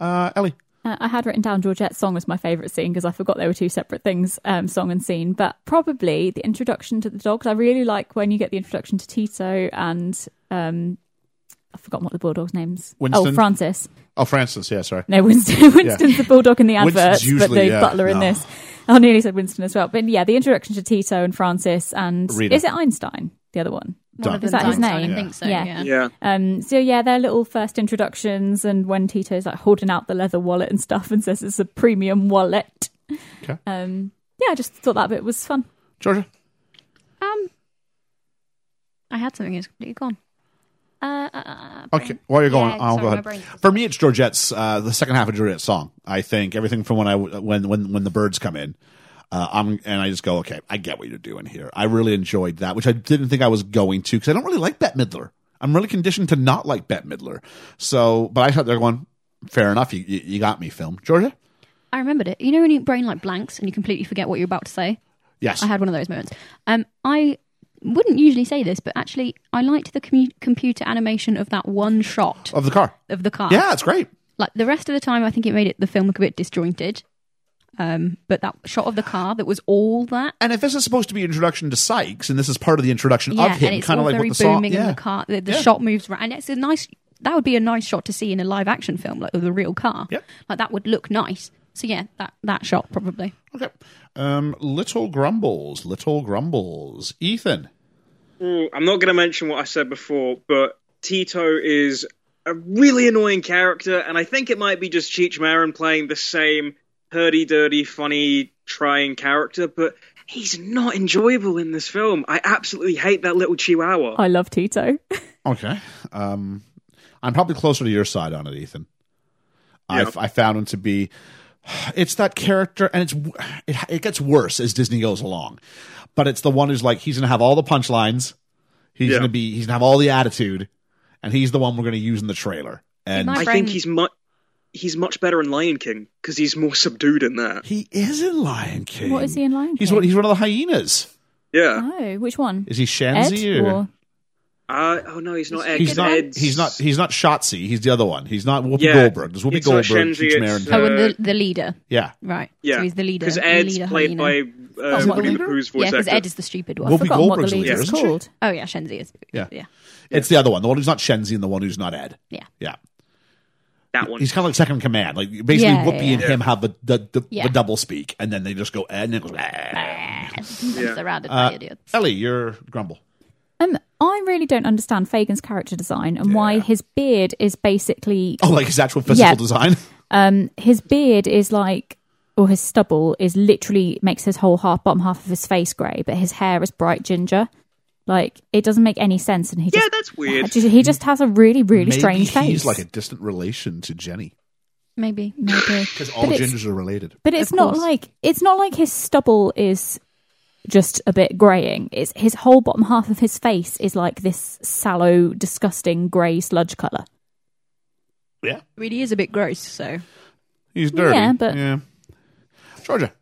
Uh, Ellie. Uh, I had written down Georgette's song as my favourite scene because I forgot they were two separate things, um, song and scene. But probably the introduction to the dogs. I really like when you get the introduction to Tito and um, I've forgotten what the bulldog's name's. Oh, Winston? Francis. Oh, Francis. Yeah, sorry. No, Winston. Winston's the bulldog in the Winston's adverts, but usually, the yeah, butler in no. this. I nearly said Winston as well, but yeah, the introduction to Tito and Francis and Rita. is it Einstein? The other one. One of Is them's that his Einstein, name? I think so. Yeah. Yeah. Yeah. Um, so yeah, their little first introductions, and when Tito's like holding out the leather wallet and stuff, and says it's a premium wallet. Okay. Uh, Um, yeah, I just thought that bit was fun. Georgia. Um, I had something. It's completely gone. Uh, uh, uh, uh, Okay, while you're going, Yeah, I'll sorry, go my ahead. brain's- For me, it's Georgette's uh, the second half of Georgette's song. I think everything from when I when when when the birds come in, uh, I'm and I just go, okay, I get what you're doing here. I really enjoyed that, which I didn't think I was going to because I don't really like Bette Midler. I'm really conditioned to not like Bette Midler. So, but I sat there going, fair enough. You you, you got me, film Georgia. I remembered it. You know when your brain like blanks and you completely forget what you're about to say. Yes, I had one of those moments. Um, I wouldn't usually say this, but actually, I liked the commu- computer animation of that one shot of the car. of the car. Yeah, it's great. Like the rest of the time, I think it made it the film look a bit disjointed. Um, but that shot of the car that was all that. And if this is supposed to be introduction to Sykes, and this is part of the introduction Yeah, of him, and it's kind all of like very what the song, booming, yeah. and the car, the, the Yeah. shot moves around. And it's a nice. That would be a nice shot to see in a live action film, like with a real car. Yep. Like that would look nice. So yeah, that that shot probably. Okay. Um, little grumbles, little grumbles. Ethan. Ooh, I'm not going to mention what I said before, but Tito is a really annoying character, and I think it might be just Cheech Marin playing the same hurdy dirty, funny, trying character, but he's not enjoyable in this film. I absolutely hate that little chihuahua. Oh, I love Tito. Okay. Um, I'm probably closer to your side on it, Ethan. I I found him to be. It's that character, and it's it, it gets worse as Disney goes along. But it's the one who's like he's gonna have all the punchlines. He's Yeah. gonna be he's gonna have all the attitude, and he's the one we're gonna use in the trailer. And My I brain- think he's much he's much better in Lion King because he's more subdued in that. he is in Lion King. What is he in Lion He's King? one. He's one of the hyenas. Yeah. Oh, which one? Is he Ed Shanzi or? or Uh, oh no, he's not. Ed, He's not. Ed's- He's not. He's not Shotzi. He's the other one. He's not Whoopi Yeah. Goldberg. There's Whoopi It's not Goldberg. Cheech Shenzi, it's, Marin. uh, oh, and the the leader, yeah. right? yeah, So he's the leader. because the Ed's leader played hyena. by uh, That's not the Winnie the leader? Pooh's voice Yeah, because actor. Ed is the stupid one. Whoopi Forgotten what the Goldberg's the leader leader, is isn't she? called. Oh yeah, Shenzi is. Yeah. yeah, It's the other one. The one who's not Shenzi and the one who's not Ed. yeah. Yeah. That one. He's kind of like second command. Like basically, Yeah, Whoopi yeah, and him have the the, the, Yeah. the double speak, and then they just go Ed and it goes. "Ah." I'm surrounded Uh, by idiots. Ellie, you're grumble. Um, I really don't understand Fagin's character design and why his beard is basically Oh, like his actual physical Yeah. design. um, his beard is like, or his stubble is literally makes his whole half bottom half of his face grey, but his hair is bright ginger. Like it doesn't make any sense, and he yeah, just that's weird. ju- he just has a really really Maybe strange face. He's like a distant relation to Jenny Maybe. Maybe. because all But it's- gingers are related. But it's Of not course. like it's not like his stubble is just a bit greying. It's his whole bottom half of his face is like this sallow, disgusting grey sludge colour. Yeah, Really is a bit gross. So he's dirty. Yeah, but- yeah. Georgia.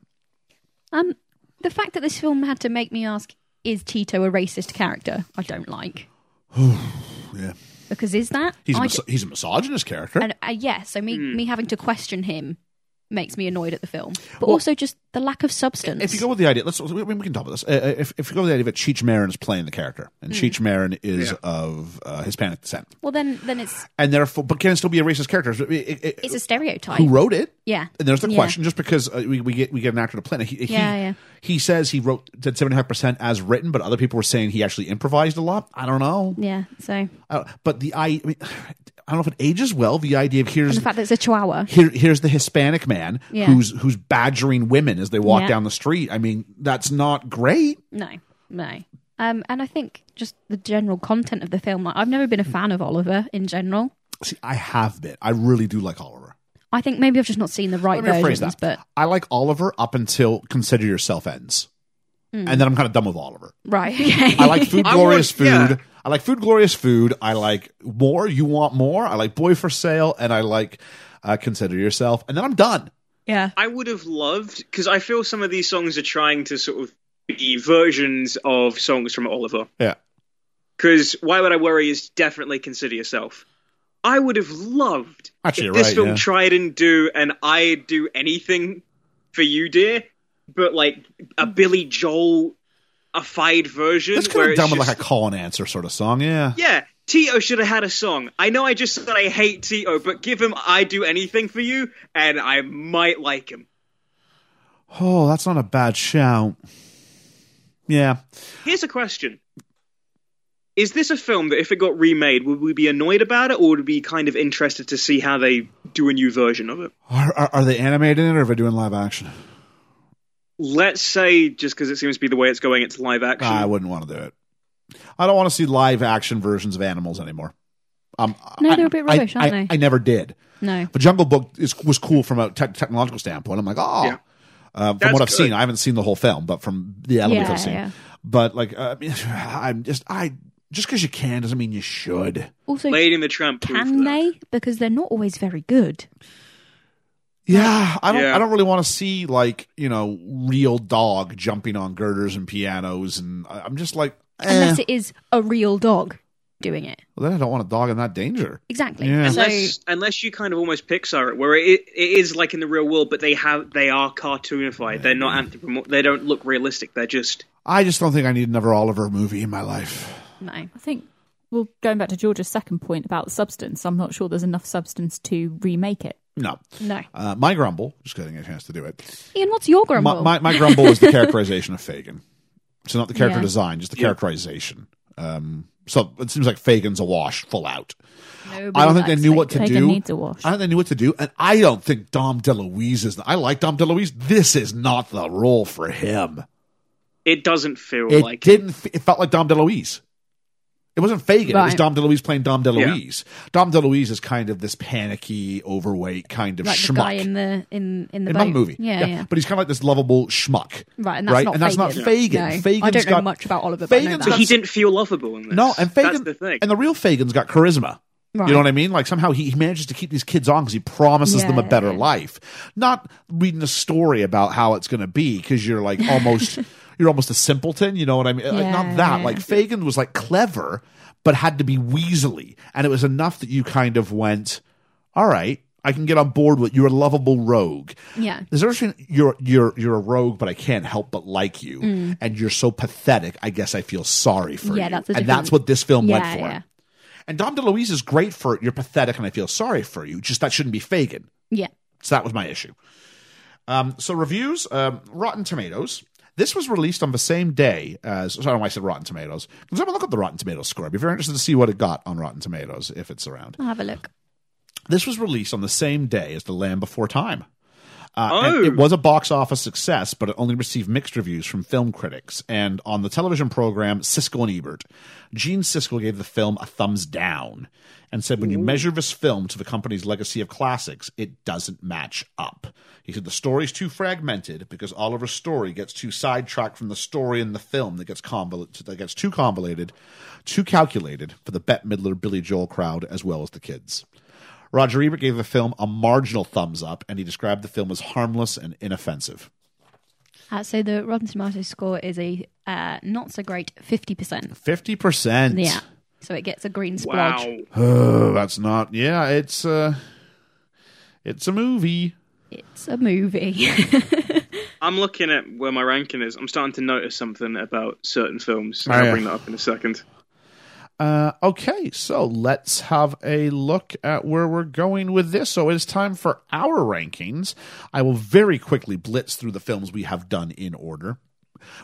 Um, the fact that this film had to make me ask, is Tito a racist character? I don't like. Yeah. Because is that? He's a I mis- d- he's a misogynist character. and uh, yeah, so me me having to question him makes me annoyed at the film, but also just the lack of substance. If you go with the idea, let's we, we can talk about this. Uh, if, if you go with the idea that Cheech Marin is playing the character, Hmm. and Cheech Marin is of uh, Hispanic descent, well, then then it's and therefore, but can it still be a racist character? It- it- it- it's a stereotype. who wrote it? Yeah. And there's the Yeah. question, just because uh, we, we get we get an actor to play it. He, he, Yeah, yeah. he says he wrote did seventy five percent as written, but other people were saying he actually improvised a lot. I don't know, Yeah, so and I don't- but the I, I mean, I don't know if it ages well. The idea of here's the fact that it's a Chihuahua. here, here's the Hispanic man Yeah. who's who's badgering women as they walk Yeah. down the street. I mean, that's not great. No, no. Um, and I think just the general content of the film. Like, I've never been a Hmm. fan of Oliver in general. See, I have been. I really do like Oliver. I think maybe I've just not seen the right Let me rephrase versions, that. but I like Oliver up until Consider Yourself ends, Hmm. and then I'm kind of done with Oliver. right. Okay. I like food, I glorious would- yeah. food. I like food, glorious food. I like more. You want more? I like boy for sale, and I like uh, consider yourself. And then I'm done. yeah, I would have loved because I feel some of these songs are trying to sort of be versions of songs from Oliver. Yeah. Because why would I worry is definitely consider yourself. I would have loved Actually, if you're this right, film yeah. tried and do an I do anything for you, dear, but like a Billy Joel ified version. This could where have it's done with just- like a call and answer sort of song. Yeah. yeah, Tito should have had a song. I know I just said I hate Tito, but give him I Do Anything for You, and I might like him. Oh, that's not a bad shout. Yeah. Here's a question. Is this a film that if it got remade, would we be annoyed about it or would we be kind of interested to see how they do a new version of it? Are, are, are they animated in it or are they doing live action? Let's say, just because it seems to be the way it's going, it's live action. I wouldn't want to do it. I don't want to see live action versions of animals anymore. Um, No, I- they're a bit I- rubbish, aren't I- they? I never did. No. But Jungle Book is, was cool from a te- technological standpoint. I'm like, oh, Yeah. uh, from That's what I've good. seen, I haven't seen the whole film, but from the elements Yeah, I've seen. yeah. But like, uh, I mean, I'm just, I just because you can doesn't mean you should. Also, Lady and the Tramp. proved can that. they? Because they're not always very good. Yeah, I don't. Yeah. I don't really want to see like you know real dog jumping on girders and pianos, and I- I'm just like, eh. Unless it is a real dog doing it. well, then I don't want a dog in that danger. Exactly. Yeah. So, Unless, unless you kind of almost Pixar it, where it, it is like in the real world, but they have they are cartoonified. They're not anthropomorph. They don't look realistic. They're just I just don't think I need another Oliver movie in my life. no. I think, well, going back to George's second point about the substance, I'm not sure there's enough substance to remake it. No, No. uh, my grumble, just getting a chance to do it. Ian, what's your grumble? My, my, my grumble is the characterization of Fagin. So not the character Yeah. design, just the characterization. Um, so it seems like Fagin's a wash, full out. I don't think they knew what to Fagin do. needs a wash. I don't think they knew what to do, and I don't think Dom DeLuise is. I like Dom DeLuise. This is not the role for him. it doesn't feel It like didn't. f- It felt like Dom DeLuise. It wasn't Fagin. It was Right. Dom DeLuise playing Dom DeLuise. Dom DeLuise is kind of this panicky, overweight kind of like the schmuck guy in the in in the in boat. that movie. Yeah, yeah. But he's kind of like this lovable schmuck. Right, and that's right? not and that's not Fagin. Fagin. No. Fagin's I don't know got- much about Oliver, but I know Fagin's that. got he didn't feel lovable in this. no, and Fagin That's the thing. and the real Fagin's got charisma. Right. You know what I mean? Like somehow he, he manages to keep these kids on because he promises them a Yeah. better life, not reading a story about how it's going to be because you're like almost you're almost a simpleton. You know what I mean? like, not Yeah, that. yeah. Like Fagin was like clever, but had to be weaselly, and it was enough that you kind of went, "All right, I can get on board with you're a lovable rogue." Yeah. There's a difference between you're you're you're a rogue, but I can't help but like you, Mm. and you're so pathetic. I guess I feel sorry for Yeah, you, that's a and different- that's what this film went Yeah, for. yeah. And Dom DeLuise is great for it. You're pathetic, and I feel sorry for you. Just that shouldn't be Fagin. yeah. So that was my issue. Um, so reviews, um, Rotten Tomatoes. This was released on the same day as. Sorry, I don't know why I said Rotten Tomatoes. Because I'm gonna look up the Rotten Tomatoes score. I'd be very interested to see what it got on Rotten Tomatoes if it's around. I'll have a look. This was released on the same day as The Land Before Time. Uh, Oh. and It was a box office success, but it only received mixed reviews from film critics. And on the television program Siskel and Ebert, Gene Siskel gave the film a thumbs down and said, When you measure this film to the company's legacy of classics, it doesn't match up. He said, The story's too fragmented because Oliver's story gets too sidetracked from the story in the film that gets, convol- that gets too convoluted, too calculated for the Bette Midler, Billy Joel crowd, as well as the kids. Roger Ebert gave the film a marginal thumbs up, and he described the film as harmless and inoffensive. Uh, so the Rotten Tomatoes score is a uh, not so great fifty percent. Fifty percent. Yeah. So it gets a green splotch. wow. that's not. Yeah, it's uh, it's a movie. It's a movie. I'm looking at where my ranking is. I'm starting to notice something about certain films. Oh, I'll yeah. bring that up in a second. Uh, okay, so let's have a look at where we're going with this. So it's time for our rankings. I will very quickly blitz through the films we have done in order.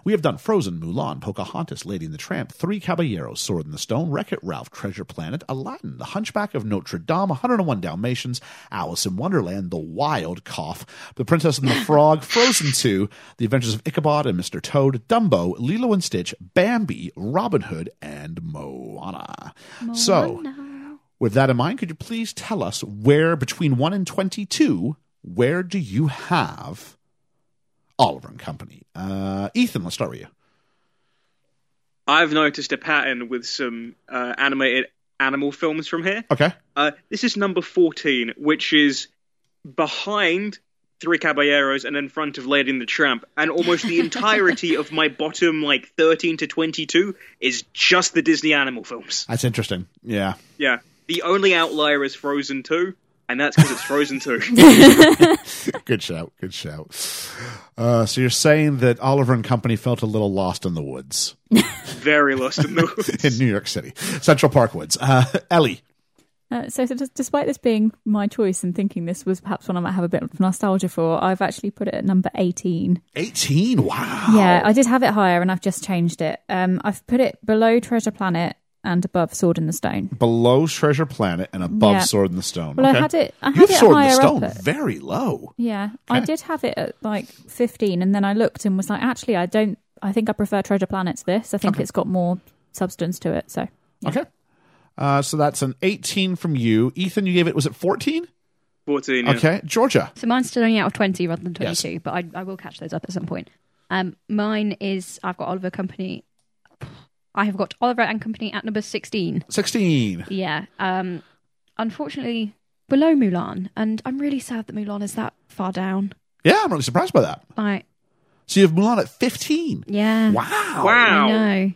We have done Frozen, Mulan, Pocahontas, Lady and the Tramp, Three Caballeros, Sword in the Stone, Wreck It Ralph, Treasure Planet, Aladdin, The Hunchback of Notre Dame, 101 Dalmatians, Alice in Wonderland, The Wild Cough, The Princess and the Frog, Frozen 2, The Adventures of Ichabod and Mr. Toad, Dumbo, Lilo and Stitch, Bambi, Robin Hood, and Moana. Oh, So, with that in mind, could you please tell us where between 1 and 22, where do you have Oliver and Company? Uh, Ethan, let's start with you. I've noticed a pattern with some uh, animated animal films from here. Okay. Uh, this is number 14, which is behind Three Caballeros and in front of Lady and the Tramp. And almost the entirety of my bottom, like 13 to 22, is just the Disney animal films. That's interesting. Yeah. Yeah. The only outlier is Frozen 2, and that's because it's Frozen 2. Good shout. Good shout. Uh, so you're saying that Oliver and Company felt a little lost in the woods Very lost in the woods. in New York City, Central Park Woods. Uh, Ellie. Uh, so, so just, despite this being my choice and thinking this was perhaps one I might have a bit of nostalgia for, I've actually put it at number 18. 18. Wow. Yeah, I did have it higher and I've just changed it. Um, I've put it below Treasure Planet and above Sword in the Stone. Below Treasure Planet and above Yeah. Sword in the Stone. Well, Okay. I had it. I had You've it Sword in higher the Stone Up at- very low. yeah, I did have it at like 15, and then I looked and was like, actually, I don't. I think I prefer Treasure Planet to this. I think it's got more substance to it. So Okay. Uh, so that's an 18 from you. Ethan, you gave it, was it 14? 14, yeah. Okay. Georgia. So mine's still only out of 20 rather than Yes. 22, but I, I will catch those up at some point. Um, mine is, I've got Oliver Company. I have got Oliver and Company at number 16. 16. Yeah. Um, unfortunately, below Mulan. And I'm really sad that Mulan is that far down. Yeah, I'm really surprised by that. Like, So you have Mulan at 15. yeah. Wow. I Wow. know.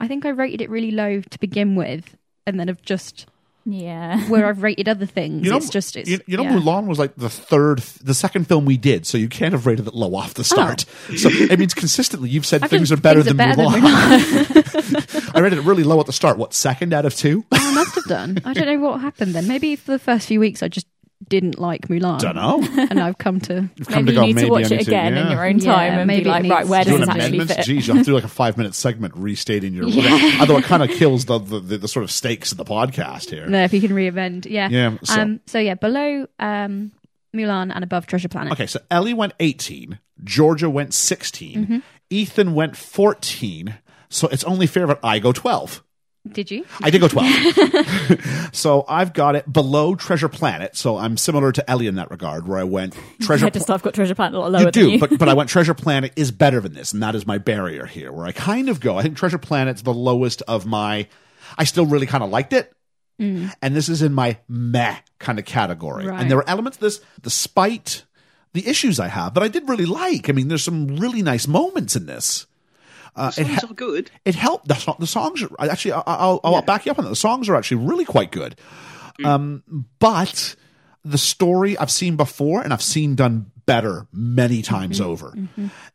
I think I rated it really low to begin with. And then I've just, yeah, where I've rated other things, You know, it's just, it's, you, you know, yeah. Mulan was like the third, the second film we did, so you can't have rated it low off the start. So it means consistently you've said I've things are done- better, Oh. things than, Mulan. I rated it really low at the start. What second out of two? I must have done. I don't know what happened then. Maybe for the first few weeks, I just didn't like Mulan. Don't know. And I've come to. You've come maybe to you go, need maybe to watch I it need again yeah. in your own Yeah, time and be maybe it like, right, needs where to be does this doing actually amendments. fit? Geez, y'all threw like a five minute segment restating your. Yeah. Although it kind of kills the, the, the, the sort of stakes of the podcast here. No, if you can re-amend. Yeah. Yeah, so- Um, so, yeah, below um, Mulan and above Treasure Planet. Okay, so Ellie went 18, Georgia went 16, Mm-hmm. Ethan went 14. So it's only fair that I go 12. Did you? I did go 12. so I've got it below Treasure Planet. So I'm similar to Ellie in that regard, where I went Treasure I just I've got Treasure Planet a lot lower you do, than you. but but I went Treasure Planet is better than this, and that is my barrier here, where I kind of go. I think Treasure Planet's the lowest of my. I still really kind of liked it, and this is in my meh kind of category. Right. And there were elements of this, despite the issues I have, that I did really like. I mean, there's some really nice moments in this. Uh, it, Songs ha- are good. it helped. The, so- the songs are I- actually. I- I'll, I'll back you up on that. The songs are actually really quite good, um, but the story I've seen before and I've seen done better many times over.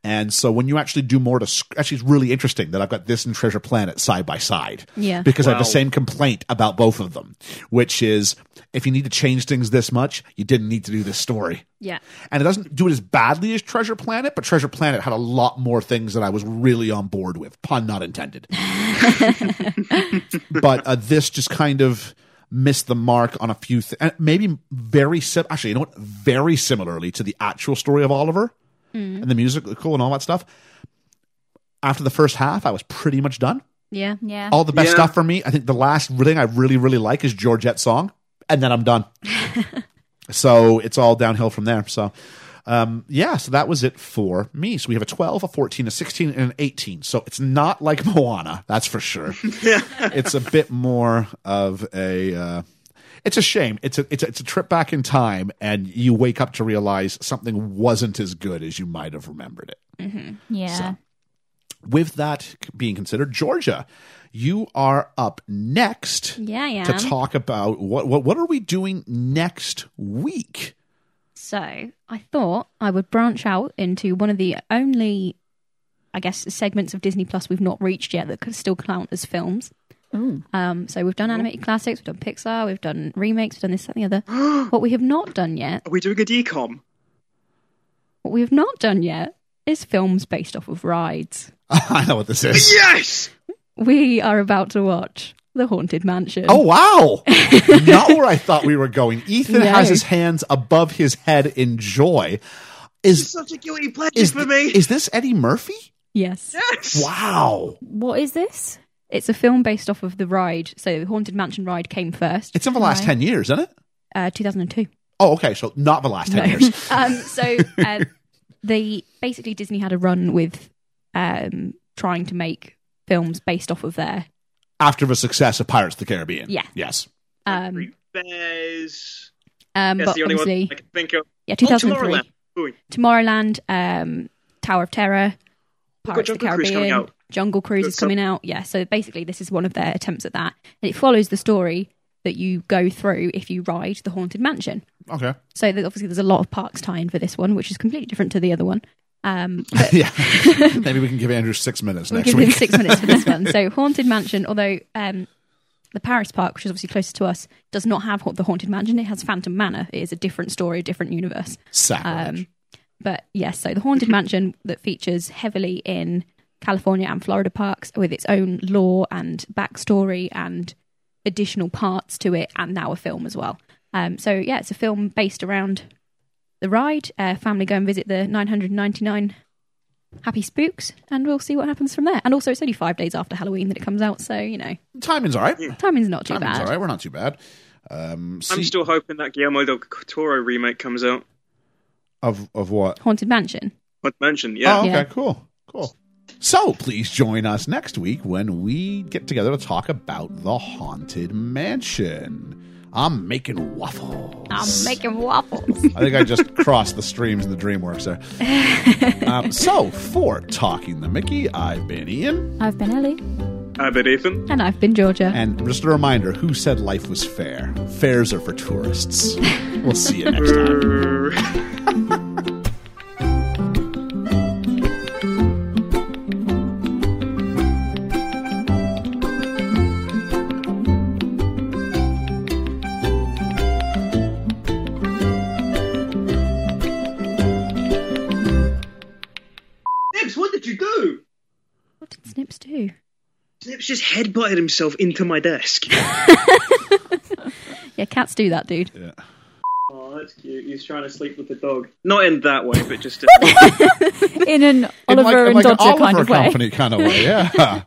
And so when you actually do more to sc- actually, it's really interesting that I've got this and Treasure Planet side by side. Yeah. because I have the Wow. same complaint about both of them, which is if you need to change things this much, you didn't need to do this story Yeah. and it doesn't do it as badly as Treasure Planet, but Treasure Planet had a lot more things that I was really on board with, pun not intended. but uh, this just kind of missed the mark on a few things. Maybe very sim- actually, you know what? Very similarly to the actual story of Oliver and the musical and all that stuff. After the first half, I was pretty much done. Yeah. yeah, All the best Yeah. stuff for me. I think the last thing I really, really like is Georgette's song, and then I'm done. so it's all downhill from there. So, um, yeah, so that was it for me. So we have a 12, a 14, a 16, and an 18. So it's not like Moana, that's for sure. it's a bit more of a. Uh, it's a shame. It's a it's a, it's a trip back in time, and you wake up to realize something wasn't as good as you might have remembered it yeah. with that c- being considered, Georgia, you are up next Yeah, yeah. to talk about what, what what are we doing next week? So I thought I would branch out into one of the only, I guess, segments of Disney Plus we've not reached yet that could still count as films. Um, so we've done animated classics, we've done Pixar, we've done remakes, we've done this, that, and the other. what we have not done yet, Are we doing a decom? what we have not done yet, is films based off of rides. I know what this is. Yes! We are about to watch The Haunted Mansion. Oh wow! Not where I thought we were going. Ethan No. has his hands above his head in joy. It's Is such a guilty pleasure is, for me. is this Eddie Murphy? yes. yes! Wow! What is this? It's a film based off of the ride. So the Haunted Mansion ride came first, It's in the last Right. ten years, isn't it? uh, 2002. Oh, okay. So not the last ten years. um, so uh, they basically Disney had a run with um, trying to make films based off of their After the success of Pirates of the Caribbean. Yeah. Yes. um, Three bears. um, That's but the only one obviously I can think of. yeah Oh, 2003 Tomorrowland. Ooh, Tomorrowland, um, Tower of Terror, got Pirates of the Jungle Cruise coming Caribbean, out. Jungle Cruise Got is coming out. Yeah, so basically this is one of their attempts at that, and it follows the story that you go through if you ride the Haunted Mansion. Okay. So there's, obviously, there's a lot of parks tie in for this one, which is completely different to the other one. Um, but Yeah. Maybe we can give Andrew six minutes we'll next give week. him six minutes for this one. So Haunted Mansion, although um, the Paris Park, which is obviously closest to us, does not have ha- the Haunted Mansion. It has Phantom Manor. It is a different story, a different universe. Sacrilege. Um, but yes, so the Haunted Mansion that features heavily in California and Florida parks with its own lore and backstory and additional parts to it, and now a film as well. Um, so yeah, it's a film based around the ride. Uh, family go and visit the 999 Happy Spooks, and we'll see what happens from there. And also, it's only five days after Halloween that it comes out, so you know, Timing's all right. timing's not too Timing's Um, bad. all right. We're not too bad. Um, see- I'm still hoping that Guillermo del Toro remake comes out. of of what? Haunted Mansion. What mention? Yeah. Oh, okay. Yeah. Cool. Cool. So please join us next week when we get together to talk about the haunted mansion. I'm making waffles. I'm making waffles. I think I just crossed the streams in the DreamWorks there. um, so for talking the Mickey, I've been Ian, I've been Ellie. I bet Ethan. and I've been Georgia. and just a reminder: who said life was fair? Fairs are for tourists. We'll see you next time. Err. Nibs, what did you do? What did Snips do? Snips just headbutted himself into my desk. Yeah, cats do that, dude. Oh, that's cute. He's trying to sleep with the dog. Not in that way, but just. In an In Oliver like- and like an Dodger Oliver kind of way. Company kind of way. Yeah.